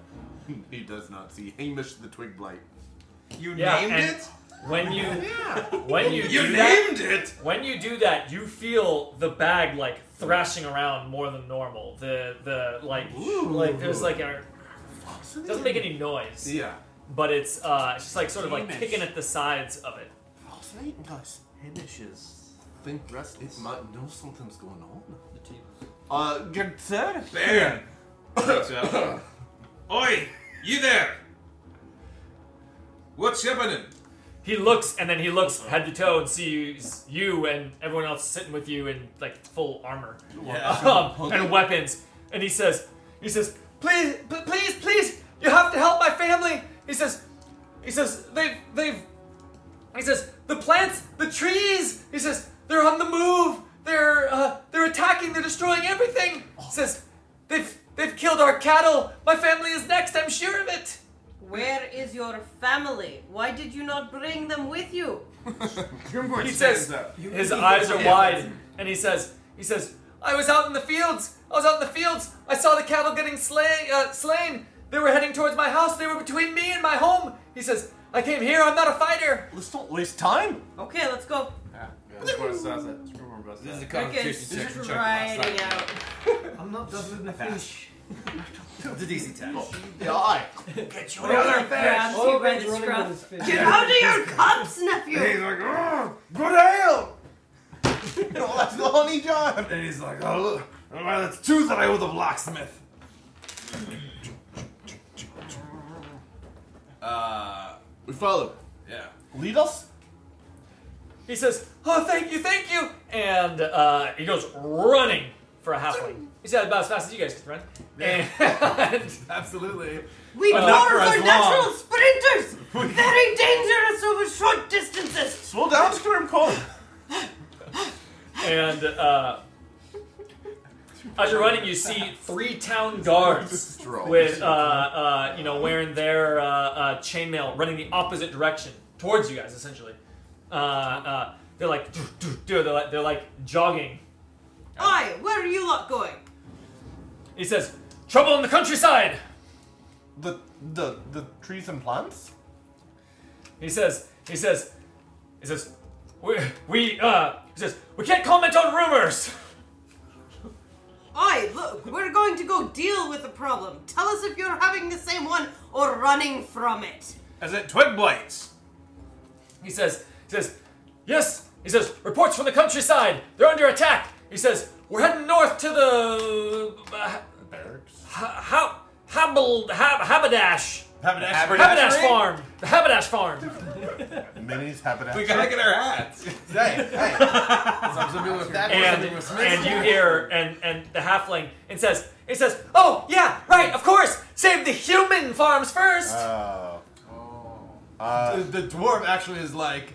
[SPEAKER 6] he does not see Hamish the Twig Blight.
[SPEAKER 4] You
[SPEAKER 2] Yeah,
[SPEAKER 4] named
[SPEAKER 2] and-
[SPEAKER 4] it?
[SPEAKER 2] When you,
[SPEAKER 6] Yeah.
[SPEAKER 2] when you,
[SPEAKER 4] You
[SPEAKER 2] do that,
[SPEAKER 4] named it!
[SPEAKER 2] when you do that, you feel the bag, like, thrashing around more than normal. The, the, like, like, there's like a, doesn't make any noise.
[SPEAKER 6] Yeah.
[SPEAKER 2] but it's uh, it's just like sort of like kicking at the sides of it.
[SPEAKER 6] Fascinating, guys.
[SPEAKER 7] Hamish is.
[SPEAKER 6] Think
[SPEAKER 7] Restless.
[SPEAKER 6] it might know something's going on.
[SPEAKER 8] The tables.
[SPEAKER 6] Uh, good sir.
[SPEAKER 4] Baron. Looks up. Oi! You there!
[SPEAKER 3] What's happening?
[SPEAKER 2] He looks and then he looks head to toe and sees you and everyone else sitting with you in like full armor um, and weapons. And he says, he says, please, p- please, please, you have to help my family. He says, he says they've they've. He says the plants, the trees. He says they're on the move. They're uh, they're attacking. They're destroying everything. He says they've they've killed our cattle. My family is next. I'm sure of it.
[SPEAKER 5] Where is your family? Why did you not bring them with you?
[SPEAKER 2] He says his eyes are wide, and he says he says I was out in the fields. I was out in the fields. I saw the cattle getting slay, uh, slain. They were heading towards my house. They were between me and my home. He says I came here. I'm not a fighter.
[SPEAKER 6] Let's don't waste time.
[SPEAKER 5] Okay, let's go.
[SPEAKER 3] This is the
[SPEAKER 5] Rick
[SPEAKER 3] conversation
[SPEAKER 5] is
[SPEAKER 3] section
[SPEAKER 5] just
[SPEAKER 3] Chuck last
[SPEAKER 5] riding
[SPEAKER 3] night.
[SPEAKER 5] out.
[SPEAKER 8] I'm not done with my fish.
[SPEAKER 11] It's a DC
[SPEAKER 7] Oh.
[SPEAKER 11] test.
[SPEAKER 6] Yeah, I.
[SPEAKER 5] He grabs you by the scruff. Get out of your cups, nephew!
[SPEAKER 3] He's like, oh,
[SPEAKER 6] Good ale. well, that's the honey jar.
[SPEAKER 3] and he's like, oh, look, oh, well, it's true that I was a blacksmith. Uh,
[SPEAKER 6] We follow.
[SPEAKER 3] yeah.
[SPEAKER 6] Lead us.
[SPEAKER 2] He says oh thank you, thank you, and uh, he goes running for a halfling. He's about as fast as you guys can run. And
[SPEAKER 11] Absolutely.
[SPEAKER 5] We
[SPEAKER 2] But not for
[SPEAKER 5] dwarves
[SPEAKER 2] as
[SPEAKER 5] are
[SPEAKER 2] long.
[SPEAKER 5] natural sprinters! Very dangerous over short distances!
[SPEAKER 6] Slow down, Scrim Corn.
[SPEAKER 2] and uh, as you're running, you see three town guards with uh, uh, you know wearing their uh, uh, chainmail, running the opposite direction towards you guys. Essentially, uh, uh, they're like "Doo, doo, doo," they're like they're like jogging.
[SPEAKER 5] Oi, where are you lot going?
[SPEAKER 2] He says, "Trouble in the countryside."
[SPEAKER 6] The the the trees and plants.
[SPEAKER 2] He says, he says, he says, we, we uh, he says, we can't comment on rumors.
[SPEAKER 5] Oi, look, we're going to go deal with the problem. Tell us if you're having the same one or running from it.
[SPEAKER 4] As it twig bites.
[SPEAKER 2] He says, he says, yes. He says, reports from the countryside. They're under attack. He says, we're heading north to the uh,
[SPEAKER 6] Barracks.
[SPEAKER 2] ha, habald, hab, haberdash, haberdash
[SPEAKER 4] Haberdashery?
[SPEAKER 2] farm, the haberdash farm.
[SPEAKER 6] Minis happen
[SPEAKER 4] We gotta get our hats.
[SPEAKER 6] Hey, hey.
[SPEAKER 2] and, and you hear Er, and and the halfling and says it says oh yeah right of course save the human farms first
[SPEAKER 6] Uh, uh,
[SPEAKER 11] The, the dwarf actually is like,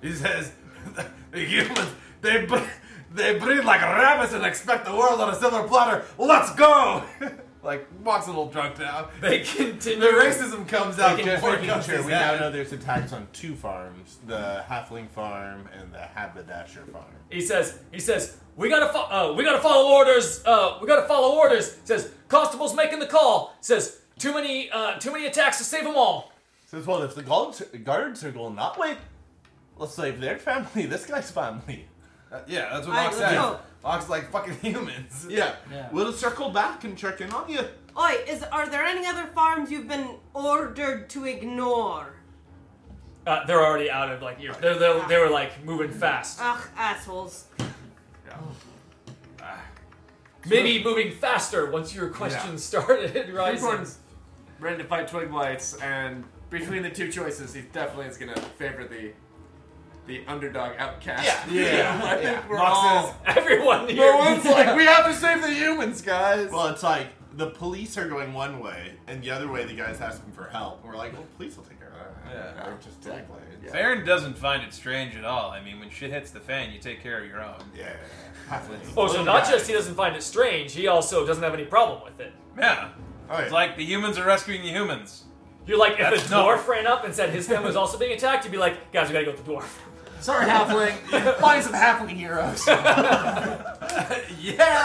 [SPEAKER 3] He says, the humans, they, br- they breed like rabbits and expect the world on a silver platter. Let's go!
[SPEAKER 11] like walks a little drunk now.
[SPEAKER 2] they continue
[SPEAKER 11] The racism comes out.
[SPEAKER 2] They can
[SPEAKER 11] before it
[SPEAKER 2] freaking
[SPEAKER 11] comes
[SPEAKER 6] sure,
[SPEAKER 11] to
[SPEAKER 6] we
[SPEAKER 11] that.
[SPEAKER 6] now know there's attacks on two farms: the Halfling Farm and the Haberdasher Farm.
[SPEAKER 2] he says he says we gotta fo- uh, we gotta follow orders uh, we gotta follow orders says constable's making the call says too many uh, too many attacks to save them all
[SPEAKER 6] Says, well, if the guards, guards are going that way, let's save their family, this guy's family.
[SPEAKER 11] Yeah, that's what
[SPEAKER 5] Alright,
[SPEAKER 11] Mox
[SPEAKER 5] let's
[SPEAKER 11] said.
[SPEAKER 5] go.
[SPEAKER 11] Mox like fucking humans.
[SPEAKER 6] Yeah.
[SPEAKER 8] Yeah.
[SPEAKER 6] We'll circle back and check in on you.
[SPEAKER 5] Oi, is are there any other farms you've been ordered to ignore?
[SPEAKER 2] uh, they're already out of like ear. They're, they're they were like moving fast
[SPEAKER 5] Ugh, assholes.
[SPEAKER 2] maybe moving faster once your question started rising
[SPEAKER 11] Unicorns ready to fight twig blights, and between the two choices, he definitely is gonna favor the the underdog outcast.
[SPEAKER 6] Yeah.
[SPEAKER 11] yeah. I think we're
[SPEAKER 3] Mox
[SPEAKER 11] all.
[SPEAKER 3] says,
[SPEAKER 2] everyone here
[SPEAKER 11] No one's like, we have to save the humans, guys.
[SPEAKER 6] Well, it's like the police are going one way, and the other way, the guy's asking for help. And we're like, well, police will take care of that.
[SPEAKER 4] Yeah.
[SPEAKER 6] They're just tech blades.
[SPEAKER 11] Yeah.
[SPEAKER 4] Baron doesn't find it strange at all. I mean, when shit hits the fan, you take care of your own.
[SPEAKER 6] Yeah. Halflings.
[SPEAKER 2] Oh, so not just he doesn't find it strange, he also doesn't have any problem with it.
[SPEAKER 4] Yeah.
[SPEAKER 6] Alright.
[SPEAKER 4] It's like the humans are rescuing the humans.
[SPEAKER 2] You're like, if
[SPEAKER 4] That's
[SPEAKER 2] a
[SPEAKER 4] not-
[SPEAKER 2] dwarf ran up and said his family was also being attacked, you'd be like, guys, we gotta go with the dwarf.
[SPEAKER 11] Sorry, halfling. Find some halfling heroes. yeah.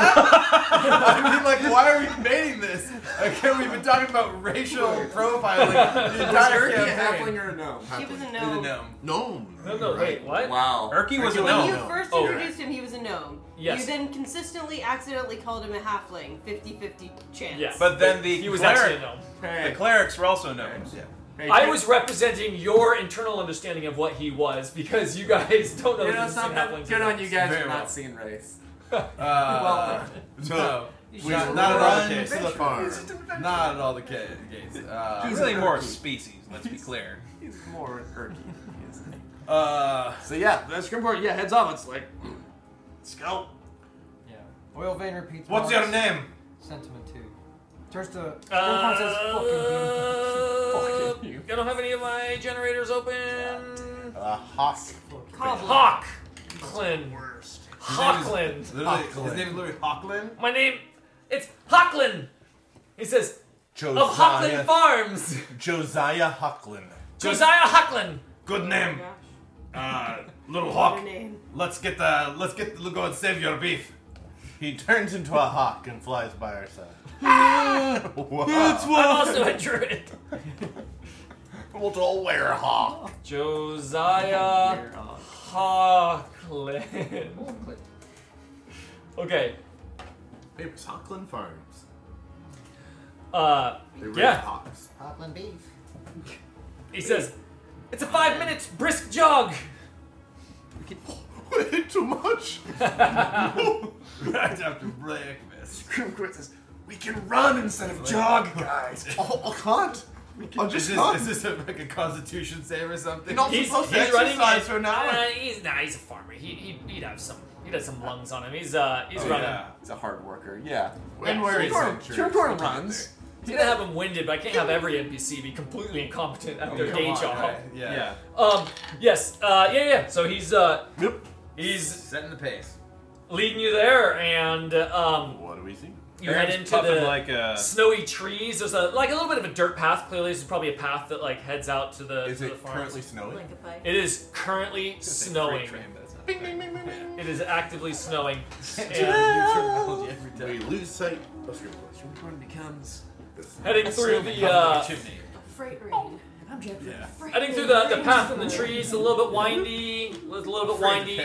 [SPEAKER 11] I mean, like, why are we debating this? Again, we've been talking about racial profiling the entire campaign.
[SPEAKER 7] or no?
[SPEAKER 5] He was a
[SPEAKER 3] "Is it
[SPEAKER 5] gnome.
[SPEAKER 3] gnome?"
[SPEAKER 6] No.
[SPEAKER 2] No, no, wait, what?
[SPEAKER 7] Wow.
[SPEAKER 4] Erky was a
[SPEAKER 5] When you
[SPEAKER 4] gnome.
[SPEAKER 5] first
[SPEAKER 2] Ah. Oh.
[SPEAKER 5] introduced him, he was a gnome.
[SPEAKER 2] Yes.
[SPEAKER 5] You then consistently accidentally called him a halfling, 50-50 chance.
[SPEAKER 2] Yeah.
[SPEAKER 4] But then the
[SPEAKER 2] He was
[SPEAKER 4] cleric,
[SPEAKER 2] actually a gnome.
[SPEAKER 4] the clerics were also gnomes.
[SPEAKER 11] Hey,
[SPEAKER 2] I
[SPEAKER 11] hey,
[SPEAKER 2] was representing your internal understanding of what he was because you guys don't know
[SPEAKER 7] You
[SPEAKER 2] the
[SPEAKER 7] know
[SPEAKER 2] difference between
[SPEAKER 7] something?
[SPEAKER 2] halflings
[SPEAKER 7] Good
[SPEAKER 2] and
[SPEAKER 7] on you guys
[SPEAKER 4] Very
[SPEAKER 7] for
[SPEAKER 4] well.
[SPEAKER 7] not seeing race.
[SPEAKER 4] Uh,
[SPEAKER 7] Well,
[SPEAKER 4] so
[SPEAKER 6] We
[SPEAKER 7] Not-
[SPEAKER 6] run
[SPEAKER 7] not at all the case. uh,
[SPEAKER 6] to the farm.
[SPEAKER 7] Not at all the ca- case. Uh,
[SPEAKER 4] He's really more a species, let's be clear.
[SPEAKER 7] He's more an Erky. Yes.
[SPEAKER 9] Uh,
[SPEAKER 7] So yeah, that Scrimboard, yeah, heads off. It's like,
[SPEAKER 9] let's go.
[SPEAKER 8] Yeah. Oil vein repeats.
[SPEAKER 4] What's your
[SPEAKER 8] Mark's
[SPEAKER 4] name?
[SPEAKER 8] Sentiment two. Turns to.
[SPEAKER 2] Uh,
[SPEAKER 8] Wolfhorn says, "Fucking
[SPEAKER 7] Fucking you.
[SPEAKER 2] I don't have any of my generators open.
[SPEAKER 6] Uh, hawk.
[SPEAKER 5] Cobbler.
[SPEAKER 2] Hawk, Clint.
[SPEAKER 9] Worst.
[SPEAKER 2] Hawkland.
[SPEAKER 6] Literally,
[SPEAKER 4] His name is literally Hawkland.
[SPEAKER 2] My name, it's Hawkland. He says of Hawkland
[SPEAKER 6] Josiah,
[SPEAKER 2] Farms.
[SPEAKER 6] Josiah Hawkland.
[SPEAKER 2] Josiah Oh Hawkland.
[SPEAKER 6] Good name.
[SPEAKER 5] Gosh,
[SPEAKER 6] Uh, little
[SPEAKER 5] what a
[SPEAKER 6] hawk.
[SPEAKER 5] name.
[SPEAKER 6] Let's get the. Let's get. Let's go and save your beef. He turns into a hawk and flies by our side. That's
[SPEAKER 2] I'm also a druid.
[SPEAKER 6] We'll all wear a hawk.
[SPEAKER 2] Josiah Hawkland.
[SPEAKER 8] Clint."
[SPEAKER 2] Okay.
[SPEAKER 6] It was Hawkland Farms.
[SPEAKER 2] Uh,
[SPEAKER 6] They raise
[SPEAKER 2] Yeah.
[SPEAKER 6] hawks.
[SPEAKER 8] Hotland beef.
[SPEAKER 2] he says it's a five minute brisk jog.
[SPEAKER 6] Way too much.
[SPEAKER 4] Right after breakfast.
[SPEAKER 9] Grimcourt says, we can run instead of jog, guys.
[SPEAKER 6] Oh, I can't. I'm just
[SPEAKER 4] Is
[SPEAKER 6] not.
[SPEAKER 4] this, is this a, like a constitution save or something?
[SPEAKER 6] Not
[SPEAKER 2] He's,
[SPEAKER 6] supposed
[SPEAKER 2] he's
[SPEAKER 6] to
[SPEAKER 2] running.
[SPEAKER 6] exercise for an hour.
[SPEAKER 2] Uh, he's nah. He's a farmer. He he he'd have some. He'd have some lungs on him. He's uh he's running.
[SPEAKER 4] Oh, Yeah.
[SPEAKER 7] he's a hard worker. Yeah.
[SPEAKER 6] And where is
[SPEAKER 7] Scrimgeour-
[SPEAKER 6] it?
[SPEAKER 7] Scrimgeour runs.
[SPEAKER 2] I'm gonna have him winded, but I can't have every NPC be completely incompetent
[SPEAKER 4] Oh,
[SPEAKER 2] at their
[SPEAKER 7] Come
[SPEAKER 2] day
[SPEAKER 7] on,
[SPEAKER 2] job.
[SPEAKER 7] right,
[SPEAKER 4] Yeah.
[SPEAKER 7] Yeah.
[SPEAKER 2] Um, yes, uh, yeah, yeah. So he's uh,
[SPEAKER 6] Yep.
[SPEAKER 2] he's
[SPEAKER 4] Setting the pace.
[SPEAKER 2] leading you there, and um,
[SPEAKER 6] What do we see?
[SPEAKER 2] you head
[SPEAKER 4] Aaron's
[SPEAKER 2] into
[SPEAKER 4] puffing
[SPEAKER 2] the
[SPEAKER 4] like a.
[SPEAKER 2] snowy trees. There's a like a little bit of a dirt path. Clearly, this is probably a path that like heads out to the.
[SPEAKER 6] Is
[SPEAKER 2] to the
[SPEAKER 6] it
[SPEAKER 2] farms.
[SPEAKER 6] currently snowing?
[SPEAKER 5] Like a pike.
[SPEAKER 2] It is currently
[SPEAKER 4] It's a
[SPEAKER 2] snowing.
[SPEAKER 4] freight train, but it's not.
[SPEAKER 2] It is actively snowing. and
[SPEAKER 4] Terminology every time.
[SPEAKER 6] We lose sight of Scrimgeour.
[SPEAKER 7] Scrimgeour becomes.
[SPEAKER 2] heading through the uh,
[SPEAKER 4] Chimney.
[SPEAKER 5] A freight raid. I'm jumping.
[SPEAKER 6] Yeah.
[SPEAKER 5] Freight
[SPEAKER 2] heading through the,
[SPEAKER 5] raid.
[SPEAKER 2] the path in the trees. A little bit windy. A little bit windy.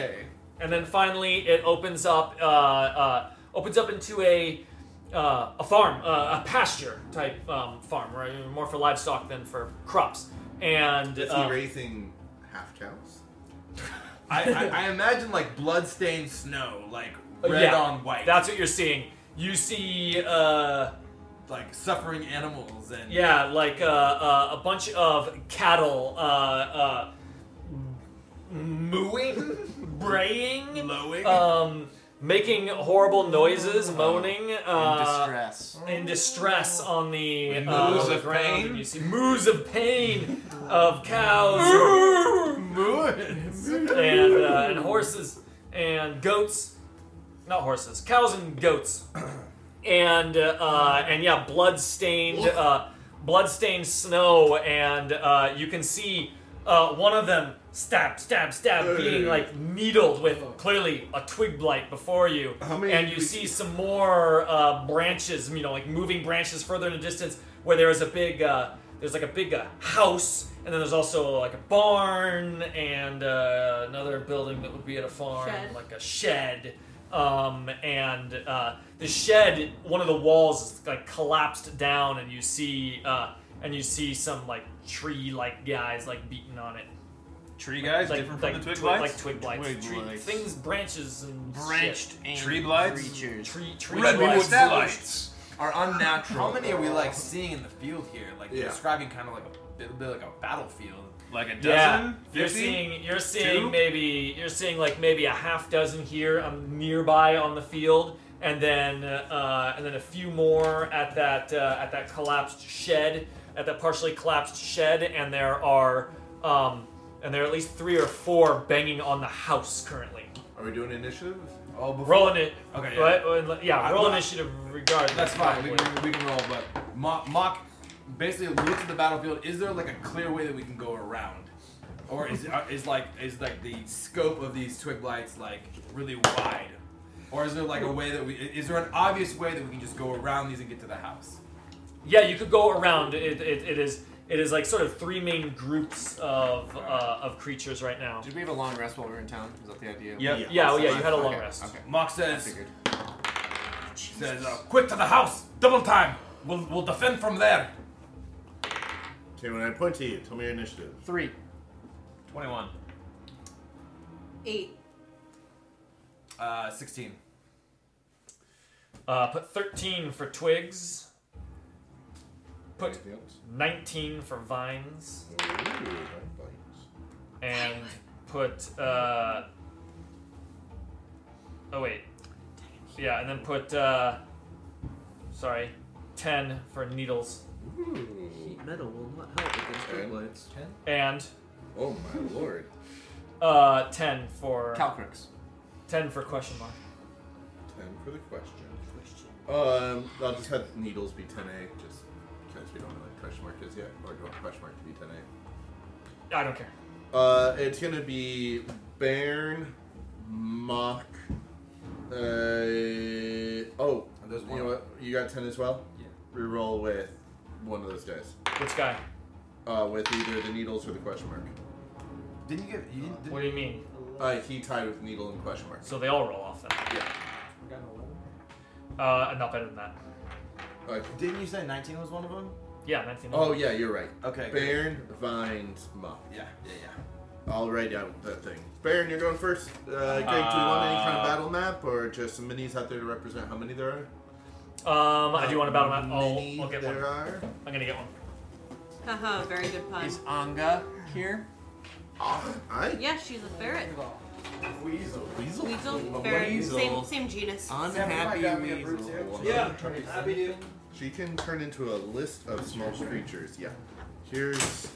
[SPEAKER 2] and then finally it opens up uh, uh, opens up into a uh, a farm uh, a pasture type um, farm right more for livestock than for crops and
[SPEAKER 6] Is
[SPEAKER 2] uh,
[SPEAKER 6] he raising half cows?
[SPEAKER 4] I, I, I imagine like bloodstained snow, like
[SPEAKER 3] Uh,
[SPEAKER 4] red
[SPEAKER 2] yeah,
[SPEAKER 4] on white,
[SPEAKER 2] that's what you're seeing you see uh,
[SPEAKER 4] like suffering animals and
[SPEAKER 2] yeah like uh, uh, a bunch of cattle uh, uh, mooing braying
[SPEAKER 4] lowing.
[SPEAKER 2] um, making horrible noises
[SPEAKER 4] Uh-huh.
[SPEAKER 2] moaning uh,
[SPEAKER 7] distress.
[SPEAKER 2] in distress on the
[SPEAKER 4] Moos
[SPEAKER 2] uh,
[SPEAKER 4] of
[SPEAKER 2] ground,
[SPEAKER 4] pain?
[SPEAKER 2] and You see moos of pain of cows and, uh, and horses and goats, not horses, cows and goats, and uh, and yeah, blood stained uh, blood stained snow, and uh, you can see uh, one of them stab stab stab being like needled with clearly a twig blight before you
[SPEAKER 6] How many
[SPEAKER 2] and
[SPEAKER 6] do
[SPEAKER 2] you
[SPEAKER 6] we
[SPEAKER 2] see some more uh, branches, you know, like moving branches further in the distance, where there is a big, uh, there's like a big uh, house, and then there's also like a barn and uh, another building that would be at a farm,
[SPEAKER 5] Shed.
[SPEAKER 2] like a shed. Um, and uh, the shed, one of the walls is like collapsed down, and you see, uh, and you see some like tree-like guys like beating on it,
[SPEAKER 4] Tree guys,
[SPEAKER 2] like
[SPEAKER 4] different
[SPEAKER 2] like
[SPEAKER 4] from the twig
[SPEAKER 2] twi-
[SPEAKER 4] lights.
[SPEAKER 2] like twig blights,
[SPEAKER 6] Twig
[SPEAKER 2] Tree-
[SPEAKER 6] blights.
[SPEAKER 2] things, branches, and shit.
[SPEAKER 4] Tree blights?
[SPEAKER 2] tree, tree
[SPEAKER 4] Redwood
[SPEAKER 2] blights.
[SPEAKER 4] lights.
[SPEAKER 7] Are unnatural.
[SPEAKER 4] How many are we like seeing in the field here? Like
[SPEAKER 6] Yeah.
[SPEAKER 4] describing kind of like a bit, bit like a battlefield. Like a dozen.
[SPEAKER 2] Yeah, you're
[SPEAKER 4] 50?
[SPEAKER 2] seeing you're seeing
[SPEAKER 4] Two?
[SPEAKER 2] maybe you're seeing like maybe a half dozen here um, nearby on the field, and then uh, and then a few more at that uh, at that collapsed shed, at that partially collapsed shed, and there are um, and there are at least three or four banging on the house currently.
[SPEAKER 6] Are we doing initiative?
[SPEAKER 4] Oh, before,
[SPEAKER 2] Rolling it,
[SPEAKER 4] Okay,
[SPEAKER 2] yeah, yeah roll
[SPEAKER 4] I'm-
[SPEAKER 2] initiative regardless.
[SPEAKER 4] that's fine. We
[SPEAKER 2] probably.
[SPEAKER 4] can, we can roll, but mock, mock basically looks at the battlefield. Is there like a clear way that we can go around, or is uh, is like is like the scope of these twig blights like really wide, or is there like a way that we is there an obvious way that we can just go around these and get to the house?
[SPEAKER 2] Yeah, you could go around. It, it, it is it is like sort of three main groups of uh, of creatures right now.
[SPEAKER 7] Did we have a long rest while we were in town? Is that the idea?
[SPEAKER 4] Yep.
[SPEAKER 2] Yeah, oh yeah, you had a long
[SPEAKER 7] Okay,
[SPEAKER 2] rest.
[SPEAKER 7] Okay.
[SPEAKER 4] Mock
[SPEAKER 7] I
[SPEAKER 4] says
[SPEAKER 7] figured.
[SPEAKER 4] says uh, quick to the house, double time. We'll we'll defend from there.
[SPEAKER 6] Okay, when I point to you, tell me your initiative.
[SPEAKER 7] Three.
[SPEAKER 4] Twenty one.
[SPEAKER 5] Eight.
[SPEAKER 4] Uh, sixteen.
[SPEAKER 2] Uh, put 13 for twigs. Put
[SPEAKER 6] Anything else?
[SPEAKER 2] 19 for vines.
[SPEAKER 6] Ooh, that bites.
[SPEAKER 2] And put. Uh, oh, wait. Yeah, and then put. Uh, sorry. 10 for needles.
[SPEAKER 6] Ooh.
[SPEAKER 7] Heat metal will not help against
[SPEAKER 6] Okay.
[SPEAKER 7] tree blades.
[SPEAKER 2] And
[SPEAKER 6] Oh my lord.
[SPEAKER 2] uh, 10 for.
[SPEAKER 7] Calcrix.
[SPEAKER 2] 10 for question mark.
[SPEAKER 6] Ten for the question. Um, I'll just have needles be 10A, just because we don't know what question mark is yet, or do you want question mark to be 10A?
[SPEAKER 2] I don't care.
[SPEAKER 6] Uh, it's gonna be Bairn, Mock. Uh, oh,
[SPEAKER 3] There's
[SPEAKER 6] you know
[SPEAKER 3] one.
[SPEAKER 6] what? You got 10 as well?
[SPEAKER 8] Yeah.
[SPEAKER 6] Reroll with one of those guys.
[SPEAKER 2] Which guy?
[SPEAKER 6] Uh, with either the needles or the question mark.
[SPEAKER 3] Didn't you get? You didn't,
[SPEAKER 2] What do you mean?
[SPEAKER 6] Uh, he tied with needle and question mark.
[SPEAKER 2] So they all roll off then.
[SPEAKER 8] I got an 11.
[SPEAKER 2] Uh, not better than that. Uh,
[SPEAKER 6] Okay.
[SPEAKER 3] didn't you say 19 was one of them?
[SPEAKER 2] Yeah, 19.
[SPEAKER 6] Oh yeah, you're right.
[SPEAKER 3] Okay, good.
[SPEAKER 6] Bairn, Vines, Mock.
[SPEAKER 3] Yeah, yeah, yeah.
[SPEAKER 6] I'll write down that thing. Baron, you're going first. Uh, Greg, do you want any kind of
[SPEAKER 4] Uh,
[SPEAKER 6] battle map or just some minis out there to represent how many there are?
[SPEAKER 2] Um, I do
[SPEAKER 6] How
[SPEAKER 2] want to battle map.
[SPEAKER 6] many
[SPEAKER 2] I'll, I'll get
[SPEAKER 6] there
[SPEAKER 2] one.
[SPEAKER 6] are.
[SPEAKER 2] I'm gonna get one.
[SPEAKER 5] Haha, very good pun.
[SPEAKER 7] Is Anga here?
[SPEAKER 6] I
[SPEAKER 5] Yeah, she's a ferret.
[SPEAKER 6] weasel.
[SPEAKER 9] Weasel?
[SPEAKER 5] Weasel, ferret,
[SPEAKER 7] weasel.
[SPEAKER 5] same, same genus.
[SPEAKER 7] Unhappy weasel.
[SPEAKER 4] Yeah.
[SPEAKER 8] Happy to.
[SPEAKER 6] She can turn into a list of small creatures. Yeah. Here's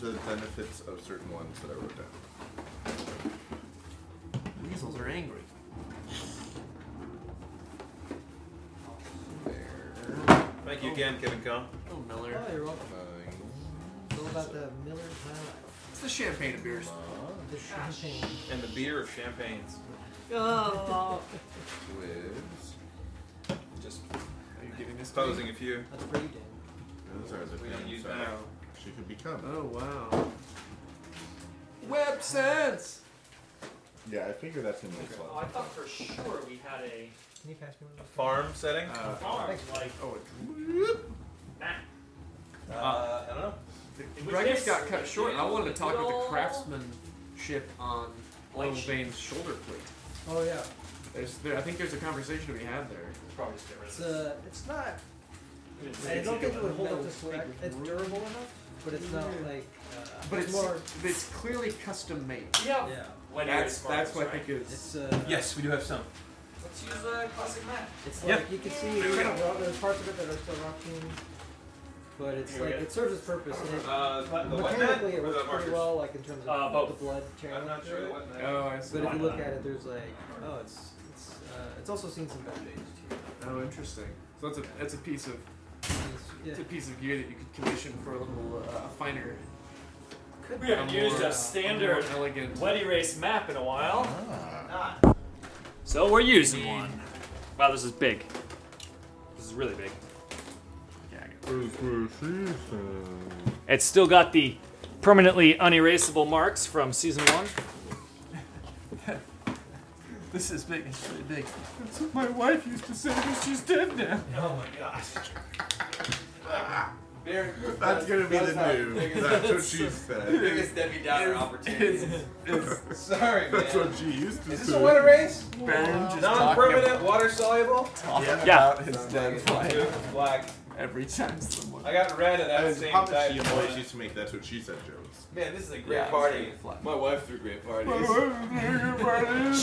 [SPEAKER 6] the benefits of certain ones that I wrote down.
[SPEAKER 7] Weasels are angry.
[SPEAKER 6] There.
[SPEAKER 4] Thank you again, Kevin Cohn.
[SPEAKER 7] Oh,
[SPEAKER 8] Oh,
[SPEAKER 7] Miller.
[SPEAKER 8] you're welcome.
[SPEAKER 7] Uh,
[SPEAKER 8] It's all about the Miller
[SPEAKER 7] It's the champagne of beers.
[SPEAKER 6] Mock
[SPEAKER 8] The champagne.
[SPEAKER 4] And the beer of champagnes.
[SPEAKER 5] Oh,
[SPEAKER 6] twigs.
[SPEAKER 4] Just
[SPEAKER 7] Are you giving this to me?
[SPEAKER 4] posing a few.
[SPEAKER 8] That's for you, Dan.
[SPEAKER 6] Those are the
[SPEAKER 4] We don't
[SPEAKER 6] things
[SPEAKER 4] use
[SPEAKER 6] that
[SPEAKER 4] now.
[SPEAKER 6] She could become.
[SPEAKER 7] Oh, wow. Web sense!
[SPEAKER 6] Yeah, I figure that's in this
[SPEAKER 2] Oh, I thought for sure we had a
[SPEAKER 8] Can you pass me one of those?
[SPEAKER 4] Uh, Farm setting.
[SPEAKER 7] Uh,
[SPEAKER 2] farm. Like,
[SPEAKER 7] Oh,
[SPEAKER 2] nah.
[SPEAKER 4] Uh, I don't know.
[SPEAKER 2] In which
[SPEAKER 7] Greg
[SPEAKER 2] case,
[SPEAKER 7] got cut short. I wanted to talk about
[SPEAKER 2] roll-
[SPEAKER 7] the craftsmanship on
[SPEAKER 2] Like
[SPEAKER 7] Lil
[SPEAKER 2] sh-
[SPEAKER 7] Vane's shoulder plate.
[SPEAKER 8] Oh yeah.
[SPEAKER 7] There's, there, I think there's a conversation to be had there.
[SPEAKER 2] Probably just get rid
[SPEAKER 8] It's
[SPEAKER 2] of it.
[SPEAKER 8] uh, it's not. I
[SPEAKER 7] It's
[SPEAKER 8] don't think
[SPEAKER 7] a
[SPEAKER 8] it would hold up
[SPEAKER 7] metal
[SPEAKER 8] to
[SPEAKER 7] plate
[SPEAKER 8] spec.
[SPEAKER 7] with
[SPEAKER 8] It's
[SPEAKER 7] room.
[SPEAKER 8] durable enough, but it's not
[SPEAKER 7] Yeah.
[SPEAKER 8] like. Uh,
[SPEAKER 7] But it's,
[SPEAKER 8] more.
[SPEAKER 7] it's clearly custom made.
[SPEAKER 2] Yeah.
[SPEAKER 8] Yeah.
[SPEAKER 2] When
[SPEAKER 7] That's,
[SPEAKER 2] you're at
[SPEAKER 7] that's what I
[SPEAKER 2] Spartans,
[SPEAKER 7] think is.
[SPEAKER 8] It's uh.
[SPEAKER 4] Yes, we do have some.
[SPEAKER 2] Let's use a classic map.
[SPEAKER 8] It's
[SPEAKER 4] Yeah.
[SPEAKER 8] like you can see it's kind of rock, there's parts of it that are still rock hewn, but it's
[SPEAKER 4] Here we
[SPEAKER 8] like
[SPEAKER 4] go.
[SPEAKER 8] it serves its purpose. And it,
[SPEAKER 4] Uh, the wet mat
[SPEAKER 8] mechanically, it
[SPEAKER 4] or
[SPEAKER 8] works
[SPEAKER 4] the
[SPEAKER 8] pretty
[SPEAKER 4] markers?
[SPEAKER 8] well, like in terms of
[SPEAKER 2] Uh,
[SPEAKER 8] the
[SPEAKER 2] both.
[SPEAKER 8] blood channel.
[SPEAKER 4] I'm not sure the wet mat.
[SPEAKER 7] Oh, I see.
[SPEAKER 8] But if you look at it, there's like oh, it's it's uh, it's also seen some bad days too.
[SPEAKER 7] Oh, interesting. So that's a that's a piece of
[SPEAKER 8] It's,
[SPEAKER 7] it's a
[SPEAKER 8] yeah.
[SPEAKER 7] piece of gear that you could commission for a little uh, finer,
[SPEAKER 2] We haven't
[SPEAKER 7] a
[SPEAKER 2] used
[SPEAKER 7] more,
[SPEAKER 2] a standard
[SPEAKER 7] more elegant.
[SPEAKER 2] wet erase map in a while.
[SPEAKER 9] Ah.
[SPEAKER 2] So we're using one. Wow, this is big. This is really big. It's still got the permanently unerasable marks from season one.
[SPEAKER 7] This is big. It's really big.
[SPEAKER 4] My wife used to say that she's dead now.
[SPEAKER 6] That's gonna be the new. That's what she said.
[SPEAKER 3] Biggest Debbie Downer opportunity.
[SPEAKER 4] Sorry, man.
[SPEAKER 6] That's what she used to
[SPEAKER 4] Is this
[SPEAKER 6] say.
[SPEAKER 4] a wet erase?
[SPEAKER 7] Ben
[SPEAKER 2] Uh,
[SPEAKER 7] just
[SPEAKER 4] Non-permanent, water soluble.
[SPEAKER 7] talking
[SPEAKER 6] Yeah.
[SPEAKER 2] Yeah.
[SPEAKER 7] about his dead wife
[SPEAKER 4] Black.
[SPEAKER 7] every time someone.
[SPEAKER 4] I got red at that
[SPEAKER 6] And
[SPEAKER 4] same
[SPEAKER 6] Papa Chi always
[SPEAKER 4] time.
[SPEAKER 6] used to make that's what she said jokes.
[SPEAKER 3] Man, this is a
[SPEAKER 7] Yeah,
[SPEAKER 3] great
[SPEAKER 7] it's
[SPEAKER 3] party.
[SPEAKER 7] really flat.
[SPEAKER 3] My wife threw great parties.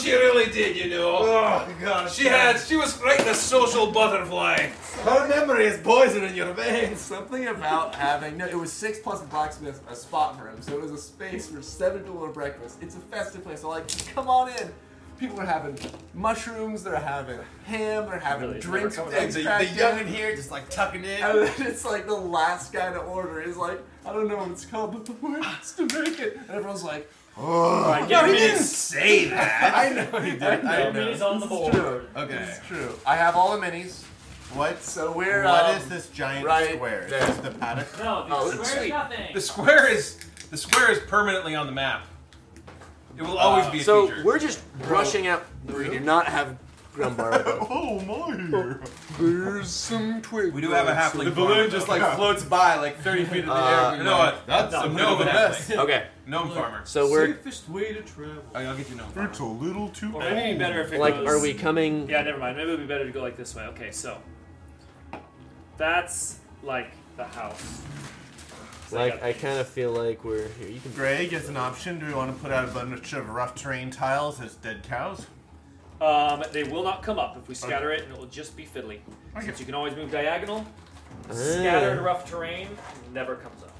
[SPEAKER 3] she really did, you know.
[SPEAKER 6] Oh god.
[SPEAKER 3] She had. She was right the social butterfly.
[SPEAKER 6] Her memory is poison in your veins.
[SPEAKER 7] Something about having no, it was six plus blacksmith a spot for him, so it was a space for seven people at breakfast. It's a festive place. So like, come on in. People are having mushrooms. They're having ham. They're having
[SPEAKER 2] Really, it's never
[SPEAKER 7] drinks.
[SPEAKER 2] coming
[SPEAKER 7] eggs
[SPEAKER 6] The, the
[SPEAKER 7] cracked
[SPEAKER 6] young
[SPEAKER 7] in.
[SPEAKER 6] in here just like tucking in.
[SPEAKER 7] And then it's like the last guy to order is like, I don't know what it's called, but the word is to make it. And everyone's like,
[SPEAKER 6] Oh,
[SPEAKER 2] get
[SPEAKER 6] no, he
[SPEAKER 2] rid
[SPEAKER 6] didn't
[SPEAKER 2] of-
[SPEAKER 6] say that.
[SPEAKER 7] I know he did. I know.
[SPEAKER 2] Minis on the board.
[SPEAKER 7] True.
[SPEAKER 9] Okay.
[SPEAKER 7] It's true. I have all the minis,
[SPEAKER 9] What?
[SPEAKER 7] so we're.
[SPEAKER 9] what
[SPEAKER 7] um,
[SPEAKER 9] is this giant
[SPEAKER 7] right
[SPEAKER 9] square?
[SPEAKER 7] there.
[SPEAKER 9] Is this the paddock?
[SPEAKER 2] No,
[SPEAKER 7] Oh,
[SPEAKER 2] the
[SPEAKER 7] it's
[SPEAKER 2] square is
[SPEAKER 7] sweet.
[SPEAKER 2] nothing.
[SPEAKER 4] The square is the square is permanently on the map. It will always be a
[SPEAKER 7] So
[SPEAKER 4] feature.
[SPEAKER 7] we're just rushing out. We do not have Grumbar.
[SPEAKER 9] Oh my!
[SPEAKER 7] There's some twigs.
[SPEAKER 4] We do have a halfling.
[SPEAKER 3] The balloon just like floats by like 30 feet in the air.
[SPEAKER 7] Uh,
[SPEAKER 3] We
[SPEAKER 4] You know what?
[SPEAKER 9] That's
[SPEAKER 4] No,
[SPEAKER 9] a
[SPEAKER 4] no,
[SPEAKER 9] bit of a
[SPEAKER 4] but
[SPEAKER 9] mess.
[SPEAKER 7] Okay.
[SPEAKER 10] Gnome farmer.
[SPEAKER 2] So we're
[SPEAKER 8] Safest way to travel.
[SPEAKER 10] I- I'll get you gnome farmer.
[SPEAKER 6] It's a little too
[SPEAKER 2] Or
[SPEAKER 6] bad.
[SPEAKER 2] maybe it'd be better if it
[SPEAKER 7] Like,
[SPEAKER 2] goes-
[SPEAKER 7] are we coming?
[SPEAKER 2] Yeah, never mind. Maybe it'd be better to go like this way. Okay, so that's like the house. So
[SPEAKER 7] Like,
[SPEAKER 2] I
[SPEAKER 7] I
[SPEAKER 2] got-
[SPEAKER 7] kind of feel like we're here. You can.
[SPEAKER 6] Greg, as an option, do we want to put out a bunch of rough terrain tiles as dead cows?
[SPEAKER 2] um, they will not come up if we scatter it, and it will just be fiddly.
[SPEAKER 6] Okay.
[SPEAKER 2] Since you can always move diagonal, scatter in
[SPEAKER 7] Ah,
[SPEAKER 2] rough terrain never comes up.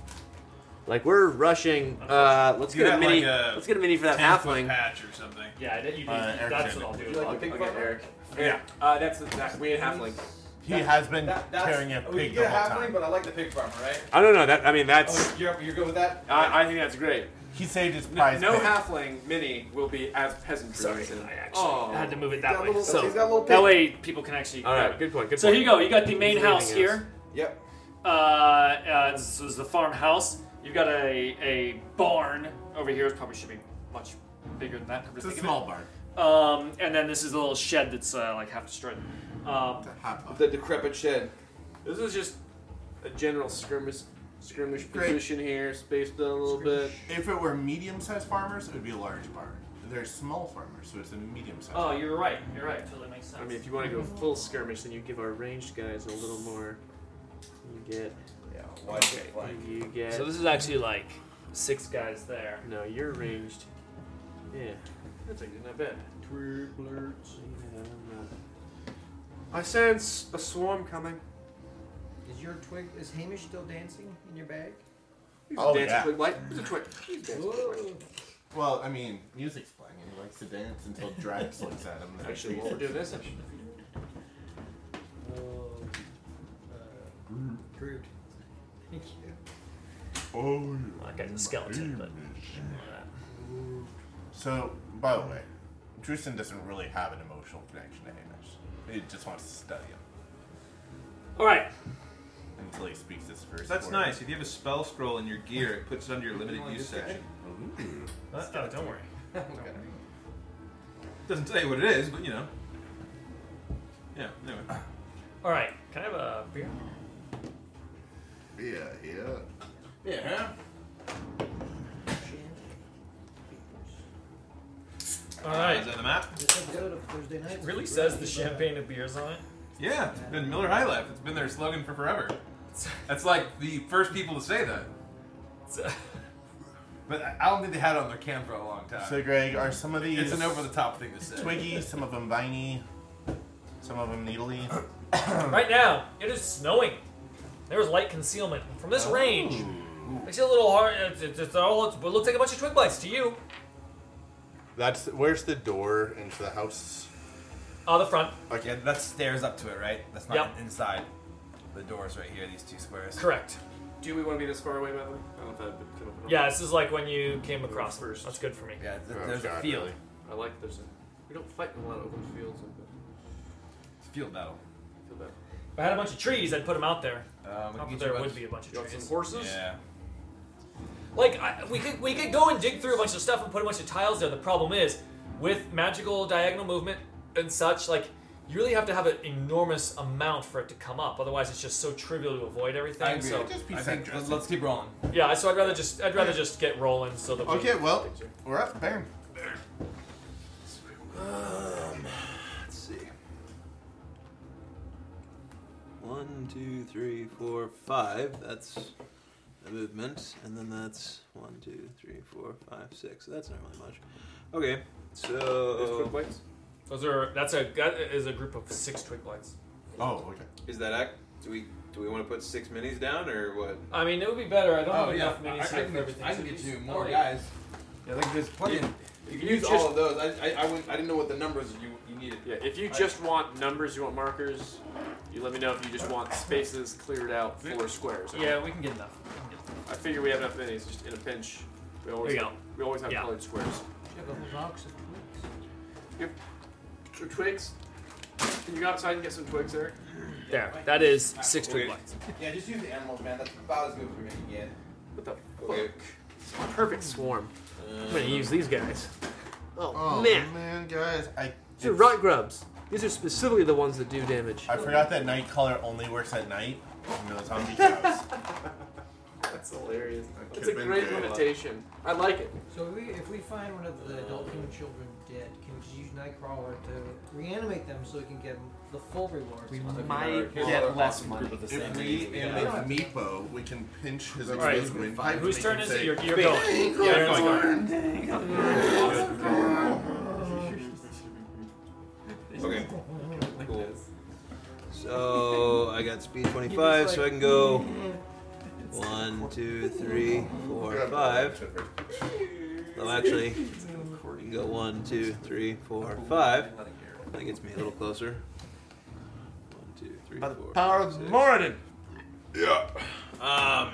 [SPEAKER 7] like we're rushing. Uh, let's
[SPEAKER 10] You
[SPEAKER 7] get a
[SPEAKER 10] have,
[SPEAKER 7] mini.
[SPEAKER 10] like, a
[SPEAKER 7] let's get a mini for that
[SPEAKER 10] 10-foot
[SPEAKER 7] halfling.
[SPEAKER 10] patch or something.
[SPEAKER 2] Yeah, that you do.
[SPEAKER 6] Uh, Eric
[SPEAKER 2] that's
[SPEAKER 6] said
[SPEAKER 2] what I'll do.
[SPEAKER 9] Like the big fuck-
[SPEAKER 10] Yeah.
[SPEAKER 7] Uh, that's that's we had halfling.
[SPEAKER 6] He has been
[SPEAKER 9] That, that's,
[SPEAKER 6] carrying
[SPEAKER 3] oh,
[SPEAKER 6] a
[SPEAKER 9] we
[SPEAKER 6] pig
[SPEAKER 9] Oh, get
[SPEAKER 6] the
[SPEAKER 9] a
[SPEAKER 6] whole
[SPEAKER 9] halfling,
[SPEAKER 6] time.
[SPEAKER 9] but I like the pig farmer, right?
[SPEAKER 7] I don't know. That I mean, that's.
[SPEAKER 9] Oh, you're, you're good with that?
[SPEAKER 7] I, I think that's great.
[SPEAKER 6] He saved his prize. pig.
[SPEAKER 7] halfling mini will be as peasantry.
[SPEAKER 2] Sorry, I actually had to move it that
[SPEAKER 9] Got a
[SPEAKER 2] way.
[SPEAKER 9] little-
[SPEAKER 2] so
[SPEAKER 9] he's got a little
[SPEAKER 2] that
[SPEAKER 9] pig.
[SPEAKER 2] way people can actually.
[SPEAKER 7] Oh. All
[SPEAKER 2] grab
[SPEAKER 7] right,
[SPEAKER 2] it.
[SPEAKER 7] good point. Good
[SPEAKER 2] So
[SPEAKER 7] point.
[SPEAKER 2] here you go. You got the main
[SPEAKER 7] He's
[SPEAKER 2] house
[SPEAKER 7] leading
[SPEAKER 2] here.
[SPEAKER 7] us.
[SPEAKER 9] Yep.
[SPEAKER 2] uh, uh, this was the farmhouse. You've got a, a barn over here. It probably should be much bigger than that. come to
[SPEAKER 6] It's a
[SPEAKER 2] think of
[SPEAKER 6] small barn.
[SPEAKER 2] it. Um, and then this is a little shed that's uh, like half destroyed. Um,
[SPEAKER 6] Half barn.
[SPEAKER 9] The decrepit shed.
[SPEAKER 7] This is just a general skirmish, skirmish
[SPEAKER 6] Great.
[SPEAKER 7] position here, spaced out a little bit.
[SPEAKER 6] If it were medium-sized farmers, it would be a large barn. They're small farmers, so it's a medium-sized.
[SPEAKER 2] oh, you're right. You're right. Totally makes sense.
[SPEAKER 7] I mean, if you want to go full skirmish, then you give our ranged guys a little more. You get,
[SPEAKER 9] Yeah, why is it flying?
[SPEAKER 7] you get.
[SPEAKER 2] so this is actually like six guys there.
[SPEAKER 7] no, you're ranged. Yeah, that's actually not bad. Yeah, I sense a swarm coming.
[SPEAKER 8] Is your twig? Is Hamish still dancing in your bag?
[SPEAKER 6] Oh, yeah.
[SPEAKER 7] light. It's a twig. He's dancing twig.
[SPEAKER 6] Well, I mean, music's playing, and he likes to dance until Drax looks at him. and
[SPEAKER 7] Actually,
[SPEAKER 6] sees
[SPEAKER 7] while we're
[SPEAKER 6] it.
[SPEAKER 7] doing this, I should-
[SPEAKER 8] Groot. Thank you.
[SPEAKER 6] Oh,
[SPEAKER 2] That guy's a skeleton, but
[SPEAKER 6] So, by the way, Drustin doesn't really have an emotional connection to Hamish. He just wants to study him
[SPEAKER 2] all right.
[SPEAKER 6] until he speaks his first.
[SPEAKER 10] That's
[SPEAKER 6] word.
[SPEAKER 10] nice. If you have a spell scroll in your gear, it puts it under your limited use section.
[SPEAKER 6] Ooh.
[SPEAKER 10] Uh, oh, don't worry. Doesn't tell you what it is, but you know. Yeah. Anyway.
[SPEAKER 2] All right. Can I have a beer?
[SPEAKER 6] Yeah, yeah.
[SPEAKER 3] Yeah.
[SPEAKER 2] All
[SPEAKER 10] Uh,
[SPEAKER 2] right.
[SPEAKER 10] is that the map?
[SPEAKER 8] This episode of Thursday night.
[SPEAKER 2] It really says the champagne of beers on it.
[SPEAKER 10] Yeah. It's been Miller High Life. It's been their slogan for forever. That's like the first people to say that.
[SPEAKER 2] It's, uh,
[SPEAKER 10] But I I don't think they had it on their cam for a long time.
[SPEAKER 6] So, Greg, are some of these
[SPEAKER 10] it's an over the top thing to say.
[SPEAKER 6] twiggy, some of them viney, some of them needly?
[SPEAKER 2] Right now, it is snowing. There is light concealment from this range.
[SPEAKER 10] Oh.
[SPEAKER 2] Makes it a little hard. It's, it's, it's all, it looks like a bunch of twig bites to you.
[SPEAKER 6] That's where's the door into the house?
[SPEAKER 2] Uh, the front,
[SPEAKER 3] Okay, that's stairs up to it, right? That's not
[SPEAKER 2] Yep.
[SPEAKER 3] inside. The door's right here, these two squares.
[SPEAKER 2] correct.
[SPEAKER 7] Do we want to be this far away, by the way? I don't know if that would come up.
[SPEAKER 2] Yeah, this is like when you came across first. That's good for me.
[SPEAKER 3] Yeah, th-
[SPEAKER 6] Oh,
[SPEAKER 3] there's a
[SPEAKER 6] God,
[SPEAKER 3] field.
[SPEAKER 6] really?
[SPEAKER 7] I like there's a. We don't fight in a lot of open fields. Like that.
[SPEAKER 3] It's a field battle.
[SPEAKER 7] I feel bad.
[SPEAKER 2] If I had a bunch of trees, I'd put them out there.
[SPEAKER 3] Um, we
[SPEAKER 2] Not
[SPEAKER 3] can
[SPEAKER 2] that
[SPEAKER 3] get you a
[SPEAKER 2] there
[SPEAKER 3] bunch-
[SPEAKER 2] would be a bunch
[SPEAKER 7] You
[SPEAKER 2] of
[SPEAKER 7] want some
[SPEAKER 2] trees.
[SPEAKER 7] horses?
[SPEAKER 3] Yeah.
[SPEAKER 2] Like I, we could we could go and dig through a bunch of stuff and put a bunch of tiles there. The problem is with magical diagonal movement and such. Like you really have to have an enormous amount for it to come up. Otherwise, it's just so trivial to avoid everything.
[SPEAKER 3] I agree.
[SPEAKER 2] So
[SPEAKER 6] Just be
[SPEAKER 3] I think,
[SPEAKER 6] centrist.
[SPEAKER 3] let's keep rolling.
[SPEAKER 2] yeah, so I'd rather just I'd rather just get rolling so that we
[SPEAKER 6] Okay, well, we're at the barn.
[SPEAKER 4] Um,
[SPEAKER 10] Let's see.
[SPEAKER 4] One, two, three, four, five. That's a movement. And then that's one, two, three, four, five, six. That's not really much. Okay,
[SPEAKER 7] Quick
[SPEAKER 4] so.
[SPEAKER 7] bites.
[SPEAKER 2] Those are that's a that is a group of six twig lights.
[SPEAKER 6] Oh, okay.
[SPEAKER 4] Is that act? Do we do we want to put six minis down or what?
[SPEAKER 2] I mean, it would be better. I don't
[SPEAKER 3] Oh,
[SPEAKER 2] have
[SPEAKER 3] yeah.
[SPEAKER 2] enough
[SPEAKER 3] I, I,
[SPEAKER 2] minis here
[SPEAKER 3] can,
[SPEAKER 2] for everything.
[SPEAKER 3] I can
[SPEAKER 2] so
[SPEAKER 3] get
[SPEAKER 2] just-
[SPEAKER 3] you
[SPEAKER 2] oh,
[SPEAKER 3] more
[SPEAKER 2] yeah.
[SPEAKER 3] guys. Yeah, like there's plenty.
[SPEAKER 7] You
[SPEAKER 4] can
[SPEAKER 7] use all of
[SPEAKER 4] those. I, I, I, wouldn't, I didn't know what the numbers you, you needed.
[SPEAKER 7] Yeah, if you just want numbers, you want markers, you let me know if you just want spaces cleared out for squares. okay?
[SPEAKER 2] Yeah, we can get enough.
[SPEAKER 7] I figure we have enough minis, just in a pinch. We always
[SPEAKER 2] There you
[SPEAKER 7] have, we always have
[SPEAKER 2] Yeah.
[SPEAKER 7] colored squares.
[SPEAKER 8] You have a whole box of twigs.
[SPEAKER 7] Tw- Twigs? Can you go outside and get some twigs, Eric?
[SPEAKER 2] There, that is six twig lights.
[SPEAKER 9] Yeah, just use the animals, man. That's about as good as we're gonna get.
[SPEAKER 7] What the
[SPEAKER 4] Okay.
[SPEAKER 7] fuck? Perfect swarm. I'm gonna
[SPEAKER 4] Uh,
[SPEAKER 7] use these guys. Oh,
[SPEAKER 6] Oh
[SPEAKER 7] man.
[SPEAKER 6] man, guys, I
[SPEAKER 7] These are
[SPEAKER 6] it's-
[SPEAKER 7] rot grubs. These are specifically the ones that do damage.
[SPEAKER 6] I forgot that night color only works at night. No zombie cows.
[SPEAKER 7] That's hilarious.
[SPEAKER 6] That
[SPEAKER 7] It's a
[SPEAKER 6] could've been
[SPEAKER 7] great
[SPEAKER 6] good.
[SPEAKER 7] limitation. I like it.
[SPEAKER 8] So if we, if we find one of the adult human children dead, can we just use Nightcrawler to reanimate them so we can get the full reward?
[SPEAKER 3] We
[SPEAKER 8] Well,
[SPEAKER 3] might
[SPEAKER 8] well,
[SPEAKER 3] get less money.
[SPEAKER 6] If we animate Meepo, we can pinch his
[SPEAKER 2] All right.
[SPEAKER 6] exposed windpipe.
[SPEAKER 2] Whose
[SPEAKER 6] and we
[SPEAKER 2] turn
[SPEAKER 6] can
[SPEAKER 2] is
[SPEAKER 6] say,
[SPEAKER 2] it? You're- you're
[SPEAKER 6] "Big
[SPEAKER 2] going."
[SPEAKER 6] ankle
[SPEAKER 2] Yeah, you're going.
[SPEAKER 6] horn, big ankle horn."
[SPEAKER 4] Okay. Cool. So I got speed 25, so I can go one, two, three, four, five. No, actually, I can go one, two, three, four, five. That gets me a little closer. One, two, three,
[SPEAKER 3] By the
[SPEAKER 4] four.
[SPEAKER 3] power of Moradin.
[SPEAKER 4] Yeah. Um.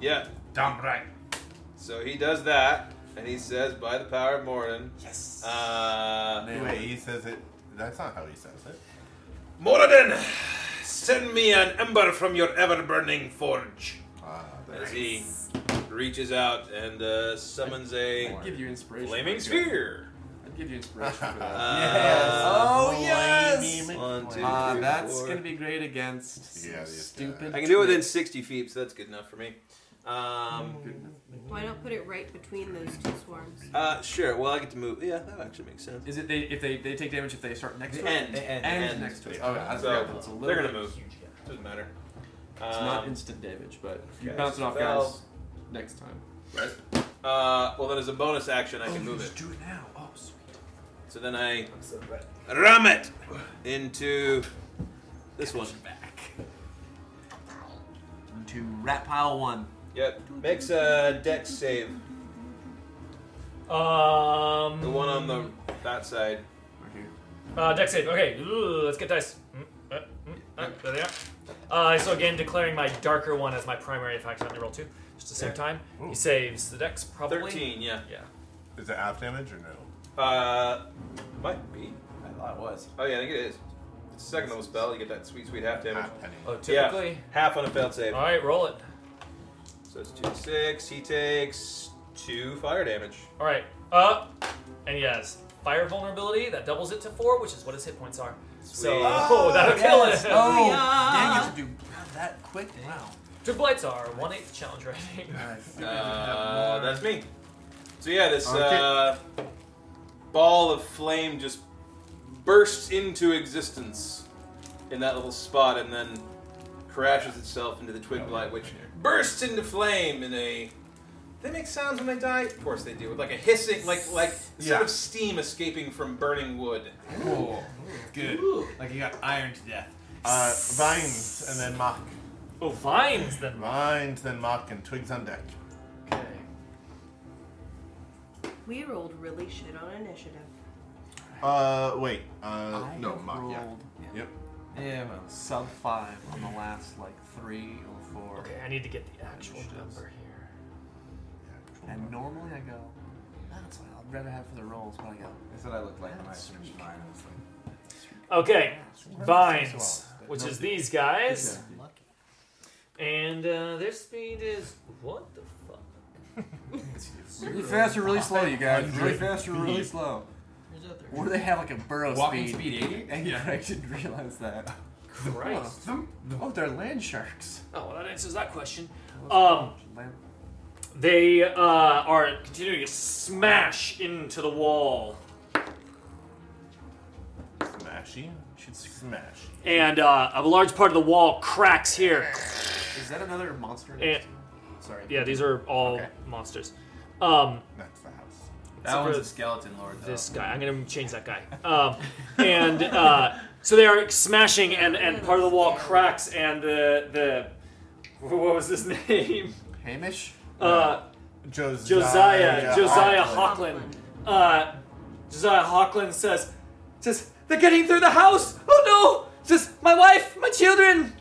[SPEAKER 4] Yeah.
[SPEAKER 12] Damn right.
[SPEAKER 4] So he does that, and he says, "By the power of Moradin."
[SPEAKER 7] Yes.
[SPEAKER 4] Uh.
[SPEAKER 6] Wait, he says it. That's not how he says it.
[SPEAKER 13] Moradin, send me an ember from your ever-burning forge.
[SPEAKER 6] Ah,
[SPEAKER 4] As he reaches out and uh, summons a
[SPEAKER 7] I'd give you inspiration.
[SPEAKER 4] flaming sphere.
[SPEAKER 7] I'd give you inspiration for that.
[SPEAKER 4] Uh,
[SPEAKER 7] Oh yes.
[SPEAKER 4] One, two,
[SPEAKER 7] Uh,
[SPEAKER 4] three,
[SPEAKER 7] that's
[SPEAKER 4] four.
[SPEAKER 7] gonna be great against
[SPEAKER 6] Yeah, these
[SPEAKER 7] stupid.
[SPEAKER 4] I can do it within 60 feet, so that's good enough for me. Um,
[SPEAKER 5] Why not put it right between those two swarms?
[SPEAKER 4] uh, sure. Well, I get to move. Yeah, that actually makes sense.
[SPEAKER 7] Is it they if they, they take damage if they start next
[SPEAKER 4] They
[SPEAKER 7] to it?
[SPEAKER 4] end. They
[SPEAKER 7] End,
[SPEAKER 4] end. End.
[SPEAKER 7] next to it. Oh, yeah, I
[SPEAKER 4] So,
[SPEAKER 7] forgot that it's a little
[SPEAKER 4] they're gonna
[SPEAKER 7] bit-
[SPEAKER 4] move. Doesn't matter.
[SPEAKER 7] It's not
[SPEAKER 4] Um,
[SPEAKER 7] instant damage, but you
[SPEAKER 4] okay.
[SPEAKER 7] bounce it off
[SPEAKER 4] Well-
[SPEAKER 7] guys next time.
[SPEAKER 4] Uh, well, then as a bonus action, I can move it.
[SPEAKER 7] do it now. Oh, sweet.
[SPEAKER 4] So then I
[SPEAKER 7] I'm so ready.
[SPEAKER 4] ram it into this one.
[SPEAKER 7] Into rat pile one.
[SPEAKER 4] Yep. Makes a dex save.
[SPEAKER 2] Um,
[SPEAKER 4] The one on the that side.
[SPEAKER 2] Uh, deck save. Okay, Ooh, let's get dice. Mm, uh, mm, uh, there they are. Uh, so again, declaring my darker one as my primary effect on the roll two, just to save time. He saves the dex probably.
[SPEAKER 4] 13, yeah.
[SPEAKER 2] Yeah.
[SPEAKER 6] Is it half damage or no?
[SPEAKER 4] Uh, might be.
[SPEAKER 3] I thought it was.
[SPEAKER 4] Oh, yeah, I think it is. It's a second level spell. You get that sweet, sweet half damage.
[SPEAKER 6] Half penny.
[SPEAKER 2] Oh,
[SPEAKER 4] Yeah,
[SPEAKER 2] typically.
[SPEAKER 4] half on a failed save.
[SPEAKER 2] All right, roll it.
[SPEAKER 4] So it's 2 6. He takes 2 fire damage.
[SPEAKER 2] All right, uh, and he has fire vulnerability that doubles it to four, which is what his hit points are. So
[SPEAKER 4] Sweet.
[SPEAKER 2] oh, that'll kill it.
[SPEAKER 7] Oh,
[SPEAKER 5] Yeah.
[SPEAKER 7] dang it, dude. Not that quick. Wow.
[SPEAKER 2] Two blights are one eighth challenge rating.
[SPEAKER 4] Uh, that's me. So yeah, this
[SPEAKER 6] Okay.
[SPEAKER 4] uh, ball of flame just bursts into existence in that little spot, and then crashes itself into the twin blight, which bursts into flame in a. They make sounds when they die. Of course they do. Like a hissing, like like
[SPEAKER 6] Yeah.
[SPEAKER 4] sort of steam escaping from burning wood.
[SPEAKER 3] Cool. Good. Like you got ironed to death.
[SPEAKER 6] Uh, vines and then mock.
[SPEAKER 2] Oh, vines then.
[SPEAKER 6] Vines, then mock, and twigs on deck.
[SPEAKER 7] Okay.
[SPEAKER 5] We rolled really shit on initiative.
[SPEAKER 6] Uh, wait. Uh,
[SPEAKER 7] I
[SPEAKER 6] no, mock. Yeah.
[SPEAKER 7] rolled-
[SPEAKER 6] Yep.
[SPEAKER 7] Yeah, well, sub five on the last like three or four.
[SPEAKER 2] Okay, I need to get the actual number here.
[SPEAKER 7] And normally I go, that's what I'd rather have for the rolls, but I go,
[SPEAKER 3] That's what I looked like when I finished mine. I was like,
[SPEAKER 2] Okay, vines,
[SPEAKER 3] Well,
[SPEAKER 2] which
[SPEAKER 3] no,
[SPEAKER 2] is these guys,
[SPEAKER 7] exactly.
[SPEAKER 2] and uh, their speed is what the fuck?
[SPEAKER 7] Really fast or really slow, you guys. Really fast or really
[SPEAKER 6] feet.
[SPEAKER 7] slow.
[SPEAKER 8] Who's out there?
[SPEAKER 7] Or they have like a burrow
[SPEAKER 3] Walking
[SPEAKER 7] speed. eh?
[SPEAKER 3] speed 80?
[SPEAKER 7] And yeah, I didn't realize that.
[SPEAKER 2] Christ.
[SPEAKER 7] Oh, they're land sharks.
[SPEAKER 2] Oh, well, that answers that question. Um,
[SPEAKER 7] What's- land-
[SPEAKER 2] They uh, are continuing to smash into the wall,
[SPEAKER 6] Smashy. Should smash.
[SPEAKER 2] and uh, a large part of the wall cracks here.
[SPEAKER 7] Is that another monster?
[SPEAKER 2] And,
[SPEAKER 7] Sorry.
[SPEAKER 2] yeah, these are all
[SPEAKER 7] Okay.
[SPEAKER 2] monsters. Um,
[SPEAKER 6] That's the house.
[SPEAKER 3] That
[SPEAKER 2] for
[SPEAKER 3] one's a skeleton lord, though.
[SPEAKER 2] this guy, I'm gonna change that guy. Um, and uh, so they are smashing, and, and part of the wall cracks, and the the what was his name?
[SPEAKER 7] Hamish?
[SPEAKER 2] Uh,
[SPEAKER 6] Josiah.
[SPEAKER 2] Josiah, Josiah
[SPEAKER 5] Hawkland.
[SPEAKER 2] Hawkland. Uh, Josiah Hawkland says, says, they're getting through the house. Oh no! Says, my wife, my children.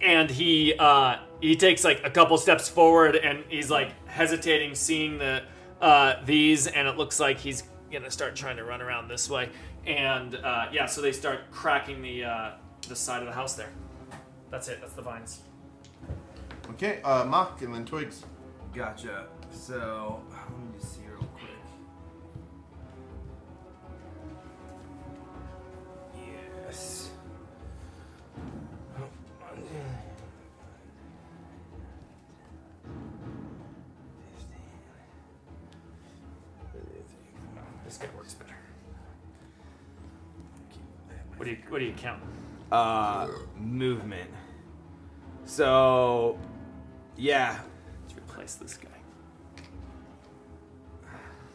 [SPEAKER 2] And he, uh, he takes like a couple steps forward and he's like hesitating, seeing the, uh, these, and it looks like he's gonna start trying to run around this way. And, uh, yeah, so they start cracking the, uh, the side of the house there. That's it, that's the vines.
[SPEAKER 6] Okay, uh, mock and then twigs.
[SPEAKER 3] Gotcha. So, let me just see real quick. Yes.
[SPEAKER 2] get works better. What do you What do you count?
[SPEAKER 14] Uh, movement. So, yeah.
[SPEAKER 2] Let's replace this guy.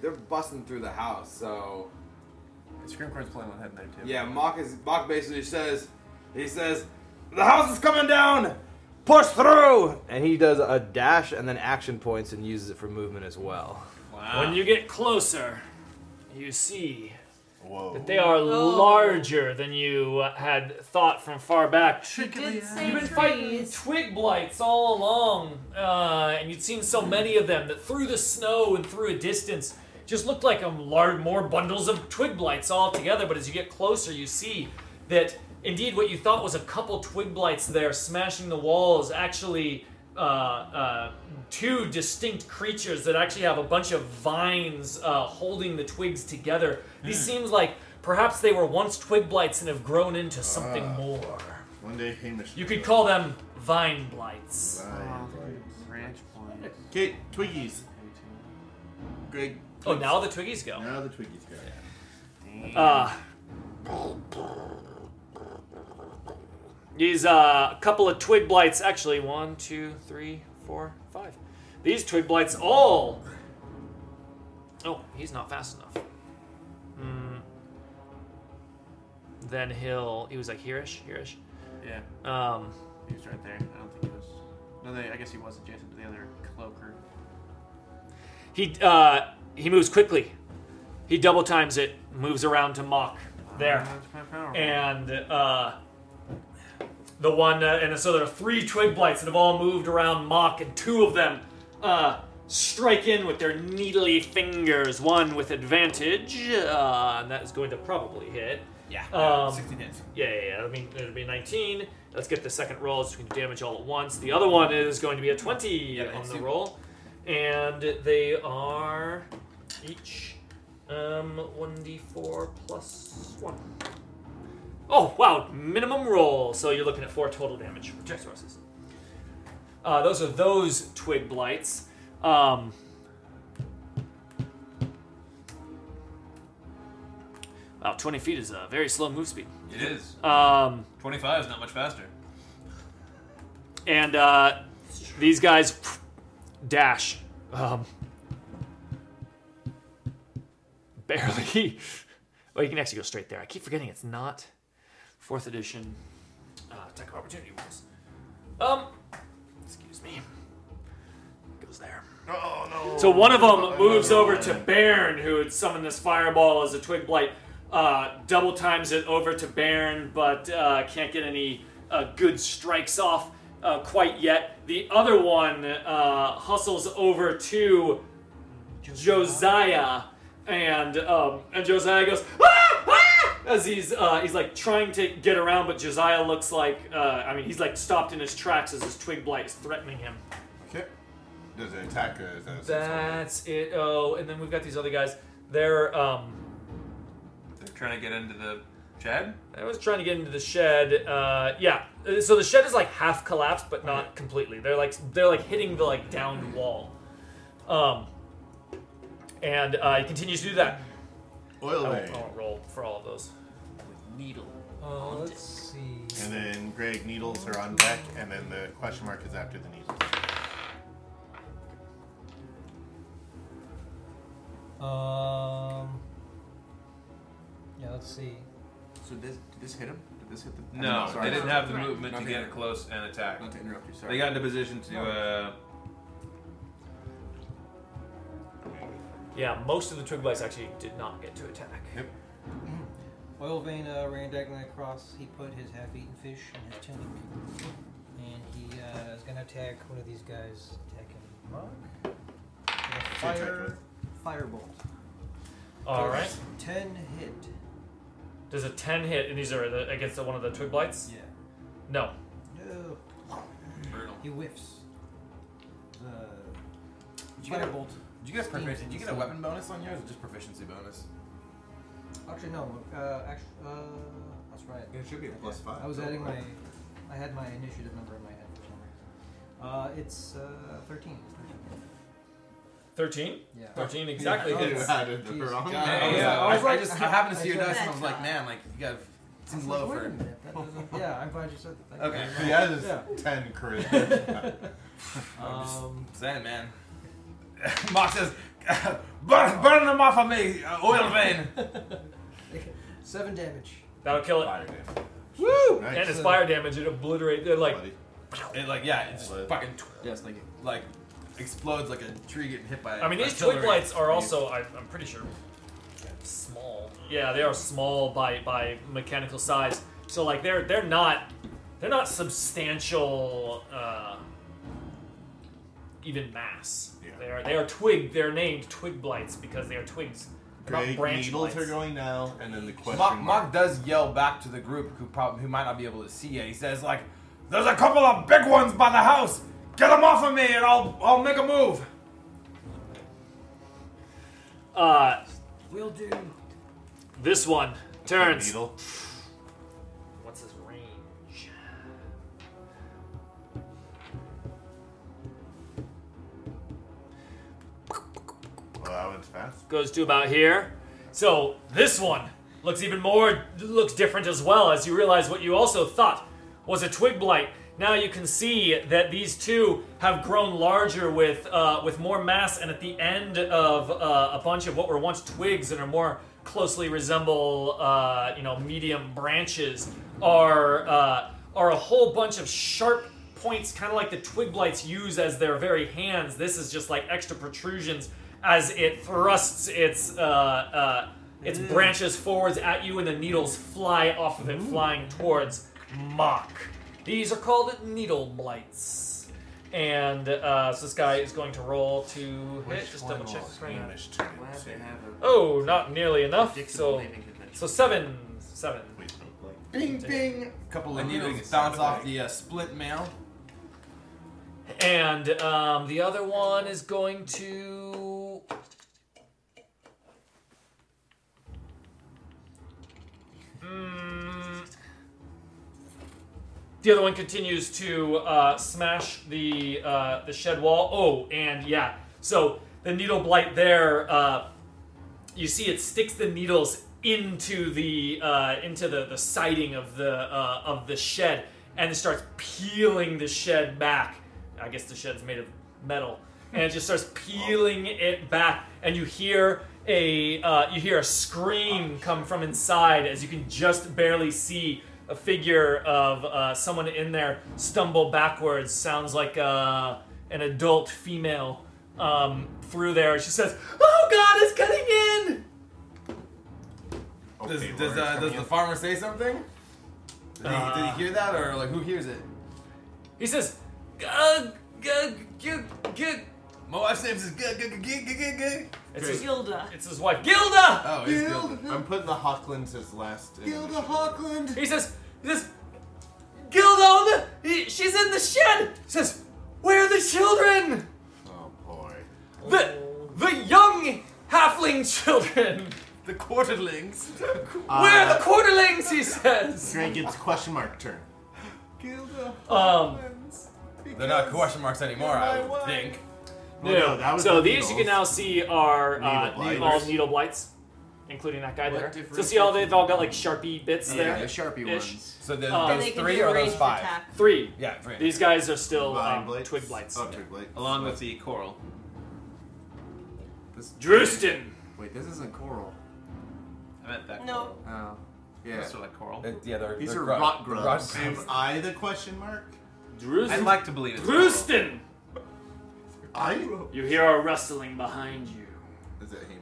[SPEAKER 11] They're busting through the house, so. Scrimcorn's playing on head there too.
[SPEAKER 3] Yeah, Mock is Mock basically says he says
[SPEAKER 14] The house is coming down! Push through! And he does a dash and then action points and uses it for movement as well.
[SPEAKER 2] When you get closer, you see that they are larger than you uh, had thought from far back. You've been fighting twig blights all along, uh, and you'd seen so many of them that through the snow and through a distance just looked like a large, more bundles of twig blights all together. But as you get closer, you see that indeed what you thought was a couple twig blights there smashing the wall is actually uh, uh, two distinct creatures that actually have a bunch of vines uh, holding the twigs together. These
[SPEAKER 6] Hmm.
[SPEAKER 2] seems like perhaps they were once twig blights and have grown into something
[SPEAKER 6] Ah.
[SPEAKER 2] more.
[SPEAKER 6] One day, Hamish.
[SPEAKER 2] You could call them vine blights.
[SPEAKER 6] Branch points. Okay, Twiggies. Greg.
[SPEAKER 2] Oh, now the Twiggies go.
[SPEAKER 6] Now the Twiggies go.
[SPEAKER 2] Uh, these uh, couple of twig blights, actually, one, two, three, four, five. These twig blights all. Oh, he's not fast enough. Hmm. Then he'll. He was like hereish, hereish.
[SPEAKER 11] Yeah.
[SPEAKER 2] Um.
[SPEAKER 11] He was right there. I don't think he was. No, they, I guess he was adjacent to the other cloaker.
[SPEAKER 2] He uh, he moves quickly. He double times it, moves around to mock
[SPEAKER 10] Oh,
[SPEAKER 2] there, and uh, the one uh, and so there are three twig blights that have all moved around mock, and two of them uh, strike in with their needly fingers. One with advantage, uh, and that is going to probably hit.
[SPEAKER 10] Yeah,
[SPEAKER 2] um,
[SPEAKER 10] 16 hits.
[SPEAKER 2] Yeah, yeah, yeah. I mean, it'll be 19. Let's get the second roll. It's going to damage all at once. The other one is going to be a 20 on the roll. And they are each um, 1d4 plus 1. Oh, wow. Minimum roll. So you're looking at 4 total damage from two sources. Uh, those are those twig blights. Um, wow, 20 feet is a very slow move speed.
[SPEAKER 4] It is.
[SPEAKER 2] Um,
[SPEAKER 4] 25 is not much faster.
[SPEAKER 2] and uh, these guys dash um, barely. well, you can actually go straight there. I keep forgetting it's not fourth edition uh, attack of opportunity rules. Um, excuse me. Goes there.
[SPEAKER 6] Oh no.
[SPEAKER 2] So one of them moves over to Bairn, who had summoned this fireball as a twig blight. Uh, double times it over to Bairn, but uh, can't get any uh, good strikes off uh, quite yet. The other one uh, hustles over to Josiah, and um, and Josiah goes "Ah! Ah!" as he's uh, he's like trying to get around, but Josiah looks like uh, I mean he's like stopped in his tracks as his twig blight is threatening him.
[SPEAKER 6] Okay. Does it attack or is that
[SPEAKER 2] That's it. Oh, and then we've got these other guys. They're um.
[SPEAKER 4] They're trying to get into the shed.
[SPEAKER 2] I was trying to get into the shed. Uh, yeah. Uh, So the shed is like half collapsed, but not completely. They're like they're like hitting the like downed wall. Um. And uh, he continues to do that.
[SPEAKER 6] Oil
[SPEAKER 2] I won't,
[SPEAKER 6] away.
[SPEAKER 2] I won't roll for all of those. Needle.
[SPEAKER 8] Uh, let's see.
[SPEAKER 6] And then Greg needles are on deck, and then the question mark is after the needles.
[SPEAKER 8] Um. Yeah, let's see.
[SPEAKER 11] So this, did this hit him? Did this hit the?
[SPEAKER 4] No,
[SPEAKER 11] Sorry.
[SPEAKER 4] they didn't have the
[SPEAKER 11] Right.
[SPEAKER 4] movement to
[SPEAKER 11] Not
[SPEAKER 4] get
[SPEAKER 11] interrupt-
[SPEAKER 4] close and attack.
[SPEAKER 11] Not to interrupt you. Sorry.
[SPEAKER 4] They got into position to. Uh,
[SPEAKER 2] Yeah, most of the twig blights actually did not get to attack.
[SPEAKER 6] Yep.
[SPEAKER 8] Oil vein uh, ran diagonally across. He put his half-eaten fish in his tunic, and he uh, is going to attack one of these guys. Attack him. Mark. Fire. Firebolt.
[SPEAKER 2] All
[SPEAKER 8] Does
[SPEAKER 2] right.
[SPEAKER 8] Ten hit.
[SPEAKER 2] Does a ten hit? And these are the, against the, one of the twig blights.
[SPEAKER 8] Yeah.
[SPEAKER 2] No.
[SPEAKER 8] No.
[SPEAKER 4] Brutal.
[SPEAKER 8] He whiffs. The
[SPEAKER 10] Did you get a-
[SPEAKER 8] firebolt.
[SPEAKER 10] Did you get a
[SPEAKER 8] steams
[SPEAKER 10] proficiency? Did you get a
[SPEAKER 8] himself.
[SPEAKER 10] weapon bonus on yours, or just proficiency bonus?
[SPEAKER 8] Actually, no. Uh, actually, uh, that's right.
[SPEAKER 10] It should be a
[SPEAKER 8] Okay.
[SPEAKER 10] plus five,
[SPEAKER 8] I was
[SPEAKER 10] don't
[SPEAKER 8] adding my.
[SPEAKER 10] worry.
[SPEAKER 8] I had my initiative number in my head for some reason. Uh, it's uh, 13. It's 13.
[SPEAKER 2] Thirteen.
[SPEAKER 10] Yeah. Oh,
[SPEAKER 2] Thirteen exactly.
[SPEAKER 8] Oh,
[SPEAKER 10] Yeah.
[SPEAKER 2] hits.
[SPEAKER 10] I did the wrong
[SPEAKER 2] Yeah,
[SPEAKER 10] thing.
[SPEAKER 2] yeah,
[SPEAKER 10] Yeah.
[SPEAKER 2] I was like,
[SPEAKER 10] I just I happened to see your dice and I was like, man, like you got it seems low
[SPEAKER 8] Wait a
[SPEAKER 10] for.
[SPEAKER 8] minute, that doesn't- yeah, I'm glad you said that. Thank
[SPEAKER 10] Okay.
[SPEAKER 8] you.
[SPEAKER 6] Yeah, it's
[SPEAKER 8] Yeah.
[SPEAKER 6] 10 charisma.
[SPEAKER 10] I'm just
[SPEAKER 8] Um,
[SPEAKER 10] saying, man. Mark says, burn, burn them off of me, uh, oil vein.
[SPEAKER 8] Seven damage.
[SPEAKER 2] That'll kill it.
[SPEAKER 8] Woo!
[SPEAKER 10] Nice.
[SPEAKER 2] And it's fire damage. It obliterates. It like.
[SPEAKER 10] It like yeah, it just fucking tw- yes, like like explodes like a tree getting hit by.
[SPEAKER 2] I mean, these twig
[SPEAKER 10] artillery.
[SPEAKER 2] lights are also. I, I'm pretty sure. Small. Yeah, they are small by by mechanical size. So like they're they're not they're not substantial. Uh, even mass. They are they are twig. They're named twig blights because they are twigs. They're not
[SPEAKER 6] Great
[SPEAKER 2] branch
[SPEAKER 6] needles
[SPEAKER 2] blights.
[SPEAKER 6] are going now, and then the question
[SPEAKER 10] Mark,
[SPEAKER 6] mark.
[SPEAKER 10] Mark does yell back to the group who probably who might not be able to see it. He says like, "There's a couple of big ones by the house. Get them off of me, and I'll I'll make a move."
[SPEAKER 2] Uh,
[SPEAKER 8] Will do.
[SPEAKER 2] this one turns.
[SPEAKER 6] Needle.
[SPEAKER 2] What's his range?
[SPEAKER 6] Well, that went fast.
[SPEAKER 2] goes to about here. So this one looks even more looks different as well as you realize what you also thought was a twig blight. Now you can see that these two have grown larger with uh, with more mass, and at the end of uh, a bunch of what were once twigs and are more closely resemble uh, you know medium branches are uh, are a whole bunch of sharp points, kind of like the twig blights use as their very hands. This is just like extra protrusions as it thrusts its uh, uh, its
[SPEAKER 15] Mm.
[SPEAKER 2] branches forwards at you, and the needles fly off of it, flying towards Mock. These are called needle blights. And uh, so this guy is going to roll to hit. Just double check the screen. Oh, not nearly enough. So, so seven, seven.
[SPEAKER 10] Bing bing. couple of
[SPEAKER 2] I'm really
[SPEAKER 10] needles bounce off the uh, split mail.
[SPEAKER 2] And um, the other one is going to. Mm. The other one continues to uh, smash the uh, the shed wall. Oh, and yeah, so the needle blight there. Uh, you see, it sticks the needles into the uh, into the, the siding of the uh, of the shed, and it starts peeling the shed back. I guess the shed's made of metal, and it just starts peeling it back, and you hear a uh, you hear a scream come from inside as you can just barely see a figure of uh, someone in there stumble backwards. Sounds like uh, an adult female um, through there. She says, "Oh God, it's cutting in."
[SPEAKER 10] Does does, uh, does the farmer say something? Did, he, did
[SPEAKER 2] Uh,
[SPEAKER 10] he hear that, or like who hears it?
[SPEAKER 2] He says, "Uh, g- g- g-
[SPEAKER 10] My wife's name is Gug Gug Gug Gug Gug.
[SPEAKER 2] It's his-
[SPEAKER 5] Gilda.
[SPEAKER 2] It's his wife, Gilda.
[SPEAKER 10] Oh, it's Gilda.
[SPEAKER 6] I'm putting the Hawklands as last. in.
[SPEAKER 10] Hawkland.
[SPEAKER 2] He says, he says, Gilda, on the, he- she's in the shed. He says, where are the children?
[SPEAKER 6] Oh boy.
[SPEAKER 2] The the young halfling children.
[SPEAKER 10] The quarterlings.
[SPEAKER 2] Where are the quarterlings? He says.
[SPEAKER 6] Drake gets question mark turn.
[SPEAKER 2] Um.
[SPEAKER 10] They're not question marks anymore, I would think.
[SPEAKER 2] No,
[SPEAKER 6] Well, Oh, no, that was
[SPEAKER 2] so
[SPEAKER 6] the
[SPEAKER 2] these you can
[SPEAKER 6] needles.
[SPEAKER 2] now see are uh,
[SPEAKER 6] Needle
[SPEAKER 2] all
[SPEAKER 6] blighters.
[SPEAKER 2] needle blights, including that guy
[SPEAKER 10] What
[SPEAKER 2] there. So
[SPEAKER 10] difference
[SPEAKER 2] see all they've all got like sharpie bits there. ish.
[SPEAKER 10] So there's
[SPEAKER 2] Um,
[SPEAKER 10] those
[SPEAKER 5] They can
[SPEAKER 10] three
[SPEAKER 5] do a
[SPEAKER 10] or those
[SPEAKER 5] ranged
[SPEAKER 10] five?
[SPEAKER 5] attack.
[SPEAKER 2] Three.
[SPEAKER 10] Yeah, three.
[SPEAKER 2] These guys are still
[SPEAKER 6] Vine
[SPEAKER 2] um,
[SPEAKER 6] blights?
[SPEAKER 2] twig blights.
[SPEAKER 6] Oh, twig blights.
[SPEAKER 4] Along with the coral.
[SPEAKER 7] This,
[SPEAKER 2] Drustin.
[SPEAKER 7] wait, this isn't coral.
[SPEAKER 4] I meant that.
[SPEAKER 5] No.
[SPEAKER 7] Oh, yeah.
[SPEAKER 4] Those are like coral.
[SPEAKER 10] Uh, yeah, they're,
[SPEAKER 7] These
[SPEAKER 10] they're
[SPEAKER 7] are
[SPEAKER 10] grub.
[SPEAKER 7] rock
[SPEAKER 10] They're
[SPEAKER 7] grubs.
[SPEAKER 10] grub.
[SPEAKER 6] Am I the question mark?
[SPEAKER 2] Drustin.
[SPEAKER 4] I'd like to believe it's
[SPEAKER 2] Drustin.
[SPEAKER 6] I.
[SPEAKER 2] You hear a rustling behind you.
[SPEAKER 6] Is it Hamish?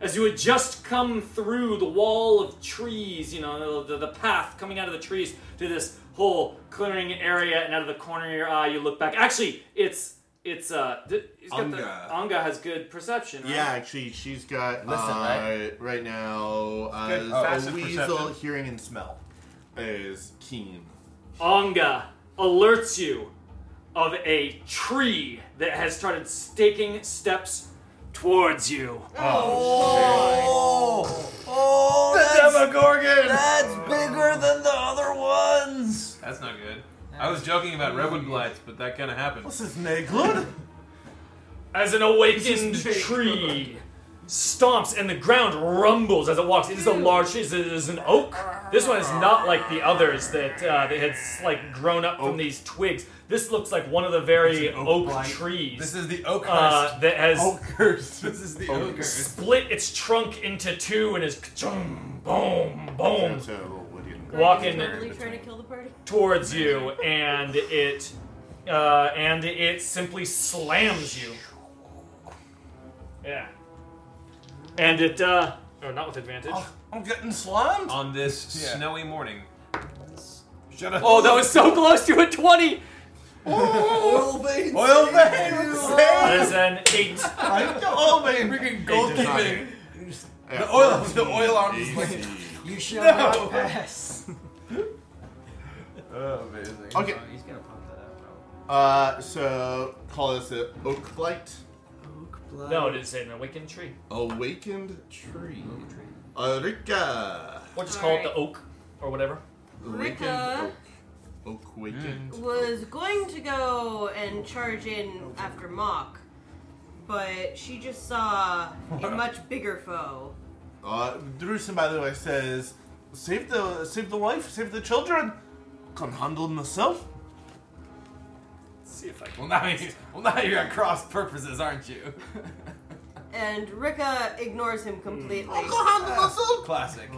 [SPEAKER 2] As you had just come through the wall of trees, you know, the, the path coming out of the trees to this whole clearing area, and out of the corner of your eye, you look back. Actually, it's it's uh, th- he's got
[SPEAKER 6] Anga.
[SPEAKER 2] the Anga has good perception. Right?
[SPEAKER 6] Yeah, actually, she's got
[SPEAKER 10] Listen,
[SPEAKER 6] uh,
[SPEAKER 10] right? Oh,
[SPEAKER 6] right? now
[SPEAKER 4] Good
[SPEAKER 6] uh, a
[SPEAKER 4] passive
[SPEAKER 6] weasel
[SPEAKER 4] perception.
[SPEAKER 6] hearing and smell is keen.
[SPEAKER 2] Anga alerts you of a tree that has started taking steps towards you.
[SPEAKER 9] Oh, oh,
[SPEAKER 10] The Demogorgon!
[SPEAKER 9] that's bigger than the other ones.
[SPEAKER 4] That's not good. I was joking about redwood blights, but that kind of happened.
[SPEAKER 6] This is Neglud.
[SPEAKER 2] as an awakened tree stomps and the ground rumbles as it walks. It is a large tree. It is an oak. This one is not like the others that uh, that had s- like grown up from these twigs. This looks like one of the very
[SPEAKER 10] It's an
[SPEAKER 2] oak,
[SPEAKER 10] oak blight.
[SPEAKER 2] trees.
[SPEAKER 10] This is the oak
[SPEAKER 2] uh,
[SPEAKER 10] hurst.
[SPEAKER 2] that has
[SPEAKER 10] Oak hurst. This is the oak hurst.
[SPEAKER 2] split its trunk into two and is boom, boom, boom,
[SPEAKER 5] Greg
[SPEAKER 2] walking
[SPEAKER 5] is totally trying to kill the party.
[SPEAKER 2] towards you, and it uh, and it simply slams you. Yeah. And it uh, or not with advantage.
[SPEAKER 6] I'm getting slammed
[SPEAKER 4] on this snowy morning.
[SPEAKER 6] Shut up.
[SPEAKER 2] Oh, that was so close to a twenty.
[SPEAKER 6] Oil vein. Oil
[SPEAKER 2] That is an eight.
[SPEAKER 6] oil vein. Freaking
[SPEAKER 10] goalkeeping.
[SPEAKER 6] The
[SPEAKER 10] oil, the oil arm is like.
[SPEAKER 8] You
[SPEAKER 10] shall
[SPEAKER 8] not
[SPEAKER 10] pass. Oh, amazing.
[SPEAKER 6] Okay.
[SPEAKER 8] He's gonna pop that out.
[SPEAKER 6] Uh, so call this a oak blight. Oak blight.
[SPEAKER 2] No, it didn't say an awakened tree.
[SPEAKER 6] Awakened tree. Arika.
[SPEAKER 2] Or just call it the oak or whatever.
[SPEAKER 5] Rika
[SPEAKER 6] Oak awakened.
[SPEAKER 5] was going to go and charge in after Mock, but she just saw a much bigger foe.
[SPEAKER 2] Hmm.
[SPEAKER 6] Uh, Drusen, by the way, says, "Save the save the wife, save the children. Can handle myself."
[SPEAKER 2] See if I
[SPEAKER 10] Well, now you, well, now you're at cross purposes, aren't you?
[SPEAKER 5] And Rika ignores him completely.
[SPEAKER 10] Classic.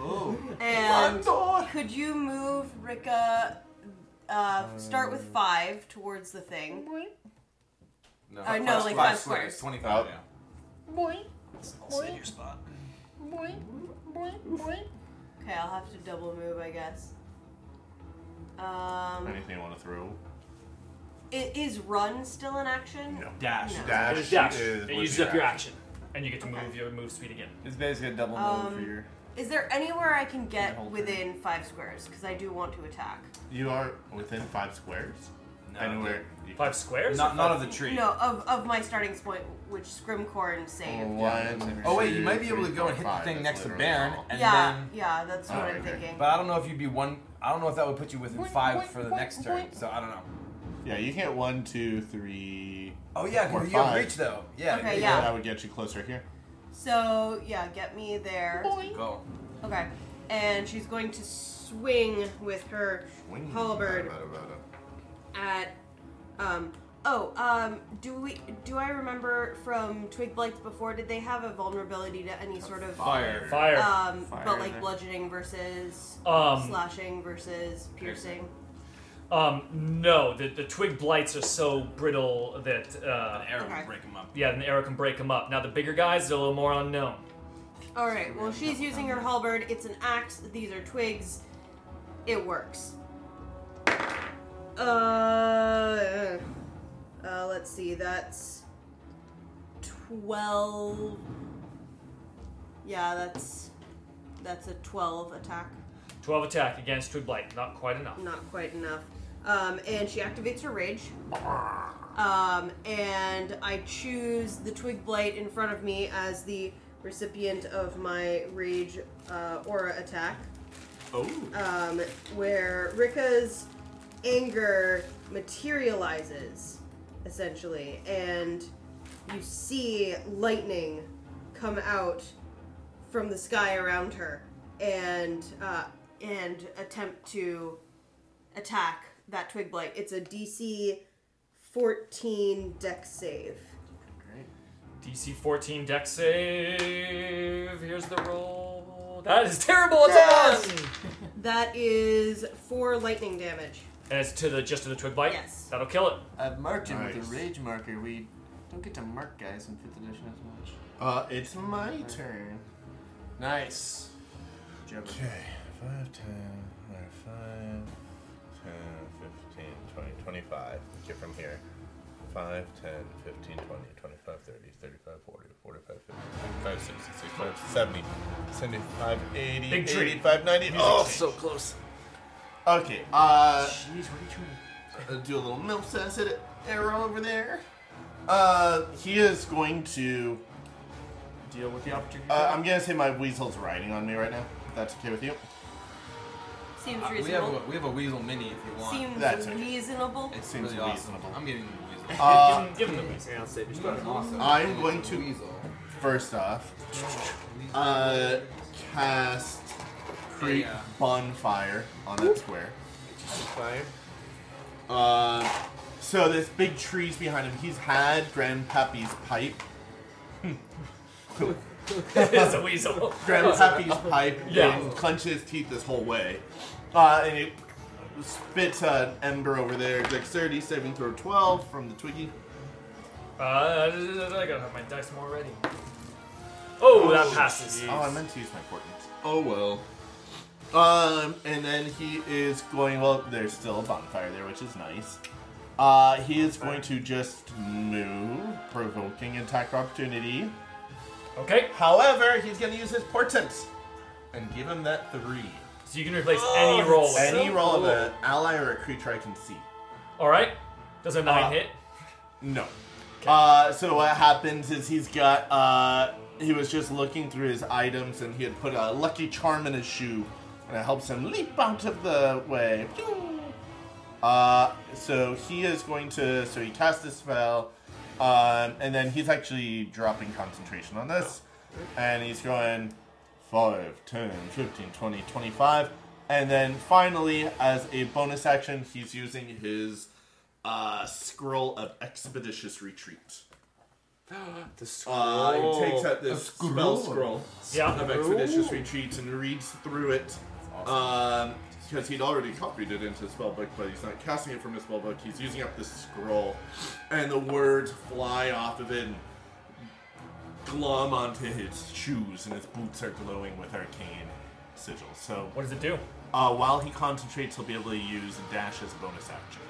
[SPEAKER 5] And could you move Rika? Uh, start
[SPEAKER 2] Mm.
[SPEAKER 5] with five towards the thing.
[SPEAKER 10] No,
[SPEAKER 5] Uh, no, like five squares.
[SPEAKER 10] Twenty-five
[SPEAKER 6] Oh.
[SPEAKER 10] now.
[SPEAKER 5] Boy.
[SPEAKER 8] Sit in your spot.
[SPEAKER 5] Boy. Boy. Boy. Okay, I'll have to double move, I guess. Um,
[SPEAKER 6] Anything you want to throw?
[SPEAKER 5] i- is run still in action?
[SPEAKER 6] Dash.
[SPEAKER 5] No.
[SPEAKER 6] Dash.
[SPEAKER 2] There's dash.
[SPEAKER 6] is-
[SPEAKER 2] It
[SPEAKER 6] would
[SPEAKER 2] uses
[SPEAKER 6] be
[SPEAKER 2] up your
[SPEAKER 6] action.
[SPEAKER 2] action, and you get to move your move speed again.
[SPEAKER 10] It's basically a double
[SPEAKER 5] Um,
[SPEAKER 10] move for your.
[SPEAKER 5] Is there anywhere I can
[SPEAKER 10] Yeah,
[SPEAKER 5] get
[SPEAKER 10] hold
[SPEAKER 5] within five squares? Because I do want to attack.
[SPEAKER 6] You are within five squares.
[SPEAKER 10] No,
[SPEAKER 6] Anywhere.
[SPEAKER 2] Five squares?
[SPEAKER 10] Not, not of the tree.
[SPEAKER 5] No, of, of my starting point, which Scrimcorn saved.
[SPEAKER 6] One.
[SPEAKER 10] Oh wait, you
[SPEAKER 6] two,
[SPEAKER 10] might be able to
[SPEAKER 6] three,
[SPEAKER 10] go and
[SPEAKER 6] four,
[SPEAKER 10] hit
[SPEAKER 6] five.
[SPEAKER 10] the thing
[SPEAKER 6] That's
[SPEAKER 10] next to
[SPEAKER 6] literally
[SPEAKER 10] Baron,
[SPEAKER 6] all.
[SPEAKER 10] and
[SPEAKER 5] yeah,
[SPEAKER 10] then.
[SPEAKER 5] yeah, that's what
[SPEAKER 10] Alright,
[SPEAKER 5] I'm
[SPEAKER 10] okay.
[SPEAKER 5] thinking.
[SPEAKER 10] But I don't know if you'd be one. I don't know if that would put you within five for the next turn. So I don't know.
[SPEAKER 6] Yeah, you can get one, two, three.
[SPEAKER 10] Oh yeah,
[SPEAKER 6] four,
[SPEAKER 10] because you have
[SPEAKER 6] five.
[SPEAKER 10] reach though. Yeah.
[SPEAKER 5] Okay, yeah.
[SPEAKER 6] That would get you closer here.
[SPEAKER 5] So, yeah, get me there.
[SPEAKER 10] Go.
[SPEAKER 5] Okay. And she's going to swing with her
[SPEAKER 6] Swing.
[SPEAKER 5] halberd
[SPEAKER 6] Bada, bada, bada.
[SPEAKER 5] at. Um, oh, um, do we? Do I remember from Twig Blights before? Did they have a vulnerability to any sort of
[SPEAKER 10] Fire.
[SPEAKER 2] Fire.
[SPEAKER 5] Um,
[SPEAKER 2] Fire
[SPEAKER 5] but
[SPEAKER 2] in
[SPEAKER 5] like
[SPEAKER 2] there.
[SPEAKER 5] bludgeoning versus
[SPEAKER 2] Um,
[SPEAKER 5] slashing versus piercing.
[SPEAKER 2] Um, no, the, the twig blights are so brittle that uh,
[SPEAKER 10] Arrow
[SPEAKER 5] Okay.
[SPEAKER 10] will break him up.
[SPEAKER 2] yeah, an arrow can break them up. Now the bigger guys are a little more unknown.
[SPEAKER 5] All right. Well, she's using her halberd. It's an axe. These are twigs. It works. Uh, uh let's see. That's twelve. Yeah, that's that's a twelve attack.
[SPEAKER 2] Twelve attack against twig blight, not quite enough.
[SPEAKER 5] Not quite enough. Um, and she activates her rage. Um, and I choose the twig blight in front of me as the recipient of my rage uh, aura attack
[SPEAKER 6] Oh.
[SPEAKER 5] um, where Rika's anger materializes, essentially, and you see lightning come out from the sky around her and uh, and attempt to attack that twig blight. It's a DC 14 Dex save.
[SPEAKER 2] DC 14 deck save. Here's the roll. That is terrible. It's
[SPEAKER 5] Yes!
[SPEAKER 2] a one.
[SPEAKER 5] That is four lightning damage.
[SPEAKER 2] And it's to the just to the twig blight.
[SPEAKER 5] Yes.
[SPEAKER 2] That'll kill it.
[SPEAKER 7] I've marked him with
[SPEAKER 6] Nice.
[SPEAKER 7] a rage marker. We don't get to mark guys in fifth edition as much.
[SPEAKER 6] Uh, it's my turn.
[SPEAKER 7] Nice. Jabber.
[SPEAKER 6] Okay, 5, 10, or 5, 10, 15, 20, 25. Get from here. 5, 10, 15, 20, 25, 30, 35, 40, 45, 50, 55, 60, 65, 70, 75, 80,
[SPEAKER 2] Big tree.
[SPEAKER 6] 85, 90. Oh, so close. Okay, uh,
[SPEAKER 7] Jeez, what are you trying
[SPEAKER 6] uh, do a little milk acid arrow over there. Uh, he is going to.
[SPEAKER 7] to deal with the opportunity?
[SPEAKER 6] Uh, I'm gonna say my weasel's riding on me right now. If that's okay with you.
[SPEAKER 5] Seems
[SPEAKER 4] Uh, we have
[SPEAKER 5] reasonable.
[SPEAKER 4] a, we have a weasel mini if you want.
[SPEAKER 5] Seems reasonable.
[SPEAKER 4] It's
[SPEAKER 6] Seems
[SPEAKER 4] really
[SPEAKER 6] reasonable.
[SPEAKER 4] Awesome. I'm getting the weasel.
[SPEAKER 6] Uh,
[SPEAKER 7] Um,
[SPEAKER 2] give him the weasel. Yeah, I'll save your stuff.
[SPEAKER 4] Awesome.
[SPEAKER 6] I'm going to first off uh, cast create
[SPEAKER 4] Yeah.
[SPEAKER 6] bonfire on that square. Bonfire. Uh, so this big tree's behind him. He's had Grandpappy's pipe.
[SPEAKER 2] It's a weasel.
[SPEAKER 6] Grandpappy's pipe
[SPEAKER 2] Yeah.
[SPEAKER 6] and clenches his teeth this whole way. Uh, and it spits uh, an ember over there. Dexterity saving throw 12 from the Twiggy.
[SPEAKER 2] Uh, I gotta have my dice more ready. Oh, that passes.
[SPEAKER 6] Oh, I meant to use my portent. Oh well. Um, and then he is going. Well, there's still a bonfire there, which is nice. Uh, he is going to just move, provoking attack opportunity.
[SPEAKER 2] Okay.
[SPEAKER 6] However, he's going to use his portent and give him that three.
[SPEAKER 2] So you can replace any
[SPEAKER 6] Oh,
[SPEAKER 2] roll. with it.
[SPEAKER 6] any roll of an ally or a creature I can see.
[SPEAKER 2] All right. Does a nine
[SPEAKER 6] Uh,
[SPEAKER 2] hit?
[SPEAKER 6] No. Uh, so what happens is he's got. Uh, he was just looking through his items, and he had put a lucky charm in his shoe, and it helps him leap out of the way. Pew! Uh, so he is going to. So he casts a spell, um, and then he's actually dropping concentration on this, and he's going 5, 10, 15, 20, 25. And then finally, as a bonus action, he's using his uh, Scroll of Expeditious Retreat.
[SPEAKER 16] The
[SPEAKER 6] Uh, he takes out
[SPEAKER 16] A
[SPEAKER 6] this
[SPEAKER 16] scroll.
[SPEAKER 6] spell scroll
[SPEAKER 16] Yeah.
[SPEAKER 6] of Expeditious Retreat and reads through it. Um, because he'd already copied it into his spellbook, but he's not casting it from his spellbook. He's using up this scroll, and the words fly off of it and glom onto his shoes, and his boots are glowing with arcane sigils. So,
[SPEAKER 2] what does it do?
[SPEAKER 6] Uh, while he concentrates, he'll be able to use a dash as a bonus action.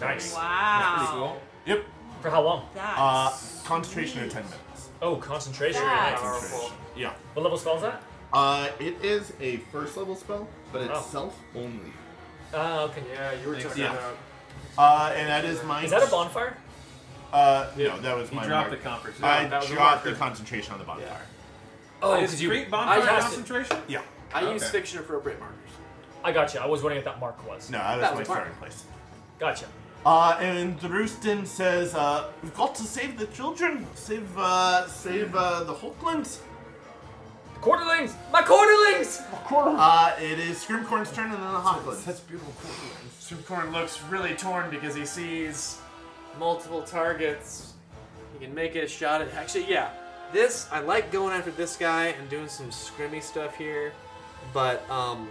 [SPEAKER 2] Nice.
[SPEAKER 5] Wow.
[SPEAKER 6] Pretty cool. Yep.
[SPEAKER 2] For how long?
[SPEAKER 6] Uh, concentration in ten minutes.
[SPEAKER 2] Oh, concentration.
[SPEAKER 6] That's
[SPEAKER 2] powerful.
[SPEAKER 6] Yeah.
[SPEAKER 2] What level spell is that?
[SPEAKER 6] Uh, it is a first level spell, but it's
[SPEAKER 2] Oh.
[SPEAKER 6] self only.
[SPEAKER 2] Ah, okay. Yeah, you were talking
[SPEAKER 6] Yeah. Uh, and that is my.
[SPEAKER 2] Is that a bonfire?
[SPEAKER 6] Uh, no, that was
[SPEAKER 2] He
[SPEAKER 6] my.
[SPEAKER 2] dropped
[SPEAKER 6] mark.
[SPEAKER 2] the conference.
[SPEAKER 6] I
[SPEAKER 2] Yeah, that was a
[SPEAKER 6] dropped
[SPEAKER 2] marker.
[SPEAKER 6] the concentration on the bonfire.
[SPEAKER 2] Oh,
[SPEAKER 6] Is
[SPEAKER 2] because you
[SPEAKER 6] Greek
[SPEAKER 2] I
[SPEAKER 6] bonfire
[SPEAKER 2] cast it.
[SPEAKER 4] concentration?
[SPEAKER 6] Yeah.
[SPEAKER 2] I use Okay.
[SPEAKER 6] fiction
[SPEAKER 16] appropriate markers.
[SPEAKER 2] I got you. I was wondering if that mark was.
[SPEAKER 6] No, that was
[SPEAKER 2] That
[SPEAKER 6] my
[SPEAKER 2] was mark.
[SPEAKER 6] starting place.
[SPEAKER 2] Gotcha.
[SPEAKER 6] Uh, and Drustin says, uh, "We've got to save the children. Save, uh, save uh, the Hulklands."
[SPEAKER 2] Quarterlings! My quarterlings!
[SPEAKER 6] Uh, it is Scrimcorn's turn and then the Hawklands.
[SPEAKER 17] That's beautiful. quarterlings.
[SPEAKER 18] Supercorn looks really torn because he sees multiple targets.
[SPEAKER 7] You can make it a shot at. Actually, yeah. This I like going after this guy and doing some scrimmy stuff here, but um,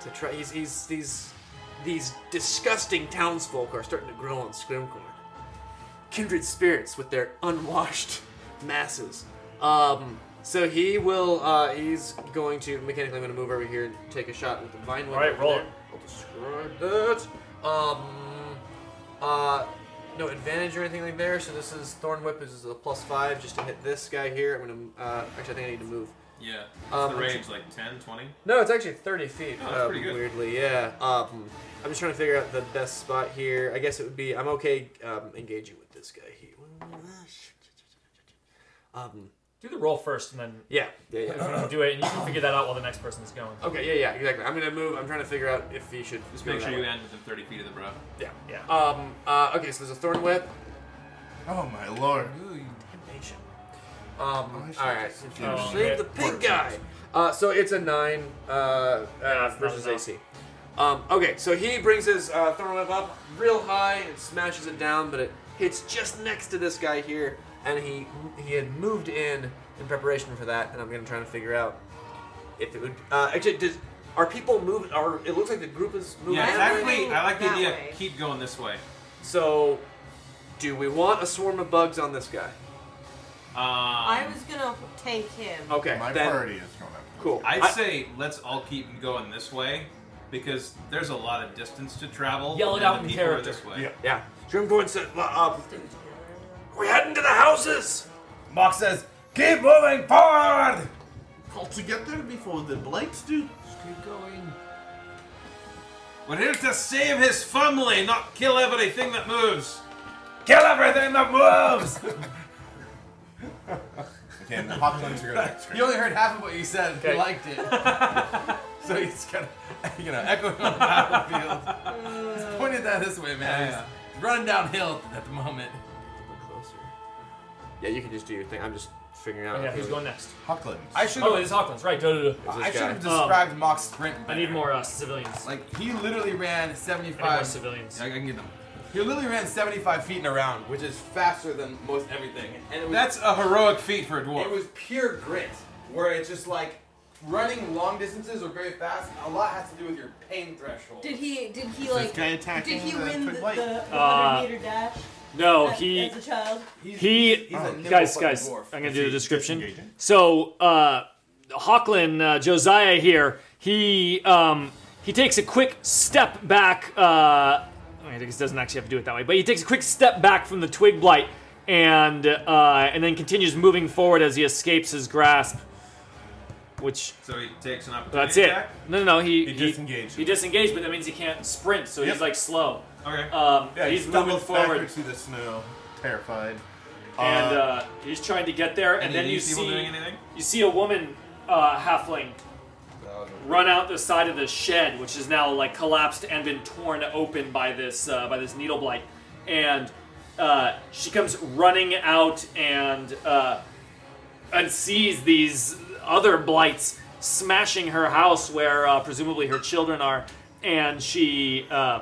[SPEAKER 7] to try he's he's these these disgusting townsfolk are starting to grow on Scrimcorn. Kindred spirits with their unwashed masses. Um, so he will. Uh, he's going to mechanically. I'm going to move over here and take a shot with the vine.
[SPEAKER 2] All right, roll it.
[SPEAKER 7] I'll describe that. Um, uh, no advantage or anything like there. So this is Thorn Whip is a plus five just to hit this guy here. I'm gonna. Uh, actually, I think I need to move.
[SPEAKER 4] Yeah. What's
[SPEAKER 7] Um,
[SPEAKER 4] the range? Like 10, 20?
[SPEAKER 7] No, it's actually 30 feet.
[SPEAKER 4] Oh, that's
[SPEAKER 7] um,
[SPEAKER 4] pretty good.
[SPEAKER 7] Weirdly, yeah. Um, I'm just trying to figure out the best spot here. I guess it would be. I'm okay um, engaging with this guy. He. Um,
[SPEAKER 2] Do the roll first, and then
[SPEAKER 7] Yeah, yeah, yeah.
[SPEAKER 2] If you wanna do it, and you can figure that out while the next person is going.
[SPEAKER 7] Okay, yeah, yeah, exactly. I'm gonna move. I'm trying to figure out if he should.
[SPEAKER 4] Just
[SPEAKER 7] go
[SPEAKER 4] make
[SPEAKER 7] that
[SPEAKER 4] sure you
[SPEAKER 7] way.
[SPEAKER 4] end within 30 feet of the bro.
[SPEAKER 7] Yeah, yeah. Um. Uh, okay, so there's a thorn whip.
[SPEAKER 6] Oh my lord.
[SPEAKER 7] Damnation. Um. All right.
[SPEAKER 6] you
[SPEAKER 7] Um,
[SPEAKER 6] should
[SPEAKER 7] Save the
[SPEAKER 6] get
[SPEAKER 7] pig
[SPEAKER 6] portions.
[SPEAKER 7] guy. Uh. So it's a nine. Uh. uh versus AC. Um. Okay. So he brings his uh, thorn whip up real high and smashes it down, but it hits just next to this guy here, and he he had moved in in preparation for that, and I'm gonna try to figure out if it would. Uh. Actually, does are people moving? Are it looks like the group is moving?
[SPEAKER 4] Yeah,
[SPEAKER 7] that
[SPEAKER 4] exactly.
[SPEAKER 7] way?
[SPEAKER 4] I like the idea. Keep going this way.
[SPEAKER 7] So, do we want a swarm of bugs on this guy?
[SPEAKER 2] Um,
[SPEAKER 5] I was gonna tank him.
[SPEAKER 7] Okay,
[SPEAKER 4] My
[SPEAKER 7] then-
[SPEAKER 4] priority
[SPEAKER 6] is going up.
[SPEAKER 7] Cool.
[SPEAKER 4] I'd
[SPEAKER 7] I-
[SPEAKER 4] say let's all keep going this way because there's a lot of distance to travel.
[SPEAKER 7] Yell it
[SPEAKER 4] and
[SPEAKER 7] out
[SPEAKER 4] the
[SPEAKER 7] in
[SPEAKER 4] people are
[SPEAKER 7] character.
[SPEAKER 4] This way. Yeah.
[SPEAKER 7] Yeah. Grimcorn said, um, we're heading to the houses!
[SPEAKER 10] Mock says, keep moving forward!
[SPEAKER 6] Call to get there before the blights do.
[SPEAKER 10] keep going.
[SPEAKER 4] We're here to save his family, not kill everything that moves.
[SPEAKER 10] Kill everything that moves!
[SPEAKER 6] Okay, and the Hawklands are going to
[SPEAKER 10] You only heard half of what you said. You liked it.
[SPEAKER 7] So he's kind of, you know, echoing on the battlefield. he's pointed that this way, man.
[SPEAKER 4] Yeah.
[SPEAKER 7] He's, he's running downhill at the moment.
[SPEAKER 19] Closer. Yeah, you can just do your thing. I'm just figuring out.
[SPEAKER 2] Yeah,
[SPEAKER 19] who-
[SPEAKER 2] who's going next?
[SPEAKER 6] Hawkland.
[SPEAKER 2] I should've- Oh, it is Hawkins, right, duh, duh, duh. It's this
[SPEAKER 7] I should have
[SPEAKER 2] guy. Um,
[SPEAKER 7] described Mock's sprint.
[SPEAKER 2] I need more uh, civilians.
[SPEAKER 7] Like he literally
[SPEAKER 2] I need
[SPEAKER 7] ran
[SPEAKER 2] more
[SPEAKER 7] 75
[SPEAKER 2] civilians.
[SPEAKER 7] I I can get them. He literally ran 75 feet in a round, which is faster than most everything. And it was,
[SPEAKER 4] That's a heroic feat for a dwarf.
[SPEAKER 7] It was pure grit, where it's just like running long distances or very fast. A lot has to do with your pain threshold.
[SPEAKER 5] Did he? Did he
[SPEAKER 7] Is this
[SPEAKER 5] like?
[SPEAKER 7] guy
[SPEAKER 5] Did
[SPEAKER 7] attacking
[SPEAKER 5] he
[SPEAKER 7] the
[SPEAKER 5] win the, the,
[SPEAKER 7] quick light?
[SPEAKER 5] 100
[SPEAKER 2] Uh,
[SPEAKER 5] meter dash?
[SPEAKER 2] No,
[SPEAKER 5] as,
[SPEAKER 2] he
[SPEAKER 5] As a child.
[SPEAKER 2] he guys guys. I'm gonna do the description. So uh, Hawklin uh, Josiah here. He um, he takes a quick step back. Uh, I guess doesn't actually have to do it that way, but he takes a quick step back from the twig blight and uh, and then continues moving forward as he escapes his grasp. Which
[SPEAKER 4] So he takes an opportunity.
[SPEAKER 2] that's it.
[SPEAKER 4] attack?
[SPEAKER 2] No, no, no. He
[SPEAKER 4] He
[SPEAKER 2] he
[SPEAKER 4] disengaged.
[SPEAKER 2] He disengaged, but that means he can't sprint, so
[SPEAKER 6] Yep.
[SPEAKER 2] he's like slow.
[SPEAKER 4] Okay.
[SPEAKER 2] Um,
[SPEAKER 6] Yeah,
[SPEAKER 2] he's
[SPEAKER 6] he
[SPEAKER 2] moving
[SPEAKER 6] stumbles
[SPEAKER 2] forward
[SPEAKER 6] backwards through the snow, terrified.
[SPEAKER 2] and
[SPEAKER 6] Uh,
[SPEAKER 2] uh, he's trying to get there, and,
[SPEAKER 6] any of
[SPEAKER 2] then you
[SPEAKER 6] these people
[SPEAKER 2] see
[SPEAKER 6] doing anything?
[SPEAKER 2] you see a woman uh, halfling run out the side of the shed, which is now like collapsed and been torn open by this uh, by this needle blight, and uh, she comes running out and uh, and sees these other blights smashing her house where uh, presumably her children are, and she. Uh,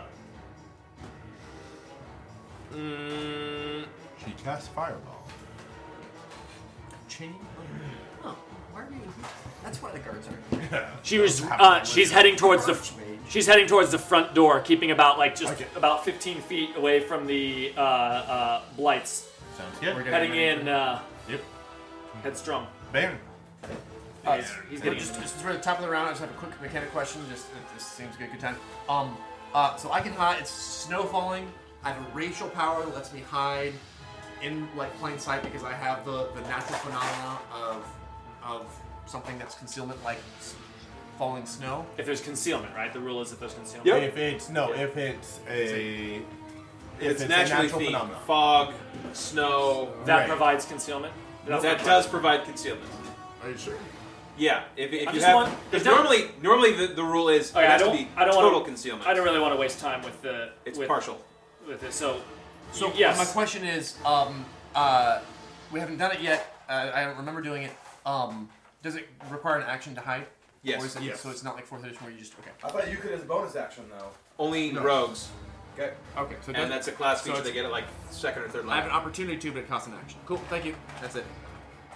[SPEAKER 2] mm,
[SPEAKER 6] She casts fireball.
[SPEAKER 7] Chain. Oh, why are you? That's why the guards are.
[SPEAKER 2] She was. Uh, she's heading towards the. She's heading towards the front door, keeping about like just about 15 feet away from the uh, uh, blights.
[SPEAKER 6] Sounds good. We're
[SPEAKER 2] Heading
[SPEAKER 6] getting ready.
[SPEAKER 2] in. Uh,
[SPEAKER 6] yep.
[SPEAKER 2] Headstrong.
[SPEAKER 6] Baron.
[SPEAKER 4] Uh,
[SPEAKER 2] He's, Oh, he's
[SPEAKER 7] We're
[SPEAKER 2] getting.
[SPEAKER 7] just, just we're at the top of the round. I just have a quick mechanic question. Just it, this seems like a good time. Um, uh, so I can hide. It's snow falling. I have a racial power that lets me hide in like plain sight because I have the the natural phenomena of of something that's concealment, like s- falling snow.
[SPEAKER 2] If there's concealment, right? The rule is if there's concealment.
[SPEAKER 6] If it's no, if it's a, if
[SPEAKER 4] It's,
[SPEAKER 6] it's, a
[SPEAKER 4] naturally
[SPEAKER 6] natural
[SPEAKER 4] themed.
[SPEAKER 6] phenomenon.
[SPEAKER 4] Fog, snow.
[SPEAKER 2] That provides concealment.
[SPEAKER 4] That, does provide concealment.
[SPEAKER 6] Are you sure?
[SPEAKER 4] Yeah. If, if
[SPEAKER 2] I
[SPEAKER 4] you
[SPEAKER 2] just
[SPEAKER 4] have,
[SPEAKER 2] want-
[SPEAKER 4] if
[SPEAKER 2] it doesn't-
[SPEAKER 4] normally normally the, the rule is
[SPEAKER 2] Okay,
[SPEAKER 4] it
[SPEAKER 2] Oh, I
[SPEAKER 4] has
[SPEAKER 2] don't.
[SPEAKER 4] to be
[SPEAKER 2] I don't
[SPEAKER 4] total
[SPEAKER 2] want
[SPEAKER 4] concealment.
[SPEAKER 2] I don't really want to waste time with the.
[SPEAKER 4] It's
[SPEAKER 2] with-
[SPEAKER 4] partial.
[SPEAKER 2] With it, so.
[SPEAKER 7] So
[SPEAKER 2] you- yes.
[SPEAKER 7] my question is, um, uh, we haven't done it yet. Uh, I don't remember doing it. Um, does it require an action to hide?
[SPEAKER 4] Yes.
[SPEAKER 7] Or is it,
[SPEAKER 4] Yes.
[SPEAKER 7] So it's not like fourth edition where you just okay.
[SPEAKER 11] I thought you could as a bonus action though.
[SPEAKER 4] Only
[SPEAKER 7] No.
[SPEAKER 4] rogues.
[SPEAKER 11] Okay.
[SPEAKER 7] Okay. So it doesn't-
[SPEAKER 4] and that's a class
[SPEAKER 7] so
[SPEAKER 4] feature
[SPEAKER 7] it's-
[SPEAKER 4] they get at like second or third
[SPEAKER 7] I have
[SPEAKER 4] level.
[SPEAKER 7] an opportunity to, but it costs an action. Cool. Thank you. That's it.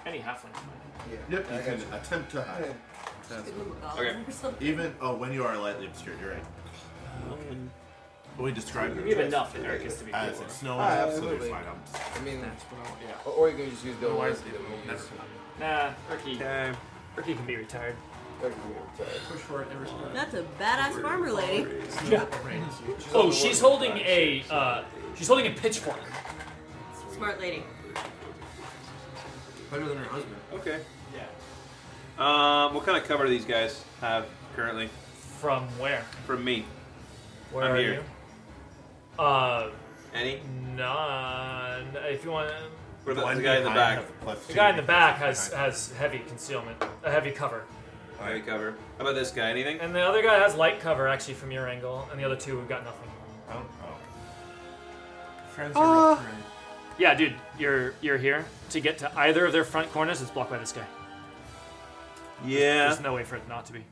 [SPEAKER 2] Any halfling.
[SPEAKER 6] Yep, you can attempt to hide. That's
[SPEAKER 5] what- Okay. or something.
[SPEAKER 6] Even oh, when you are lightly obscured, you're right. Uh, we described
[SPEAKER 2] We have enough Americans to be
[SPEAKER 6] As
[SPEAKER 2] cool.
[SPEAKER 6] it's snowing,
[SPEAKER 2] Ah,
[SPEAKER 6] absolutely
[SPEAKER 2] absolutely.
[SPEAKER 6] fine. I'm just-
[SPEAKER 19] I mean,
[SPEAKER 7] that's what I want. Yeah.
[SPEAKER 19] Or, or you can just use the old
[SPEAKER 7] Otherwise,
[SPEAKER 19] ones.
[SPEAKER 7] it will never
[SPEAKER 2] Nah, Erky. Erky can be retired.
[SPEAKER 7] Push for it every time.
[SPEAKER 5] That's a badass farmer lady.
[SPEAKER 2] Yeah. Oh, she's holding a uh, she's holding a pitchfork.
[SPEAKER 5] Smart lady.
[SPEAKER 7] Better than her husband.
[SPEAKER 4] Okay. Um, what kind of cover do these guys have currently?
[SPEAKER 2] From where?
[SPEAKER 4] From me.
[SPEAKER 2] Where
[SPEAKER 4] I'm
[SPEAKER 2] are
[SPEAKER 4] here.
[SPEAKER 2] you? Uh,
[SPEAKER 4] Any?
[SPEAKER 2] None. If you want.
[SPEAKER 4] What about the guy in the back?
[SPEAKER 2] The guy in the back has has heavy concealment, a heavy cover,
[SPEAKER 4] Any cover? How about this guy? Anything?
[SPEAKER 2] and the other guy has light cover actually from your angle, and the other two we've got nothing.
[SPEAKER 6] Oh,
[SPEAKER 4] oh.
[SPEAKER 7] Friends
[SPEAKER 2] are rough Yeah, dude, you're you're here to get to either of their front corners. It's blocked by this guy.
[SPEAKER 4] Yeah.
[SPEAKER 2] There's no way for it not to be.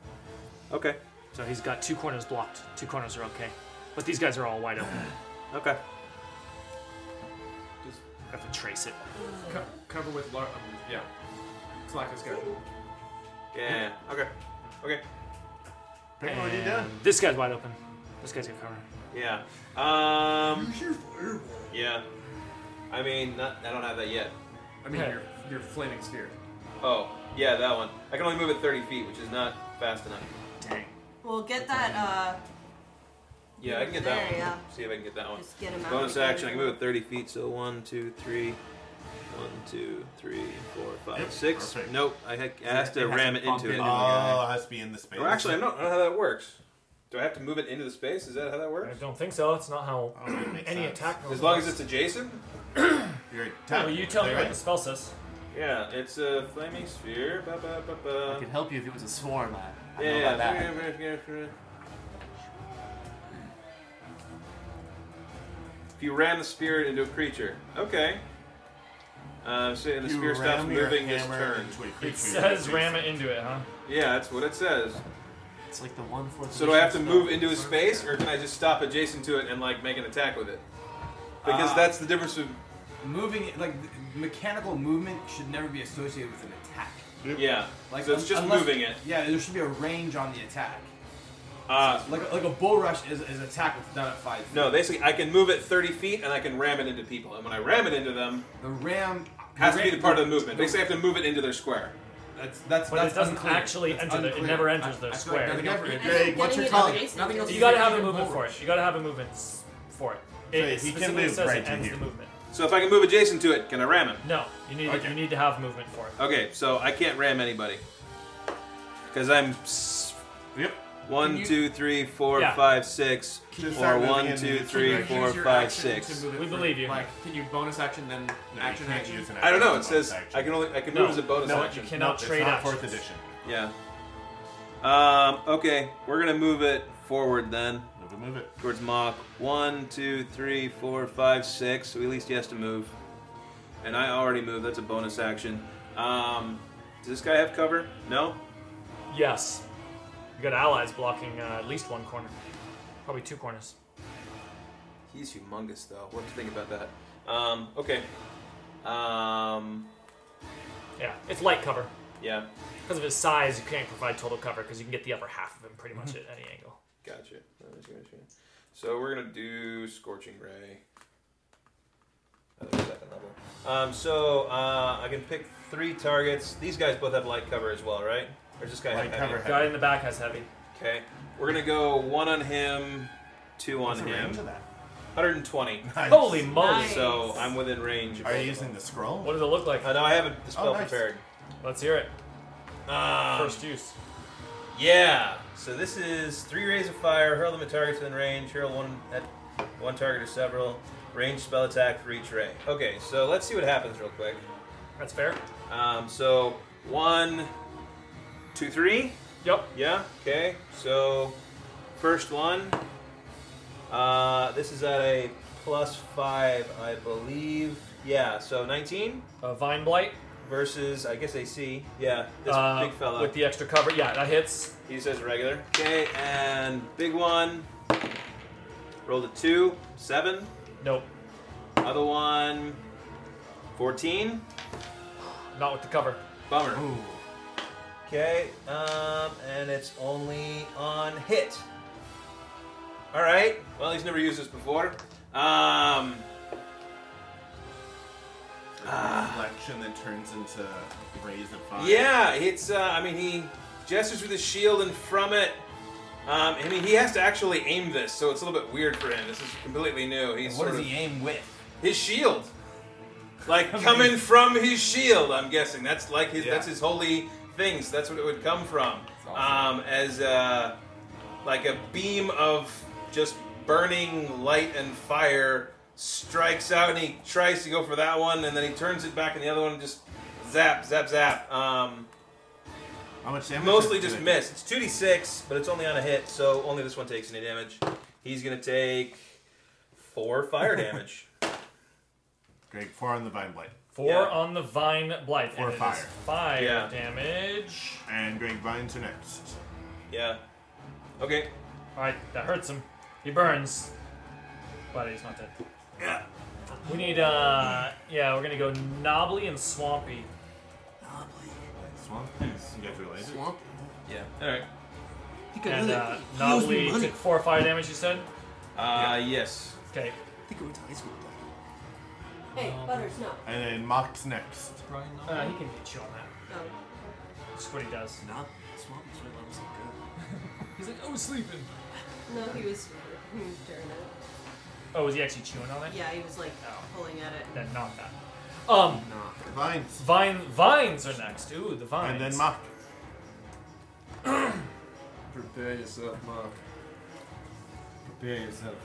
[SPEAKER 4] Okay.
[SPEAKER 2] So he's got two corners blocked. Two corners are okay, but these guys are all wide open.
[SPEAKER 4] okay.
[SPEAKER 2] Just have to trace it.
[SPEAKER 7] Co- cover with lar- um, yeah. Slack is good.
[SPEAKER 4] Yeah. Okay. Okay.
[SPEAKER 6] Pick what you done.
[SPEAKER 2] And This guy's wide open. This guy's got cover.
[SPEAKER 4] Yeah. Um. Yeah. I mean, not, I don't have that yet.
[SPEAKER 7] I mean, your your flaming sphere.
[SPEAKER 4] Oh, yeah, that one. I can only move at 30 feet, which is not fast enough.
[SPEAKER 2] Dang.
[SPEAKER 5] Well, get that. Uh,
[SPEAKER 4] Yeah, I can get that
[SPEAKER 5] There,
[SPEAKER 4] one.
[SPEAKER 5] yeah.
[SPEAKER 4] See if I can get that one.
[SPEAKER 5] Just get 'em out
[SPEAKER 4] Bonus
[SPEAKER 5] of here.
[SPEAKER 4] action. I can move at 30 feet, so one, two, three, one, two, three, four, five,
[SPEAKER 6] Yep,
[SPEAKER 4] six.
[SPEAKER 6] perfect.
[SPEAKER 4] Nope, I, ha- I has
[SPEAKER 6] It
[SPEAKER 4] to
[SPEAKER 6] has
[SPEAKER 4] ram
[SPEAKER 6] to
[SPEAKER 4] it
[SPEAKER 6] bump
[SPEAKER 4] into it.
[SPEAKER 6] into the guy. Oh, it has to be in the space.
[SPEAKER 4] Or actually, I don't, I don't know how that works. Do I have to move it into the space? Is that how that
[SPEAKER 2] I
[SPEAKER 4] works?
[SPEAKER 2] don't think so. That's not how any
[SPEAKER 4] sense.
[SPEAKER 2] attack.
[SPEAKER 4] As long as it's adjacent?
[SPEAKER 6] You're
[SPEAKER 2] No, you tell me what the spell says.
[SPEAKER 4] Yeah, it's a flaming sphere. Ba, ba, ba, ba.
[SPEAKER 19] I could help you if it was a swarm. I, I
[SPEAKER 4] Uh, Yeah,
[SPEAKER 19] know
[SPEAKER 4] yeah,
[SPEAKER 19] about that.
[SPEAKER 4] If you ram the spirit into a creature, okay. Uh, so and the
[SPEAKER 2] You
[SPEAKER 4] spear stops
[SPEAKER 2] ram your
[SPEAKER 4] moving his
[SPEAKER 2] hammer
[SPEAKER 4] turn.
[SPEAKER 2] into a creature. It says ram it into it, huh?
[SPEAKER 4] Yeah, that's what it says.
[SPEAKER 19] It's like the one fourth.
[SPEAKER 4] So do I have to move into a space, or can I just stop adjacent to it and like make an attack with it? Because
[SPEAKER 2] Uh,
[SPEAKER 10] Ah.
[SPEAKER 4] that's the difference with
[SPEAKER 10] Moving, like mechanical movement, should never be associated with an attack.
[SPEAKER 4] yeah.
[SPEAKER 10] Like
[SPEAKER 4] so it's
[SPEAKER 10] un-
[SPEAKER 4] just
[SPEAKER 10] unless-
[SPEAKER 4] moving it.
[SPEAKER 10] Yeah, there should be a range on the attack.
[SPEAKER 4] Ah.
[SPEAKER 10] Like like a bull rush is, is an attack with done at five. Feet.
[SPEAKER 4] No, basically I can move it 30 feet and I can ram it into people, and when I ram it into them,
[SPEAKER 10] the ram
[SPEAKER 4] has
[SPEAKER 10] the
[SPEAKER 4] to be
[SPEAKER 10] ram-
[SPEAKER 4] the part of the movement. Basically, I have to move it into their square.
[SPEAKER 10] That's that's
[SPEAKER 2] But it doesn't actually enter the- it never enters the square.
[SPEAKER 10] What's your
[SPEAKER 2] target?
[SPEAKER 10] Nothing else.
[SPEAKER 2] You gotta have a movement for it. You gotta have a movement s- for it. It
[SPEAKER 4] So he can
[SPEAKER 2] specifically
[SPEAKER 4] move
[SPEAKER 2] says
[SPEAKER 4] right
[SPEAKER 2] it
[SPEAKER 4] to
[SPEAKER 2] ends
[SPEAKER 4] here.
[SPEAKER 2] the movement.
[SPEAKER 4] So if I can move adjacent to it, can I ram him?
[SPEAKER 2] No, you need you need to have movement for it.
[SPEAKER 4] Okay, so I can't ram anybody because I'm. s- One,
[SPEAKER 2] Can you-
[SPEAKER 4] two, three, four,
[SPEAKER 2] Yeah.
[SPEAKER 4] five, six.
[SPEAKER 19] Can you
[SPEAKER 4] Or
[SPEAKER 19] start moving
[SPEAKER 4] one,
[SPEAKER 19] in
[SPEAKER 4] two,
[SPEAKER 19] and
[SPEAKER 4] three,
[SPEAKER 19] use
[SPEAKER 4] four,
[SPEAKER 19] your
[SPEAKER 4] five,
[SPEAKER 19] action to
[SPEAKER 4] six.
[SPEAKER 19] move it for- Like, can you bonus action then action action?
[SPEAKER 4] I don't know. It says I can only I can move as a bonus action. Yeah. Um, okay, we're gonna move it forward then.
[SPEAKER 6] Move it, move it.
[SPEAKER 4] Towards Mach. One, two, three, four, five, six. So at least he has to move. And I already moved. That's a bonus action. Um, does this guy have cover? No.
[SPEAKER 2] Yes. You got allies blocking uh, at least one corner, probably two corners.
[SPEAKER 4] He's humongous though. What to think about that? Um, okay. Um,
[SPEAKER 2] Yeah, it's light cover.
[SPEAKER 4] Yeah.
[SPEAKER 2] Because of his size, you can't provide total cover because you can get the upper half of him pretty much at
[SPEAKER 4] Mm-hmm.
[SPEAKER 2] any angle.
[SPEAKER 4] Gotcha. Gotcha, gotcha. So we're gonna do scorching ray. That was second level. Um, so uh, I can pick three targets. These guys both have light cover as well, right? Or is this guy
[SPEAKER 2] Light
[SPEAKER 4] have heavy?
[SPEAKER 2] cover, Guy heavy. in the back has heavy.
[SPEAKER 4] Okay, we're gonna go one on him, two on
[SPEAKER 6] What's the
[SPEAKER 4] him.
[SPEAKER 6] range of that?
[SPEAKER 4] 120.
[SPEAKER 6] Nice. Holy moly. Nice.
[SPEAKER 4] So I'm within range.
[SPEAKER 6] Are you using the scroll? What
[SPEAKER 2] does it look like?
[SPEAKER 4] Uh, no, I haven't the spell
[SPEAKER 6] Oh, nice.
[SPEAKER 4] prepared.
[SPEAKER 2] Let's hear it.
[SPEAKER 4] Um,
[SPEAKER 2] First use.
[SPEAKER 4] Yeah. So this is three rays of fire. Hurl them at targets within range. Hurl one at one target or several. Range spell attack for each ray. Okay. So let's see what happens real quick.
[SPEAKER 2] That's fair.
[SPEAKER 4] Um, so one, two, three.
[SPEAKER 2] Yep.
[SPEAKER 4] Yeah. Okay. So first one. Uh, this is at a plus five, I believe. Yeah. So nineteen.
[SPEAKER 2] Uh, Vine blight
[SPEAKER 4] versus I guess AC. Yeah. This
[SPEAKER 2] Uh,
[SPEAKER 4] big fella
[SPEAKER 2] with the extra cover. Yeah, that hits.
[SPEAKER 4] He says regular. Okay, and big one. Rolled a two, seven.
[SPEAKER 2] Nope.
[SPEAKER 4] Other one, 14.
[SPEAKER 2] Not with the cover.
[SPEAKER 4] Bummer. Okay, um, and it's only on hit. All right. Well, he's never used this before. Um,
[SPEAKER 2] Ah.
[SPEAKER 6] reflection that turns into rays of fire.
[SPEAKER 4] yeah, it's. Uh, I mean, he gestures with his shield, and from it, um, I mean, he has to actually aim this, so it's a little bit weird for him. This is completely new. He's
[SPEAKER 10] What
[SPEAKER 4] sort
[SPEAKER 10] does
[SPEAKER 4] of-
[SPEAKER 10] he aim with?
[SPEAKER 4] His shield. Like coming from his shield, I'm guessing. That's like his that's his holy things. That's what it would come from. Um, as uh, like a beam of just burning light and fire strikes out and he tries to go for that one and then he turns it back and the other one and just zap, zap, zap. Um,
[SPEAKER 6] How much damage?
[SPEAKER 4] Mostly
[SPEAKER 6] does it
[SPEAKER 4] just
[SPEAKER 6] do?
[SPEAKER 4] missed. It's 2d6, but it's only on a hit, so only this one takes any damage. He's gonna take four fire damage.
[SPEAKER 6] Great. Four on the vine blade.
[SPEAKER 2] Four on the vine blight.
[SPEAKER 6] Four
[SPEAKER 2] and it is
[SPEAKER 6] fire.
[SPEAKER 2] Fire
[SPEAKER 6] Yeah.
[SPEAKER 2] damage.
[SPEAKER 6] And Greg Vines are next.
[SPEAKER 4] Yeah. Okay.
[SPEAKER 2] Alright, that hurts him. He burns. But he's not dead. Yeah. We need, uh, yeah, we're gonna go Knobbly and Swampy.
[SPEAKER 6] Swamp. You guys related? Swamp.
[SPEAKER 4] Yeah. Alright.
[SPEAKER 8] He could
[SPEAKER 2] And
[SPEAKER 8] really-
[SPEAKER 2] uh,
[SPEAKER 8] he owes me
[SPEAKER 2] Knobbly
[SPEAKER 8] money.
[SPEAKER 2] took four fire damage, you said?
[SPEAKER 4] Uh, yes.
[SPEAKER 2] Okay.
[SPEAKER 8] I think it was high school.
[SPEAKER 5] Hey,
[SPEAKER 7] Um,
[SPEAKER 5] Butters, no.
[SPEAKER 6] And then Mock's next.
[SPEAKER 2] Uh, he can hit you on that.
[SPEAKER 5] No.
[SPEAKER 2] That's what he does.
[SPEAKER 19] No, Swampy's red levels good.
[SPEAKER 2] He's like, I was sleeping.
[SPEAKER 5] No, he was he was staring at
[SPEAKER 2] Oh, was he actually chewing on it?
[SPEAKER 5] it. Yeah, he was like
[SPEAKER 2] Oh.
[SPEAKER 5] pulling at it.
[SPEAKER 2] Then not that. Um,
[SPEAKER 6] vines.
[SPEAKER 2] Vine, vines are next. Ooh, the vines.
[SPEAKER 6] then Mach.
[SPEAKER 7] Prepare yourself, Mark.
[SPEAKER 10] Prepare yourself.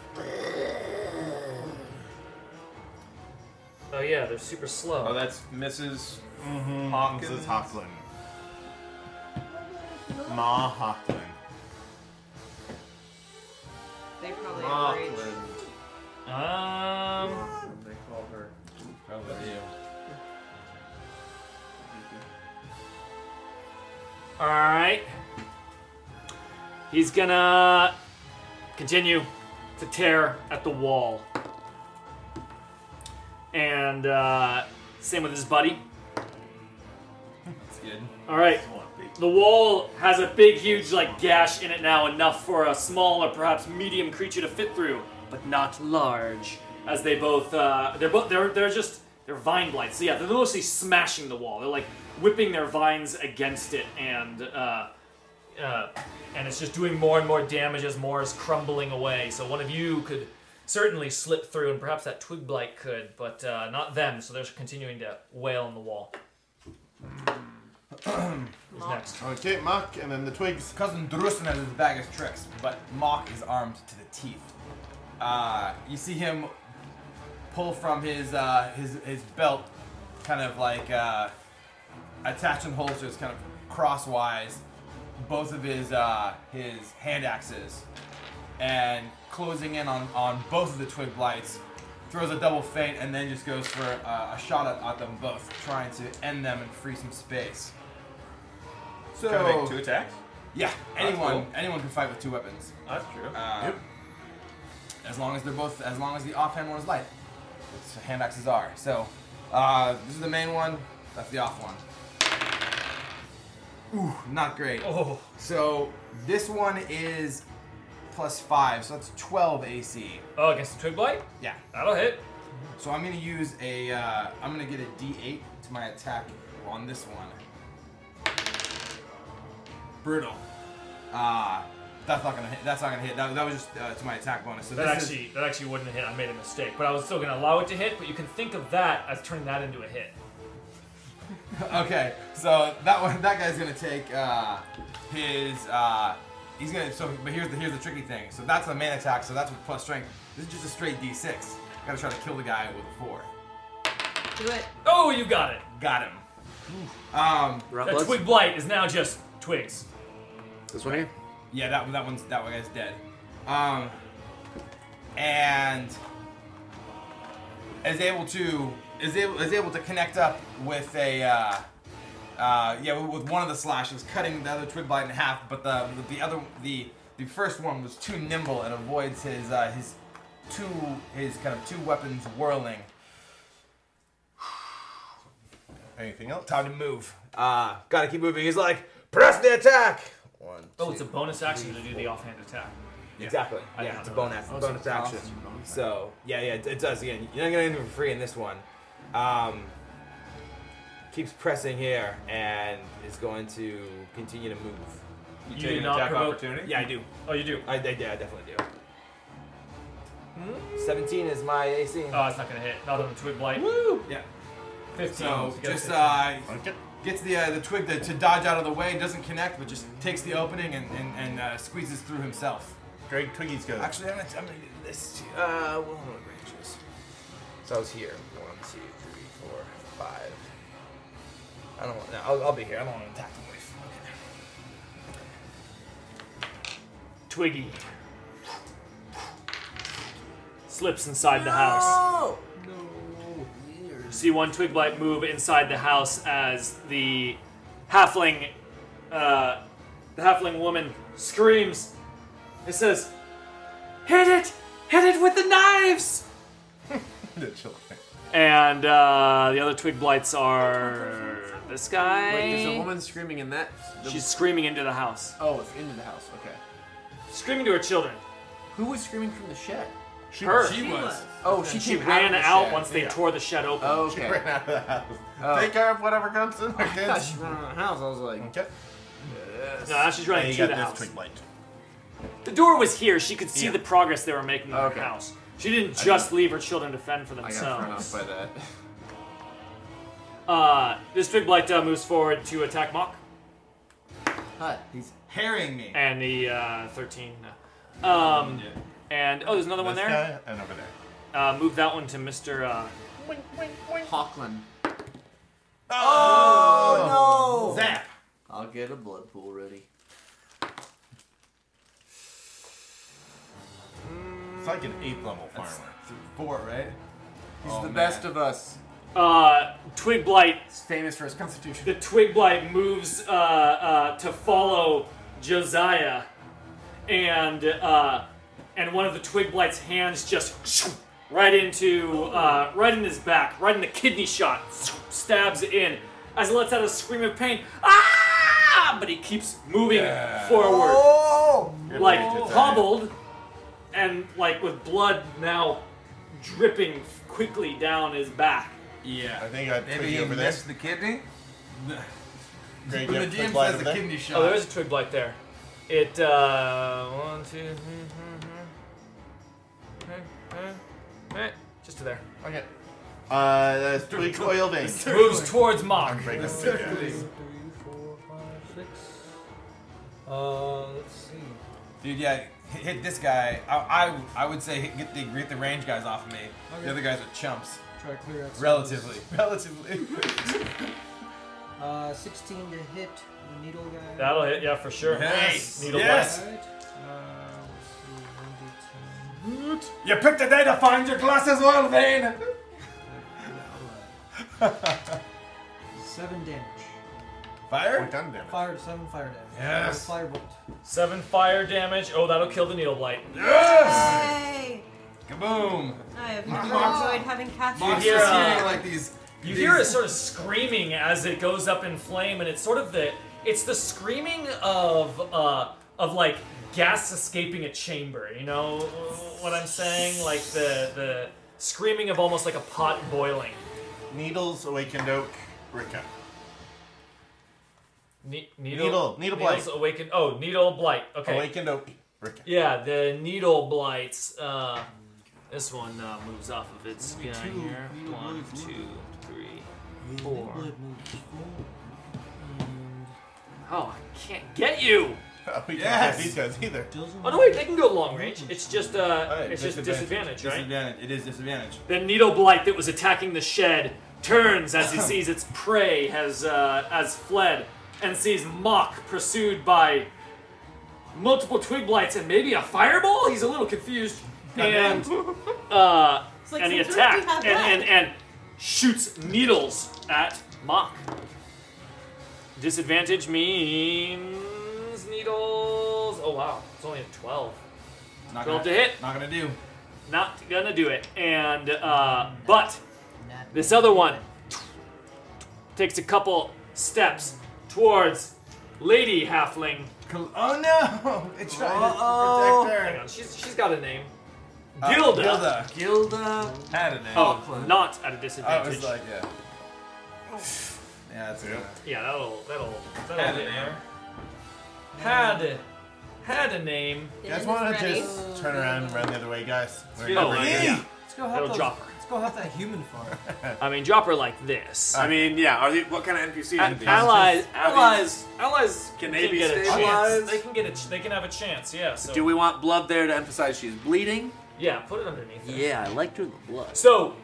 [SPEAKER 2] Oh yeah, they're super slow.
[SPEAKER 4] Oh, that's misses
[SPEAKER 6] Mm-hmm. Hawkins. This is Hawklin. Ma Hawklin.
[SPEAKER 5] They probably
[SPEAKER 7] Rockland.
[SPEAKER 5] agree.
[SPEAKER 2] Um.
[SPEAKER 7] They call her.
[SPEAKER 3] Probably you.
[SPEAKER 2] All right. He's gonna continue to tear at the wall. And uh, same with his buddy.
[SPEAKER 3] That's good.
[SPEAKER 2] All right. The wall has a big, huge, like, gash in it now, enough for a small or perhaps medium creature to fit through, but not large. As they both, uh, they're both, they're, they're just, they're vine blights. So yeah, they're mostly smashing the wall. They're like whipping their vines against it, and uh, uh, and it's just doing more and more damage as more is crumbling away. So one of you could certainly slip through, and perhaps that twig blight could, but uh, not them. So they're continuing to wail on the wall. Who's next?
[SPEAKER 6] Okay, Mock, and then the twigs.
[SPEAKER 3] Cousin Drusen has his bag of tricks, but Mock is armed to the teeth. Uh, you see him pull from his uh, his his belt, kind of like uh, attached and holsters, kind of crosswise, both of his uh, his hand axes, and closing in on on both of the twig blights. Throws a double feint and then just goes for uh, a shot at, at them both, trying to end them and free some space. So
[SPEAKER 20] Can I make two attacks?
[SPEAKER 3] Yeah,
[SPEAKER 20] That's
[SPEAKER 3] anyone
[SPEAKER 20] cool.
[SPEAKER 3] anyone can fight with two weapons.
[SPEAKER 20] That's true.
[SPEAKER 3] Uh, As long as they're both, as long as the offhand one is light, it's hand axes are. So uh, this is the main one. That's the off one. Ooh, not great. Oh. So this one is plus five, so that's twelve AC.
[SPEAKER 2] Oh, against the twig blight?
[SPEAKER 3] Yeah,
[SPEAKER 2] that'll hit.
[SPEAKER 3] So I'm gonna use a, uh, I'm gonna get a D8 to my attack on this one. Brutal. Ah, that's not gonna hit. That's not gonna hit. That, that was just uh, to my attack bonus. So
[SPEAKER 2] that
[SPEAKER 3] this
[SPEAKER 2] actually that actually wouldn't hit. I made a mistake, but I was still gonna allow it to hit. But you can think of that as turning that into a hit.
[SPEAKER 3] is okay. So that one, that guy's gonna take uh, his. Uh, he's gonna. So, but here's the here's the tricky thing. So that's a man attack. So that's with plus strength. This is just a straight D6. Gotta try to kill the guy with a four.
[SPEAKER 5] Do it.
[SPEAKER 2] Oh, you got it.
[SPEAKER 3] Got him. Um,
[SPEAKER 2] That twig blight is now just twigs.
[SPEAKER 3] This one here. Yeah, that that one's that one guy's dead. Um, and is able to is able is able to connect up with a uh, uh, yeah with- with one of the slashes, cutting the other twig blight in half. But the the other the the first one was too nimble and avoids his uh, his two his kind of two weapons whirling. Anything else? Time to move. Uh,
[SPEAKER 10] Ah, gotta keep moving. He's like, press the attack. One.
[SPEAKER 2] Oh, it's a bonus action to do the offhand attack.
[SPEAKER 10] Exactly.
[SPEAKER 2] I did
[SPEAKER 10] Yeah,
[SPEAKER 2] not
[SPEAKER 10] it's a
[SPEAKER 2] know
[SPEAKER 10] bonus,
[SPEAKER 2] that.
[SPEAKER 10] bonus action. So yeah, yeah, it, it does again. You're not getting anything for free in this one. Um, keeps pressing here and is going to continue to move.
[SPEAKER 2] You You take do an not attack provoke- opportunity?
[SPEAKER 10] Yeah, I do.
[SPEAKER 2] Oh, you do.
[SPEAKER 10] I, I, yeah, I definitely do. 17 is my AC.
[SPEAKER 2] Oh, it's not gonna hit. Not on the twig blight.
[SPEAKER 3] Woo! Yeah.
[SPEAKER 2] 15.
[SPEAKER 3] So
[SPEAKER 2] You got a
[SPEAKER 3] just
[SPEAKER 2] 15.
[SPEAKER 3] uh, gets the uh, the twig to, to dodge out of the way, doesn't connect, but just takes the opening and and, and uh, squeezes through himself.
[SPEAKER 6] Great Twiggy's go.
[SPEAKER 3] Actually, I'm gonna, I'm gonna do this. Too. Uh, well, hold on,
[SPEAKER 10] branches. So I was here. One, two, three, four, five. I don't want. No, I'll, I'll be here. I don't want to attack the wave.
[SPEAKER 2] Twiggy slips inside the house.
[SPEAKER 21] Oh!
[SPEAKER 2] You see one twig blight move inside the house as the halfling, uh, the halfling woman screams. It says, "Hit it! Hit it with the knives!"
[SPEAKER 6] The children.
[SPEAKER 2] And uh, the other twig blights are this guy.
[SPEAKER 7] Wait, there's a woman screaming in that. the-
[SPEAKER 2] She's screaming into the house.
[SPEAKER 7] Oh, it's into the house. Okay.
[SPEAKER 2] Screaming to her children.
[SPEAKER 7] Who was screaming from the shed?
[SPEAKER 2] She- Her. she She was. was.
[SPEAKER 7] Oh, she,
[SPEAKER 2] She
[SPEAKER 7] came
[SPEAKER 2] ran
[SPEAKER 7] of the
[SPEAKER 2] out
[SPEAKER 7] shed.
[SPEAKER 2] once they tore the shed open.
[SPEAKER 7] Oh, okay.
[SPEAKER 2] She ran out of the house.
[SPEAKER 7] Oh.
[SPEAKER 6] Take care of whatever comes in there,
[SPEAKER 7] I thought
[SPEAKER 6] kids.
[SPEAKER 7] she ran out of the house. I was like,
[SPEAKER 6] okay.
[SPEAKER 2] No, she's running
[SPEAKER 6] And you
[SPEAKER 2] to the
[SPEAKER 6] got this
[SPEAKER 2] house.
[SPEAKER 6] twig light.
[SPEAKER 2] The door was here. She could see the progress they were making in her house. She didn't
[SPEAKER 7] I
[SPEAKER 2] just leave her children to fend for
[SPEAKER 7] I got thrown off
[SPEAKER 2] themselves.
[SPEAKER 7] by that.
[SPEAKER 2] Uh, this big blight uh, moves forward to attack Mock.
[SPEAKER 7] Hut, he's
[SPEAKER 3] harrying me.
[SPEAKER 2] And the uh, 13. no. Um, And, oh, there's another one
[SPEAKER 6] This
[SPEAKER 2] there.
[SPEAKER 6] guy and over there.
[SPEAKER 2] Uh, move that one to Mr. Uh,
[SPEAKER 7] Hawkland. Oh,
[SPEAKER 10] no. Zap.
[SPEAKER 7] I'll get a blood pool ready.
[SPEAKER 6] It's like an eighth level firework.
[SPEAKER 10] Four, right?
[SPEAKER 7] He's
[SPEAKER 10] Oh,
[SPEAKER 7] the
[SPEAKER 10] man.
[SPEAKER 7] best of us.
[SPEAKER 2] Uh, Twig Blight.
[SPEAKER 7] famous for his constitution.
[SPEAKER 2] The Twig Blight moves uh, uh, to follow Josiah, and uh, and one of the Twig Blight's hands just shoo, right into uh, right in his back, right in the kidney shot, shoo, stabs in as he lets out a scream of pain. Ah! But he keeps moving forward,
[SPEAKER 4] Oh!
[SPEAKER 2] like hobbled, and like with blood now dripping quickly down his back.
[SPEAKER 6] Yeah. I think I put
[SPEAKER 4] Maybe
[SPEAKER 6] you
[SPEAKER 4] he
[SPEAKER 6] over there.
[SPEAKER 4] missed the kidney?
[SPEAKER 6] Great.
[SPEAKER 4] When the
[SPEAKER 6] you have
[SPEAKER 4] GM
[SPEAKER 6] Twig Blight
[SPEAKER 4] says
[SPEAKER 6] over
[SPEAKER 4] the
[SPEAKER 6] there?
[SPEAKER 4] kidney shot.
[SPEAKER 2] Oh, there is a twig blight there. It uh one, two, hmm, hmm, hmm. Hmm, hmm. Eh, just to there.
[SPEAKER 6] Okay.
[SPEAKER 7] Oh!
[SPEAKER 6] Uh, that's twig oil vein.
[SPEAKER 2] Moves towards Mach.
[SPEAKER 6] I'm breaking
[SPEAKER 2] That's
[SPEAKER 6] up the
[SPEAKER 2] circling.
[SPEAKER 6] guys.
[SPEAKER 8] Six. Uh, let's see.
[SPEAKER 10] Dude, yeah, hit, hit this guy. I, I, I would say hit, get the get the range guys off of me.
[SPEAKER 8] Okay.
[SPEAKER 10] The other guys are chumps.
[SPEAKER 8] Try to clear out some
[SPEAKER 10] Relatively,
[SPEAKER 8] of
[SPEAKER 10] relatively.
[SPEAKER 8] Uh, 16 to hit the needle guy.
[SPEAKER 2] That'll hit, yeah, for sure. Yes. Nice. Needle Yes. guy.
[SPEAKER 8] yes.
[SPEAKER 10] You picked a day to find your glasses, oil vein.
[SPEAKER 8] Seven damage.
[SPEAKER 10] Fire?
[SPEAKER 6] We're done damage.
[SPEAKER 8] Fire, seven fire damage.
[SPEAKER 2] Yes.
[SPEAKER 8] Firebolt.
[SPEAKER 2] Seven fire damage. Oh, that'll kill the needle blight.
[SPEAKER 5] Yay!
[SPEAKER 10] Kaboom!
[SPEAKER 5] I have enjoyed having catch
[SPEAKER 2] You hear, uh,
[SPEAKER 10] these.
[SPEAKER 2] You hear it sort of screaming as it goes up in flame, and it's sort of the it's the screaming of uh of like gas escaping a chamber. You know what I'm saying? Like the the screaming of almost like a pot boiling.
[SPEAKER 6] Needles awakened oak Rika.
[SPEAKER 2] Ne-
[SPEAKER 6] Needle- needle blight.
[SPEAKER 2] Needles awakened. Oh, needle blight. Okay.
[SPEAKER 6] Awakened oak Rika.
[SPEAKER 2] Yeah, the needle blights. Uh, this one uh, moves off of its
[SPEAKER 8] Only
[SPEAKER 2] guy
[SPEAKER 8] two
[SPEAKER 2] here.
[SPEAKER 8] needle
[SPEAKER 2] One,
[SPEAKER 8] blights
[SPEAKER 2] two, three,
[SPEAKER 8] The
[SPEAKER 2] four.
[SPEAKER 8] blood moves forward. And
[SPEAKER 2] Oh, I can't get you.
[SPEAKER 6] we Oh, can't
[SPEAKER 2] Yes.
[SPEAKER 6] hit these guys either.
[SPEAKER 2] Oh no, wait, they can go long range. It's just uh, it's just disadvantage, right?
[SPEAKER 10] Disadvantage. It is disadvantage.
[SPEAKER 2] The needle blight that was attacking the shed turns as he sees its prey has uh, has fled, and sees Mock pursued by multiple twig blights and maybe a fireball. He's a little confused, and uh,
[SPEAKER 5] It's like, since when
[SPEAKER 2] and he
[SPEAKER 5] do you
[SPEAKER 2] attacked
[SPEAKER 5] have
[SPEAKER 2] and,
[SPEAKER 5] that?
[SPEAKER 2] and and shoots needles at Mock. Disadvantage means needles. Oh wow, it's only a twelve.
[SPEAKER 10] Not
[SPEAKER 2] twelve
[SPEAKER 10] gonna,
[SPEAKER 2] to hit.
[SPEAKER 10] Not gonna do.
[SPEAKER 2] Not gonna do it. And uh, but this other one takes a couple steps towards Lady Halfling.
[SPEAKER 10] Oh no! It's trying
[SPEAKER 2] Uh-oh.
[SPEAKER 10] to protect her.
[SPEAKER 2] Hang on, she's she's got a name.
[SPEAKER 10] Uh,
[SPEAKER 2] Gilda.
[SPEAKER 10] Gilda.
[SPEAKER 7] Gilda.
[SPEAKER 10] Had a name.
[SPEAKER 2] Oh, not at a disadvantage.
[SPEAKER 10] I was like, yeah. Yeah, that's it.
[SPEAKER 2] Yeah, that'll that'll that'll
[SPEAKER 10] Had a
[SPEAKER 2] hit
[SPEAKER 10] name.
[SPEAKER 2] her. Had had a name.
[SPEAKER 6] You guys want to just turn around and run the other way, guys? We're
[SPEAKER 2] Oh,
[SPEAKER 6] gonna run
[SPEAKER 2] yeah.
[SPEAKER 6] here.
[SPEAKER 8] Let's go help
[SPEAKER 2] It'll
[SPEAKER 8] those,
[SPEAKER 2] drop her.
[SPEAKER 8] Let's go help that human farm.
[SPEAKER 2] I mean, drop her like this.
[SPEAKER 9] I mean, yeah. Are they, what kind of NPCs
[SPEAKER 2] A-
[SPEAKER 9] are these?
[SPEAKER 2] allies,
[SPEAKER 9] Are these-
[SPEAKER 2] allies, allies
[SPEAKER 9] Can they be
[SPEAKER 2] get a chance.
[SPEAKER 9] stabilized?
[SPEAKER 2] They can get a, ch- they can have a chance. Yeah. So
[SPEAKER 7] Do we want blood there to emphasize she's bleeding?
[SPEAKER 2] Yeah, put it underneath. her.
[SPEAKER 7] Yeah, I like to the blood.
[SPEAKER 2] So,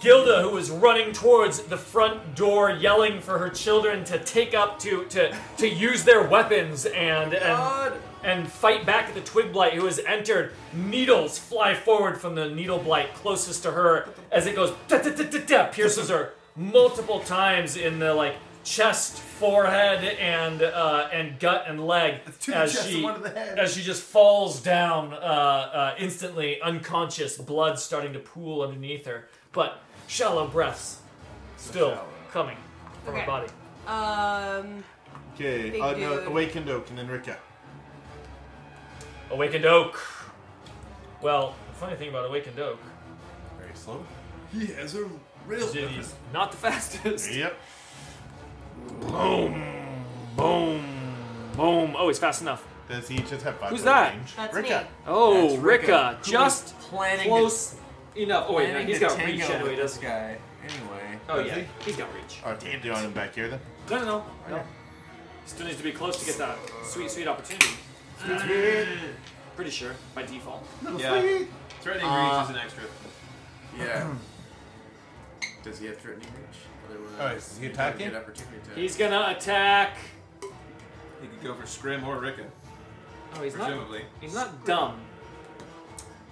[SPEAKER 2] Gilda, who was running towards the front door, yelling for her children to take up to to to use their weapons
[SPEAKER 10] Oh
[SPEAKER 2] and and, and fight back at the twig blight who has entered. Needles fly forward from the needle blight closest to her as it goes da, da, da, da, da, pierces her multiple times in the like chest, forehead, and uh, and gut and leg
[SPEAKER 10] two
[SPEAKER 2] as
[SPEAKER 10] chests and
[SPEAKER 2] she
[SPEAKER 10] one in the head.
[SPEAKER 2] as she just falls down uh, uh, instantly unconscious, blood starting to pool underneath her, but shallow breaths still coming from her
[SPEAKER 5] Okay.
[SPEAKER 2] body.
[SPEAKER 5] Um,
[SPEAKER 6] Okay.
[SPEAKER 5] Big
[SPEAKER 6] Uh, no,
[SPEAKER 5] dude.
[SPEAKER 6] awakened oak and then Rika.
[SPEAKER 2] Awakened Oak. Well, the funny thing about Awakened Oak
[SPEAKER 6] Very slow.
[SPEAKER 9] He has a real.
[SPEAKER 2] is that he's not the fastest.
[SPEAKER 6] Yep.
[SPEAKER 2] Boom. Boom. Boom. Oh, he's fast enough.
[SPEAKER 6] Does he just have five
[SPEAKER 2] Who's
[SPEAKER 6] foot
[SPEAKER 2] that?
[SPEAKER 6] range?
[SPEAKER 5] That's
[SPEAKER 6] Rika.
[SPEAKER 5] me.
[SPEAKER 2] Oh,
[SPEAKER 7] That's
[SPEAKER 2] Rika.
[SPEAKER 7] Rika, who
[SPEAKER 2] Just
[SPEAKER 7] was planning to-
[SPEAKER 2] close enough. Oh, wait, no,
[SPEAKER 7] Planning
[SPEAKER 2] he's
[SPEAKER 7] to
[SPEAKER 2] got
[SPEAKER 7] tango
[SPEAKER 2] reach anyway,
[SPEAKER 7] with
[SPEAKER 2] doesn't
[SPEAKER 7] this guy. Anyway.
[SPEAKER 2] Oh,
[SPEAKER 6] Does
[SPEAKER 2] yeah.
[SPEAKER 6] he?
[SPEAKER 2] He's got reach.
[SPEAKER 6] Oh, damn, do you want him back here then?
[SPEAKER 2] No, no, no. no. Still needs to be close to get that sweet, sweet opportunity. Pretty sure, by default.
[SPEAKER 4] Yeah. Threatening reach
[SPEAKER 7] Uh,
[SPEAKER 4] is an extra.
[SPEAKER 7] Yeah. Does he have threatening reach?
[SPEAKER 6] Alright, Oh, is he attacking?
[SPEAKER 2] He's gonna attack.
[SPEAKER 4] He could go for Scrim or Ricka.
[SPEAKER 2] Oh, he's not-
[SPEAKER 4] presumably.
[SPEAKER 2] He's not dumb.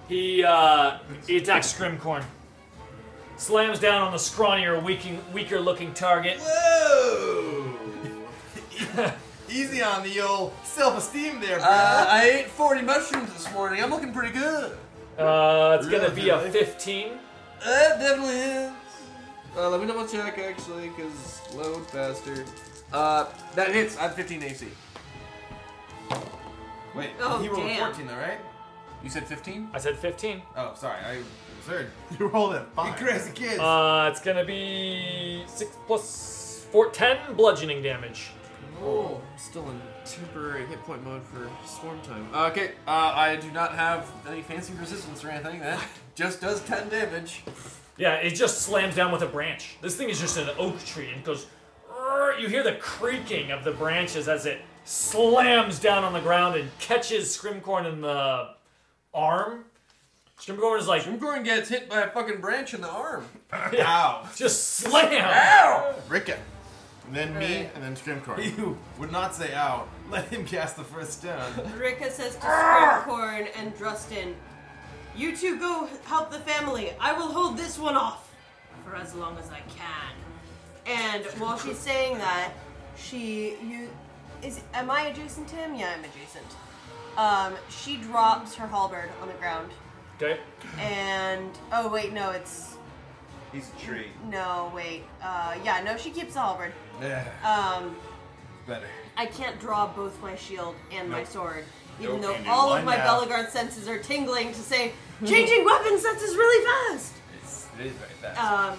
[SPEAKER 2] He uh, he attacks Scrimcorn. Slams down on the scrawnier, weaking, weaker looking target.
[SPEAKER 10] Whoa! Oh, Easy on the old self-esteem there, bro.
[SPEAKER 7] Uh, I ate 40 mushrooms this morning. I'm looking pretty good.
[SPEAKER 2] Uh, it's gonna be a 15.
[SPEAKER 7] That Uh, definitely is. Uh, let me double check actually, cause load faster. Uh, that hits. I have 15 AC.
[SPEAKER 10] Wait,
[SPEAKER 7] Oh,
[SPEAKER 10] he rolled a
[SPEAKER 7] damn.
[SPEAKER 10] 14 though, right?
[SPEAKER 7] You said 15?
[SPEAKER 2] I said 15.
[SPEAKER 10] Oh, sorry, I was third.
[SPEAKER 6] You rolled it.
[SPEAKER 10] Five.
[SPEAKER 6] crazy
[SPEAKER 10] kids.
[SPEAKER 2] Uh, it's gonna be six plus four, ten bludgeoning damage.
[SPEAKER 7] Oh, I'm still in temporary hit point mode for swarm time. Okay, uh, I do not have any fancy resistance or anything. That just does 10 damage.
[SPEAKER 2] Yeah, it just slams down with a branch. This thing is just an oak tree and goes. "Rrr." You hear the creaking of the branches as it slams down on the ground and catches Scrimcorn in the arm. Scrimcorn is like.
[SPEAKER 7] Scrimcorn gets hit by a fucking branch in the arm.
[SPEAKER 2] Ow! Just slam!
[SPEAKER 10] Ow!
[SPEAKER 6] Ricka. And then me, and then Scrimcorn.
[SPEAKER 10] You would not say ow. Let him cast the first stone.
[SPEAKER 5] Rika says to Scrimcorn and Drustin, "You two go help the family. I will hold this one off for as long as I can." And while she's saying that, she you is am I adjacent to him? Yeah, I'm adjacent. Um, she drops her halberd on the ground,
[SPEAKER 2] Okay.
[SPEAKER 5] and oh wait, no, it's
[SPEAKER 10] He's a tree.
[SPEAKER 5] no wait, uh, yeah, no, she keeps the halberd.
[SPEAKER 10] Yeah,
[SPEAKER 5] Um,
[SPEAKER 10] better.
[SPEAKER 5] I can't draw both my shield and my
[SPEAKER 10] Nope.
[SPEAKER 5] sword, even
[SPEAKER 10] Nope,
[SPEAKER 5] though
[SPEAKER 10] can't do
[SPEAKER 5] all of
[SPEAKER 10] one
[SPEAKER 5] my
[SPEAKER 10] now.
[SPEAKER 5] Bellegarde senses are tingling to say, changing weapon senses really fast!
[SPEAKER 10] It's, it is very fast.
[SPEAKER 5] Um,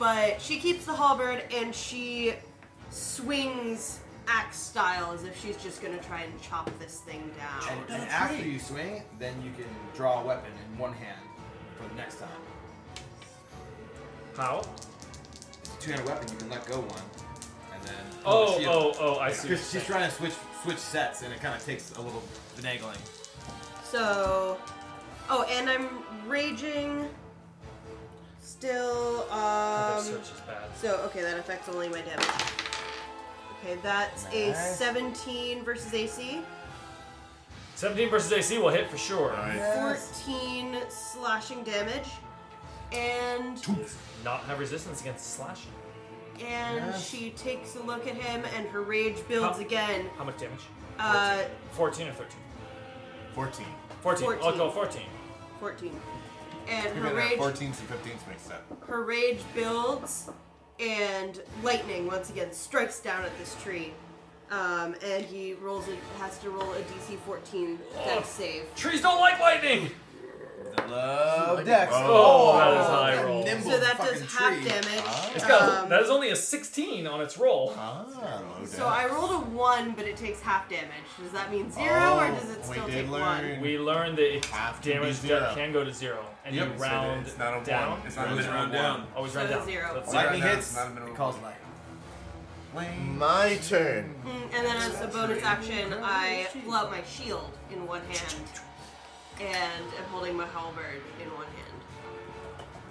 [SPEAKER 5] but she keeps the halberd and she swings axe style as if she's just gonna try and chop this thing down.
[SPEAKER 10] and and after you swing, then you can draw a weapon in one hand for the next time.
[SPEAKER 2] How?
[SPEAKER 10] It's a two-handed weapon. You can let go one, and then.
[SPEAKER 2] Oh,
[SPEAKER 10] the shield.
[SPEAKER 2] oh, oh, I see what
[SPEAKER 10] Because
[SPEAKER 2] you're
[SPEAKER 10] she's trying to switch switch sets, and it kind of takes a little finagling.
[SPEAKER 5] So, oh, and I'm raging. Still, um.
[SPEAKER 2] search is bad.
[SPEAKER 5] So, okay, that affects only my damage. Okay, that's a
[SPEAKER 2] Nice.
[SPEAKER 5] 17 versus AC.
[SPEAKER 2] 17 versus AC will hit for sure.
[SPEAKER 5] 14 slashing damage. And
[SPEAKER 2] Not have resistance against slashing.
[SPEAKER 5] and
[SPEAKER 2] Yes.
[SPEAKER 5] she takes a look at him and her rage builds
[SPEAKER 2] How-
[SPEAKER 5] again.
[SPEAKER 2] How much damage?
[SPEAKER 5] Uh
[SPEAKER 2] 14 or 13?
[SPEAKER 6] 14.
[SPEAKER 2] 14. I'll go 14.
[SPEAKER 5] 14. And
[SPEAKER 6] Maybe
[SPEAKER 5] her
[SPEAKER 6] they're
[SPEAKER 5] rage
[SPEAKER 6] 14s and 15s mixed up.
[SPEAKER 5] her rage builds and lightning once again strikes down at this tree. Um, and he rolls a, has to roll a DC 14
[SPEAKER 2] Oh.
[SPEAKER 5] dex save.
[SPEAKER 2] Trees don't like lightning!
[SPEAKER 10] Love
[SPEAKER 2] Dex. Oh, that is high
[SPEAKER 5] Oh.
[SPEAKER 2] roll. Ah.
[SPEAKER 5] So that does half damage.
[SPEAKER 2] It's got,
[SPEAKER 5] Um,
[SPEAKER 2] that is only a 16 on its roll.
[SPEAKER 6] Ah,
[SPEAKER 5] So I rolled a one, but it takes half damage. Does that mean zero,
[SPEAKER 2] Oh,
[SPEAKER 5] or does
[SPEAKER 6] Oh,
[SPEAKER 5] it still take one?
[SPEAKER 2] We learned that it
[SPEAKER 6] to be
[SPEAKER 2] damage
[SPEAKER 6] zero.
[SPEAKER 2] that can go to zero, and
[SPEAKER 6] Yep.
[SPEAKER 2] you
[SPEAKER 6] So
[SPEAKER 2] round
[SPEAKER 6] it's not a one.
[SPEAKER 2] down.
[SPEAKER 6] It's not a Always minimum round one. down.
[SPEAKER 2] Always
[SPEAKER 5] So
[SPEAKER 2] round
[SPEAKER 5] it's
[SPEAKER 2] down.
[SPEAKER 5] zero.
[SPEAKER 2] So it's
[SPEAKER 10] Lightning
[SPEAKER 2] zero.
[SPEAKER 10] hits. It calls lightning.
[SPEAKER 6] My turn.
[SPEAKER 5] Mm, and then as a bonus action, I pull out my shield in one hand, and I'm holding my halberd in one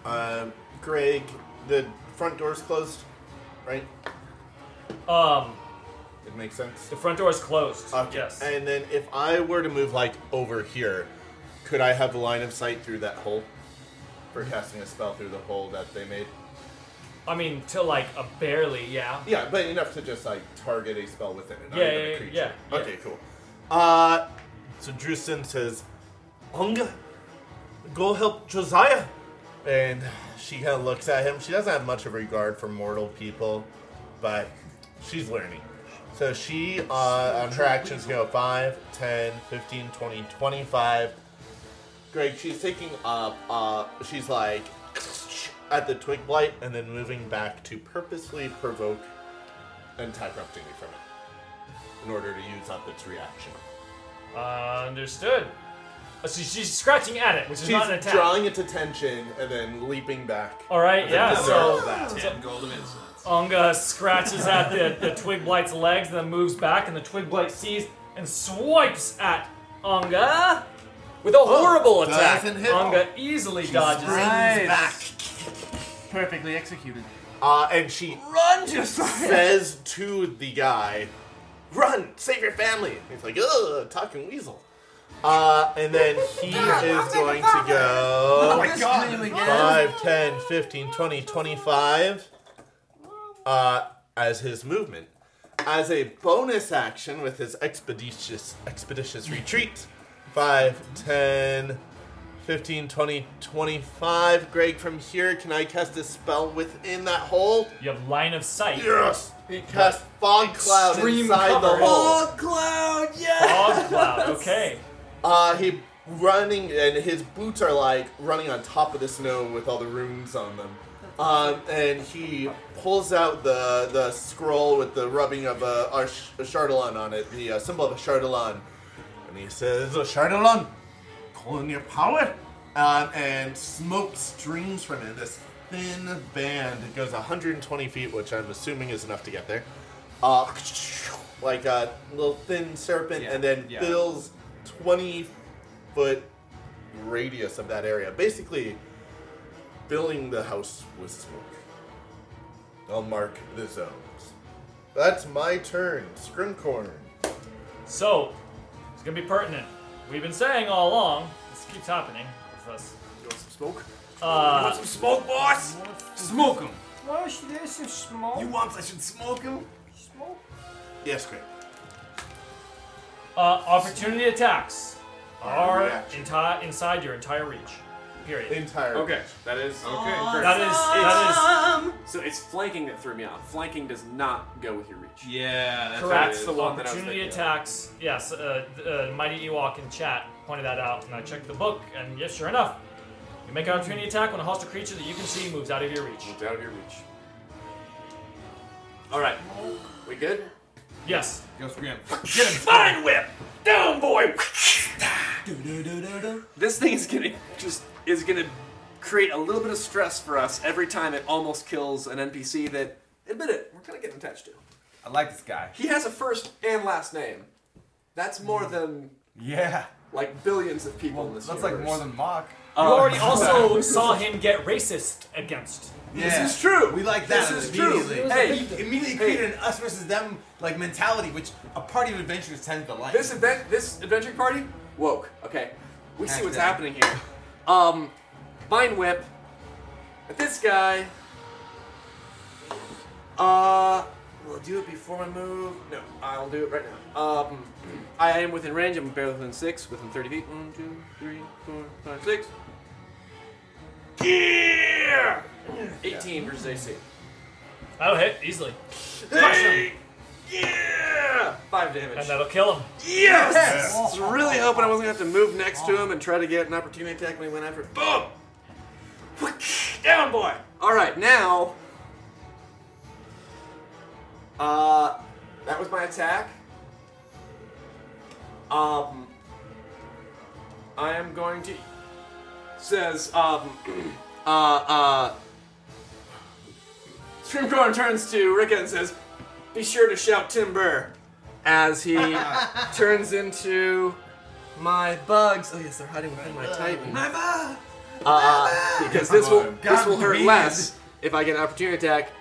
[SPEAKER 5] hand.
[SPEAKER 6] Um, Greg, the front door's closed, right?
[SPEAKER 2] Um,
[SPEAKER 6] it makes sense.
[SPEAKER 2] The front door is closed. Yes.
[SPEAKER 6] And then if I were to move like over here, could I have a line of sight through that hole for casting a spell through the hole that they made?
[SPEAKER 2] I mean, to like a barely, yeah.
[SPEAKER 6] Yeah, but enough to just like target a spell within it. not
[SPEAKER 2] Yeah,
[SPEAKER 6] even a
[SPEAKER 2] yeah, yeah,
[SPEAKER 6] creature.
[SPEAKER 2] yeah, yeah.
[SPEAKER 6] Okay, cool. Uh, so Drustin says, "Unga, go help Josiah," and she kind of looks at him. She doesn't have much of regard for mortal people, but she's learning. So she, uh, on her actions, go 5, 10, 15, 20, 25. Greg, she's taking up, uh, she's like at the twig blight and then moving back to purposely provoke an attack of opportunity from it in order to use up its reaction.
[SPEAKER 2] understood. Uh, so she's scratching at it, which is
[SPEAKER 6] She's
[SPEAKER 2] not an attack.
[SPEAKER 6] drawing its attention and then leaping back.
[SPEAKER 2] All right,
[SPEAKER 6] And then
[SPEAKER 2] yeah. So,
[SPEAKER 6] throw that.
[SPEAKER 2] so Unga scratches at the, the twig blight's legs, then moves back, and the twig blight sees and swipes at Unga with
[SPEAKER 6] Oh,
[SPEAKER 2] a horrible attack.
[SPEAKER 7] doesn't hit.
[SPEAKER 2] Unga easily dodges.
[SPEAKER 7] Nice. Perfectly executed.
[SPEAKER 6] Uh, and she
[SPEAKER 10] Run, Josiah!
[SPEAKER 6] says to the guy, "Run, save your family." And he's like, "Ugh, talking weasel." Uh, and then he is going to go
[SPEAKER 10] Oh my God. His name again.
[SPEAKER 6] 5, 10, 15, 20, 25 uh, as his movement. As a bonus action with his expeditious, expeditious retreat, 5, 10, 15, 20, 25. Greg, from here, can I cast a spell within that hole?
[SPEAKER 2] You have line of sight.
[SPEAKER 6] Yes! He cast Fog Cloud inside the hole.
[SPEAKER 10] cloud,
[SPEAKER 2] Fog cloud, okay.
[SPEAKER 6] Uh, he running and his boots are like running on top of the snow with all the runes on them. Um, and he pulls out the the scroll with the rubbing of a, a, sh- a Shardalon on it, the uh, symbol of a Shardalon. And he says, "A Shardalon, call in your power!" Um, and smoke streams from it. This thin band. It goes 120 feet, which I'm assuming is enough to get there. Uh, like a little thin serpent, and then
[SPEAKER 10] yeah.
[SPEAKER 6] fills 20 foot radius of that area. Basically, filling the house with smoke. I'll mark the zones. That's my turn, Scrimcorn.
[SPEAKER 2] So, it's gonna be pertinent. We've been saying all along, this keeps happening with us. You want some smoke? Uh,
[SPEAKER 22] You want some smoke, boss?
[SPEAKER 2] Smoke him!
[SPEAKER 23] Wash this and smoke.
[SPEAKER 22] You want I should smoke him?
[SPEAKER 23] Smoke?
[SPEAKER 6] Yes, Greg.
[SPEAKER 2] Uh, opportunity attacks
[SPEAKER 6] Our
[SPEAKER 2] are
[SPEAKER 6] reaction.
[SPEAKER 2] enti- inside your entire reach. Period.
[SPEAKER 6] Entire.
[SPEAKER 7] Okay, that is
[SPEAKER 2] Awesome.
[SPEAKER 7] That is that
[SPEAKER 5] is.
[SPEAKER 7] So it's flanking that threw me off. Flanking does not go with your reach.
[SPEAKER 4] Yeah,
[SPEAKER 2] That's
[SPEAKER 7] that's, that's the one that I was
[SPEAKER 2] Opportunity
[SPEAKER 7] thinking. of.
[SPEAKER 2] attacks. Yes, uh, uh, Mighty Ewok in chat pointed that out, and I checked the book, and yes, sure enough, you make an opportunity attack when a hostile creature that you can see moves out of your reach. Moves
[SPEAKER 7] out of your reach.
[SPEAKER 2] All right,
[SPEAKER 7] we good?
[SPEAKER 2] Yes.
[SPEAKER 7] Go scram.
[SPEAKER 2] Get him. Fine whip.
[SPEAKER 7] Down, boy. This thing is gonna just is gonna create a little bit of stress for us every time it almost kills an NPC that admit it we're kind of getting attached to.
[SPEAKER 10] I like this guy. Mm.
[SPEAKER 7] He has a first and last name. That's more than
[SPEAKER 10] Yeah.
[SPEAKER 7] like billions of people in this.
[SPEAKER 10] That's like more
[SPEAKER 7] universe. Uh,
[SPEAKER 10] than mock.
[SPEAKER 2] You already also saw him get racist against.
[SPEAKER 10] This is true. We like that.
[SPEAKER 2] This is true.
[SPEAKER 10] immediately.
[SPEAKER 2] Hey,
[SPEAKER 10] you immediately created an us versus them like mentality, which a party of adventurers tends to like.
[SPEAKER 7] This event, this adventure party, woke. Okay, we see what's
[SPEAKER 10] Hashtag.
[SPEAKER 7] happening here. Um, mind whip. But This guy. Uh, will I do it before I move? No, I'll do it right now. Um, I am within range. I'm barely within six, within thirty feet. One, two, three, four, five, six. Yeah. Eighteen versus AC.
[SPEAKER 2] That'll Oh, hit easily.
[SPEAKER 7] Crush him. Yeah. Five damage.
[SPEAKER 2] And that'll kill him.
[SPEAKER 7] Yes! Oh. I was really hoping I wasn't gonna have to move next to him and try to get an opportunity attack when he went after it. Boom! Down, boy! Alright, now. Uh, that was my attack. Um, I am going to. Says, um, uh, uh. Streamcorn turns to Ricka and says, Be sure to shout Timber as he turns into my bugs. Oh, yes, they're hiding within my Titan. My
[SPEAKER 10] bug!
[SPEAKER 7] Uh, because this will this will hurt
[SPEAKER 10] God,
[SPEAKER 7] less if I get an opportunity attack.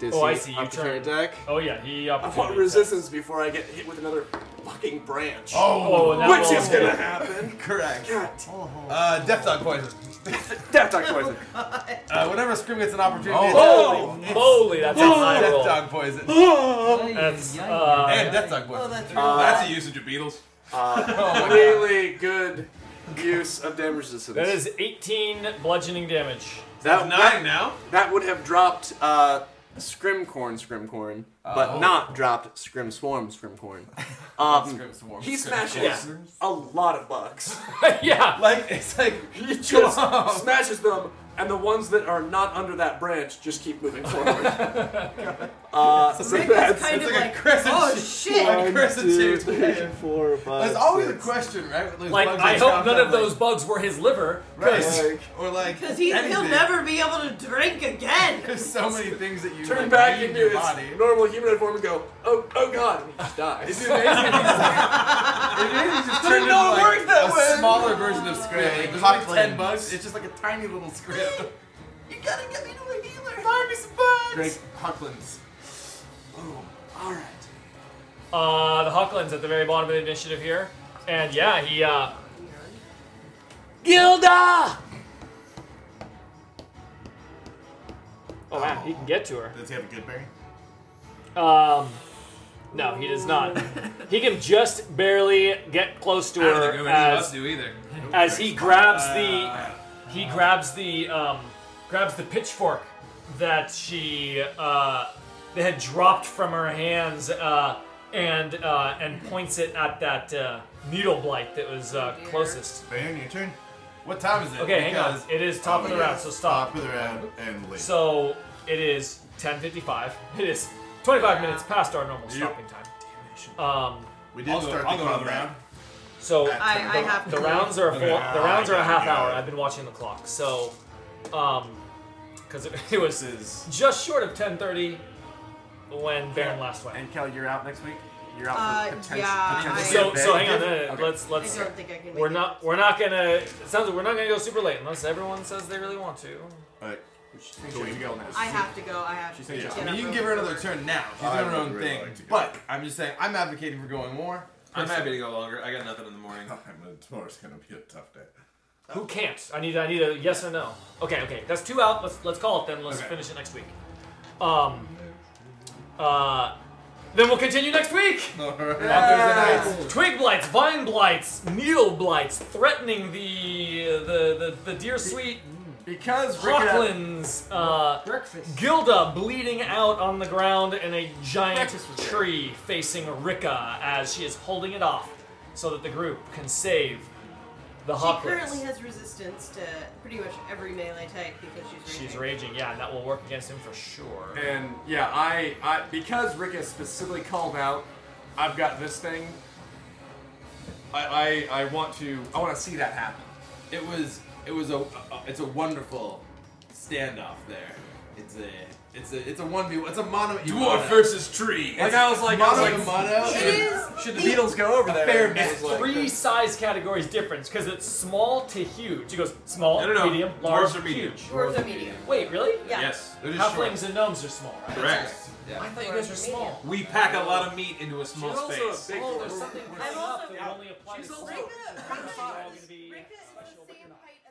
[SPEAKER 7] Does
[SPEAKER 2] Oh, I
[SPEAKER 7] he
[SPEAKER 2] see, you
[SPEAKER 7] Opportunity
[SPEAKER 2] turn.
[SPEAKER 7] attack.
[SPEAKER 2] Oh yeah, he
[SPEAKER 7] I want
[SPEAKER 2] opportunity
[SPEAKER 7] resistance before I get hit with another fucking branch.
[SPEAKER 10] Oh, that
[SPEAKER 7] which
[SPEAKER 10] will
[SPEAKER 7] is gonna
[SPEAKER 10] hit.
[SPEAKER 7] happen.
[SPEAKER 10] Correct.
[SPEAKER 7] God.
[SPEAKER 11] Oh,
[SPEAKER 10] Uh, death dog poison.
[SPEAKER 7] death dog poison.
[SPEAKER 10] Uh, whenever Scrim gets an opportunity.
[SPEAKER 2] Oh,
[SPEAKER 10] it's-
[SPEAKER 2] holy, that's a high
[SPEAKER 10] death
[SPEAKER 2] roll.
[SPEAKER 10] dog poison.
[SPEAKER 2] That's,
[SPEAKER 10] uh, and death dog poison.
[SPEAKER 5] Oh, that's
[SPEAKER 7] Uh,
[SPEAKER 4] That's a usage of Beatles.
[SPEAKER 7] Uh, really good use of damage resistance.
[SPEAKER 2] That is 18 bludgeoning damage.
[SPEAKER 7] That,
[SPEAKER 2] nine
[SPEAKER 7] that-
[SPEAKER 4] now.
[SPEAKER 7] That would have dropped uh, Scrimcorn, Scrimcorn, but
[SPEAKER 2] Oh.
[SPEAKER 7] not dropped Scrim Swarm, Scrimcorn. Um,
[SPEAKER 10] Scrim Swarm,
[SPEAKER 7] he
[SPEAKER 10] Scrimcorn.
[SPEAKER 7] smashes
[SPEAKER 10] Yeah.
[SPEAKER 7] a lot of bugs.
[SPEAKER 2] yeah,
[SPEAKER 10] like it's like
[SPEAKER 7] he just smashes them, and the ones that are not under that branch just keep moving forward. uh, so
[SPEAKER 10] Rick is
[SPEAKER 7] that's
[SPEAKER 10] kind It's of like a like, crescent "Oh, shape." shit. Like a crescent shape.
[SPEAKER 24] four, five,
[SPEAKER 10] There's always a
[SPEAKER 24] six.
[SPEAKER 10] question, right? with those
[SPEAKER 2] Like,
[SPEAKER 10] bugs
[SPEAKER 2] I
[SPEAKER 10] that
[SPEAKER 2] hope
[SPEAKER 10] jump
[SPEAKER 2] none
[SPEAKER 10] out,
[SPEAKER 2] of those bugs were his liver.
[SPEAKER 10] Right.
[SPEAKER 2] 'cause-
[SPEAKER 10] Like, or like.
[SPEAKER 5] Because he, he'll
[SPEAKER 10] anything.
[SPEAKER 5] never be able to drink again.
[SPEAKER 10] There's so many things that you
[SPEAKER 7] Turn
[SPEAKER 10] like,
[SPEAKER 7] back
[SPEAKER 10] need in
[SPEAKER 7] into
[SPEAKER 10] your
[SPEAKER 7] his
[SPEAKER 10] body.
[SPEAKER 7] normal humanoid form and go, oh, oh god, and he just dies.
[SPEAKER 10] It's amazing if he just- just turned into like a smaller version of Scrib.
[SPEAKER 7] Yeah,
[SPEAKER 10] Like,
[SPEAKER 7] it
[SPEAKER 10] there's
[SPEAKER 7] was
[SPEAKER 10] only
[SPEAKER 7] like
[SPEAKER 10] ten bucks. It's just like a tiny little Scrib.
[SPEAKER 11] You gotta get me to a healer. Find me some buds.
[SPEAKER 7] Drake Hucklands.
[SPEAKER 11] All right.
[SPEAKER 2] Uh, the Hucklin's at the very bottom of the initiative here, and yeah, he uh. Gilda. Oh wow, he can get to her.
[SPEAKER 6] Does he have a good berry?
[SPEAKER 2] Um, no, he does not. he can just barely get close to
[SPEAKER 4] I don't
[SPEAKER 2] her
[SPEAKER 4] think anyone
[SPEAKER 2] as,
[SPEAKER 4] else do either.
[SPEAKER 2] as he grabs the he grabs the um, grabs the pitchfork that she uh, that had dropped from her hands uh, and uh, and points it at that uh, needle blight that was uh, closest.
[SPEAKER 6] Baron, your turn. What time is it?
[SPEAKER 2] Okay, hang on.
[SPEAKER 6] Because-
[SPEAKER 2] It is top
[SPEAKER 6] Oh,
[SPEAKER 2] of the
[SPEAKER 6] yeah,
[SPEAKER 2] round, so stop.
[SPEAKER 6] Top of the round and late.
[SPEAKER 2] So it is 10:55. It is 25 minutes past our normal stopping time. Um,
[SPEAKER 6] We did I'll go- start I'll the go another combat. round.
[SPEAKER 2] So
[SPEAKER 6] At I- 10 I o'clock. have
[SPEAKER 2] the
[SPEAKER 6] to-
[SPEAKER 2] rounds are a
[SPEAKER 6] Okay.
[SPEAKER 2] full- the rounds are a
[SPEAKER 6] Yeah,
[SPEAKER 2] half
[SPEAKER 6] yeah.
[SPEAKER 2] hour. I've been watching the clock, so um, because it, it was just short of 10:30 when Baron last went. And
[SPEAKER 11] Kelly, you're out next week. You're
[SPEAKER 5] out for Uh, potential- yeah, potentially I-
[SPEAKER 2] So,
[SPEAKER 5] a
[SPEAKER 2] so
[SPEAKER 5] bit.
[SPEAKER 2] hang on. uh,
[SPEAKER 5] Okay.
[SPEAKER 2] Let's let's.
[SPEAKER 5] I don't think I can make
[SPEAKER 2] We're
[SPEAKER 5] it.
[SPEAKER 2] not we're not gonna. It sounds like we're not gonna go super late unless everyone says they really want to.
[SPEAKER 6] Alright.
[SPEAKER 11] So we go now.
[SPEAKER 5] I have to go. I have
[SPEAKER 11] She's
[SPEAKER 5] to.
[SPEAKER 11] saying,
[SPEAKER 5] get
[SPEAKER 11] I
[SPEAKER 5] up
[SPEAKER 11] mean, you can
[SPEAKER 5] real
[SPEAKER 11] give her
[SPEAKER 5] quick.
[SPEAKER 11] another turn now. She's
[SPEAKER 4] I
[SPEAKER 11] doing her
[SPEAKER 4] would
[SPEAKER 11] own
[SPEAKER 4] really
[SPEAKER 11] thing.
[SPEAKER 4] like to go.
[SPEAKER 11] but I'm just saying, I'm advocating for going more.
[SPEAKER 4] I'm happy
[SPEAKER 11] Personally.
[SPEAKER 4] to go longer. I got nothing in the morning.
[SPEAKER 6] Tomorrow's gonna be a tough day.
[SPEAKER 2] Who can't? I need I need a yes or no. Okay, okay. That's two out. Let's let's call it then. Let's finish it next week. Um uh then we'll continue next week.
[SPEAKER 11] Yeah. Thursday nights.
[SPEAKER 2] Twig blights, vine blights, needle blights, threatening the the the, the dear sweet
[SPEAKER 11] because
[SPEAKER 2] Rocklands, uh, breakfast. Gilda bleeding out on the ground in a giant tree facing Rika as she is holding it off so that the group can save the
[SPEAKER 5] she currently
[SPEAKER 2] Hawklins.
[SPEAKER 5] has resistance to pretty much every melee type because she's raging.
[SPEAKER 2] She's raging, yeah, and that will work against him for sure.
[SPEAKER 11] And yeah, I, I because Rick has specifically called out, I've got this thing. I, I, I want to I want to see that happen.
[SPEAKER 10] It was it was a, a- it's a wonderful standoff there. It's a it's a it's a one v it's a mono
[SPEAKER 11] Dwarf versus tree.
[SPEAKER 10] Like I was like mono
[SPEAKER 11] I was like,
[SPEAKER 10] mono.
[SPEAKER 11] It is Should the Beatles go over there?
[SPEAKER 2] Fair
[SPEAKER 11] It's like-
[SPEAKER 2] three size categories difference because it's small to huge. It goes small,
[SPEAKER 4] No, no, no.
[SPEAKER 2] medium,
[SPEAKER 4] Dwarves
[SPEAKER 2] large,
[SPEAKER 4] are medium.
[SPEAKER 2] huge.
[SPEAKER 4] Dwarves are medium.
[SPEAKER 2] Wait, really?
[SPEAKER 4] Yeah. Yes. They're just
[SPEAKER 2] Halflings and gnomes are small, right?
[SPEAKER 4] Correct.
[SPEAKER 2] I thought you guys were small.
[SPEAKER 4] We pack a lot of meat into a small
[SPEAKER 2] She's also a
[SPEAKER 4] space.
[SPEAKER 2] big- Oh, there's something-
[SPEAKER 5] I'm also.
[SPEAKER 2] Only applies
[SPEAKER 5] She's
[SPEAKER 2] to
[SPEAKER 5] also.
[SPEAKER 2] small.
[SPEAKER 5] Rika,
[SPEAKER 2] She's all gonna
[SPEAKER 5] Rika is the same height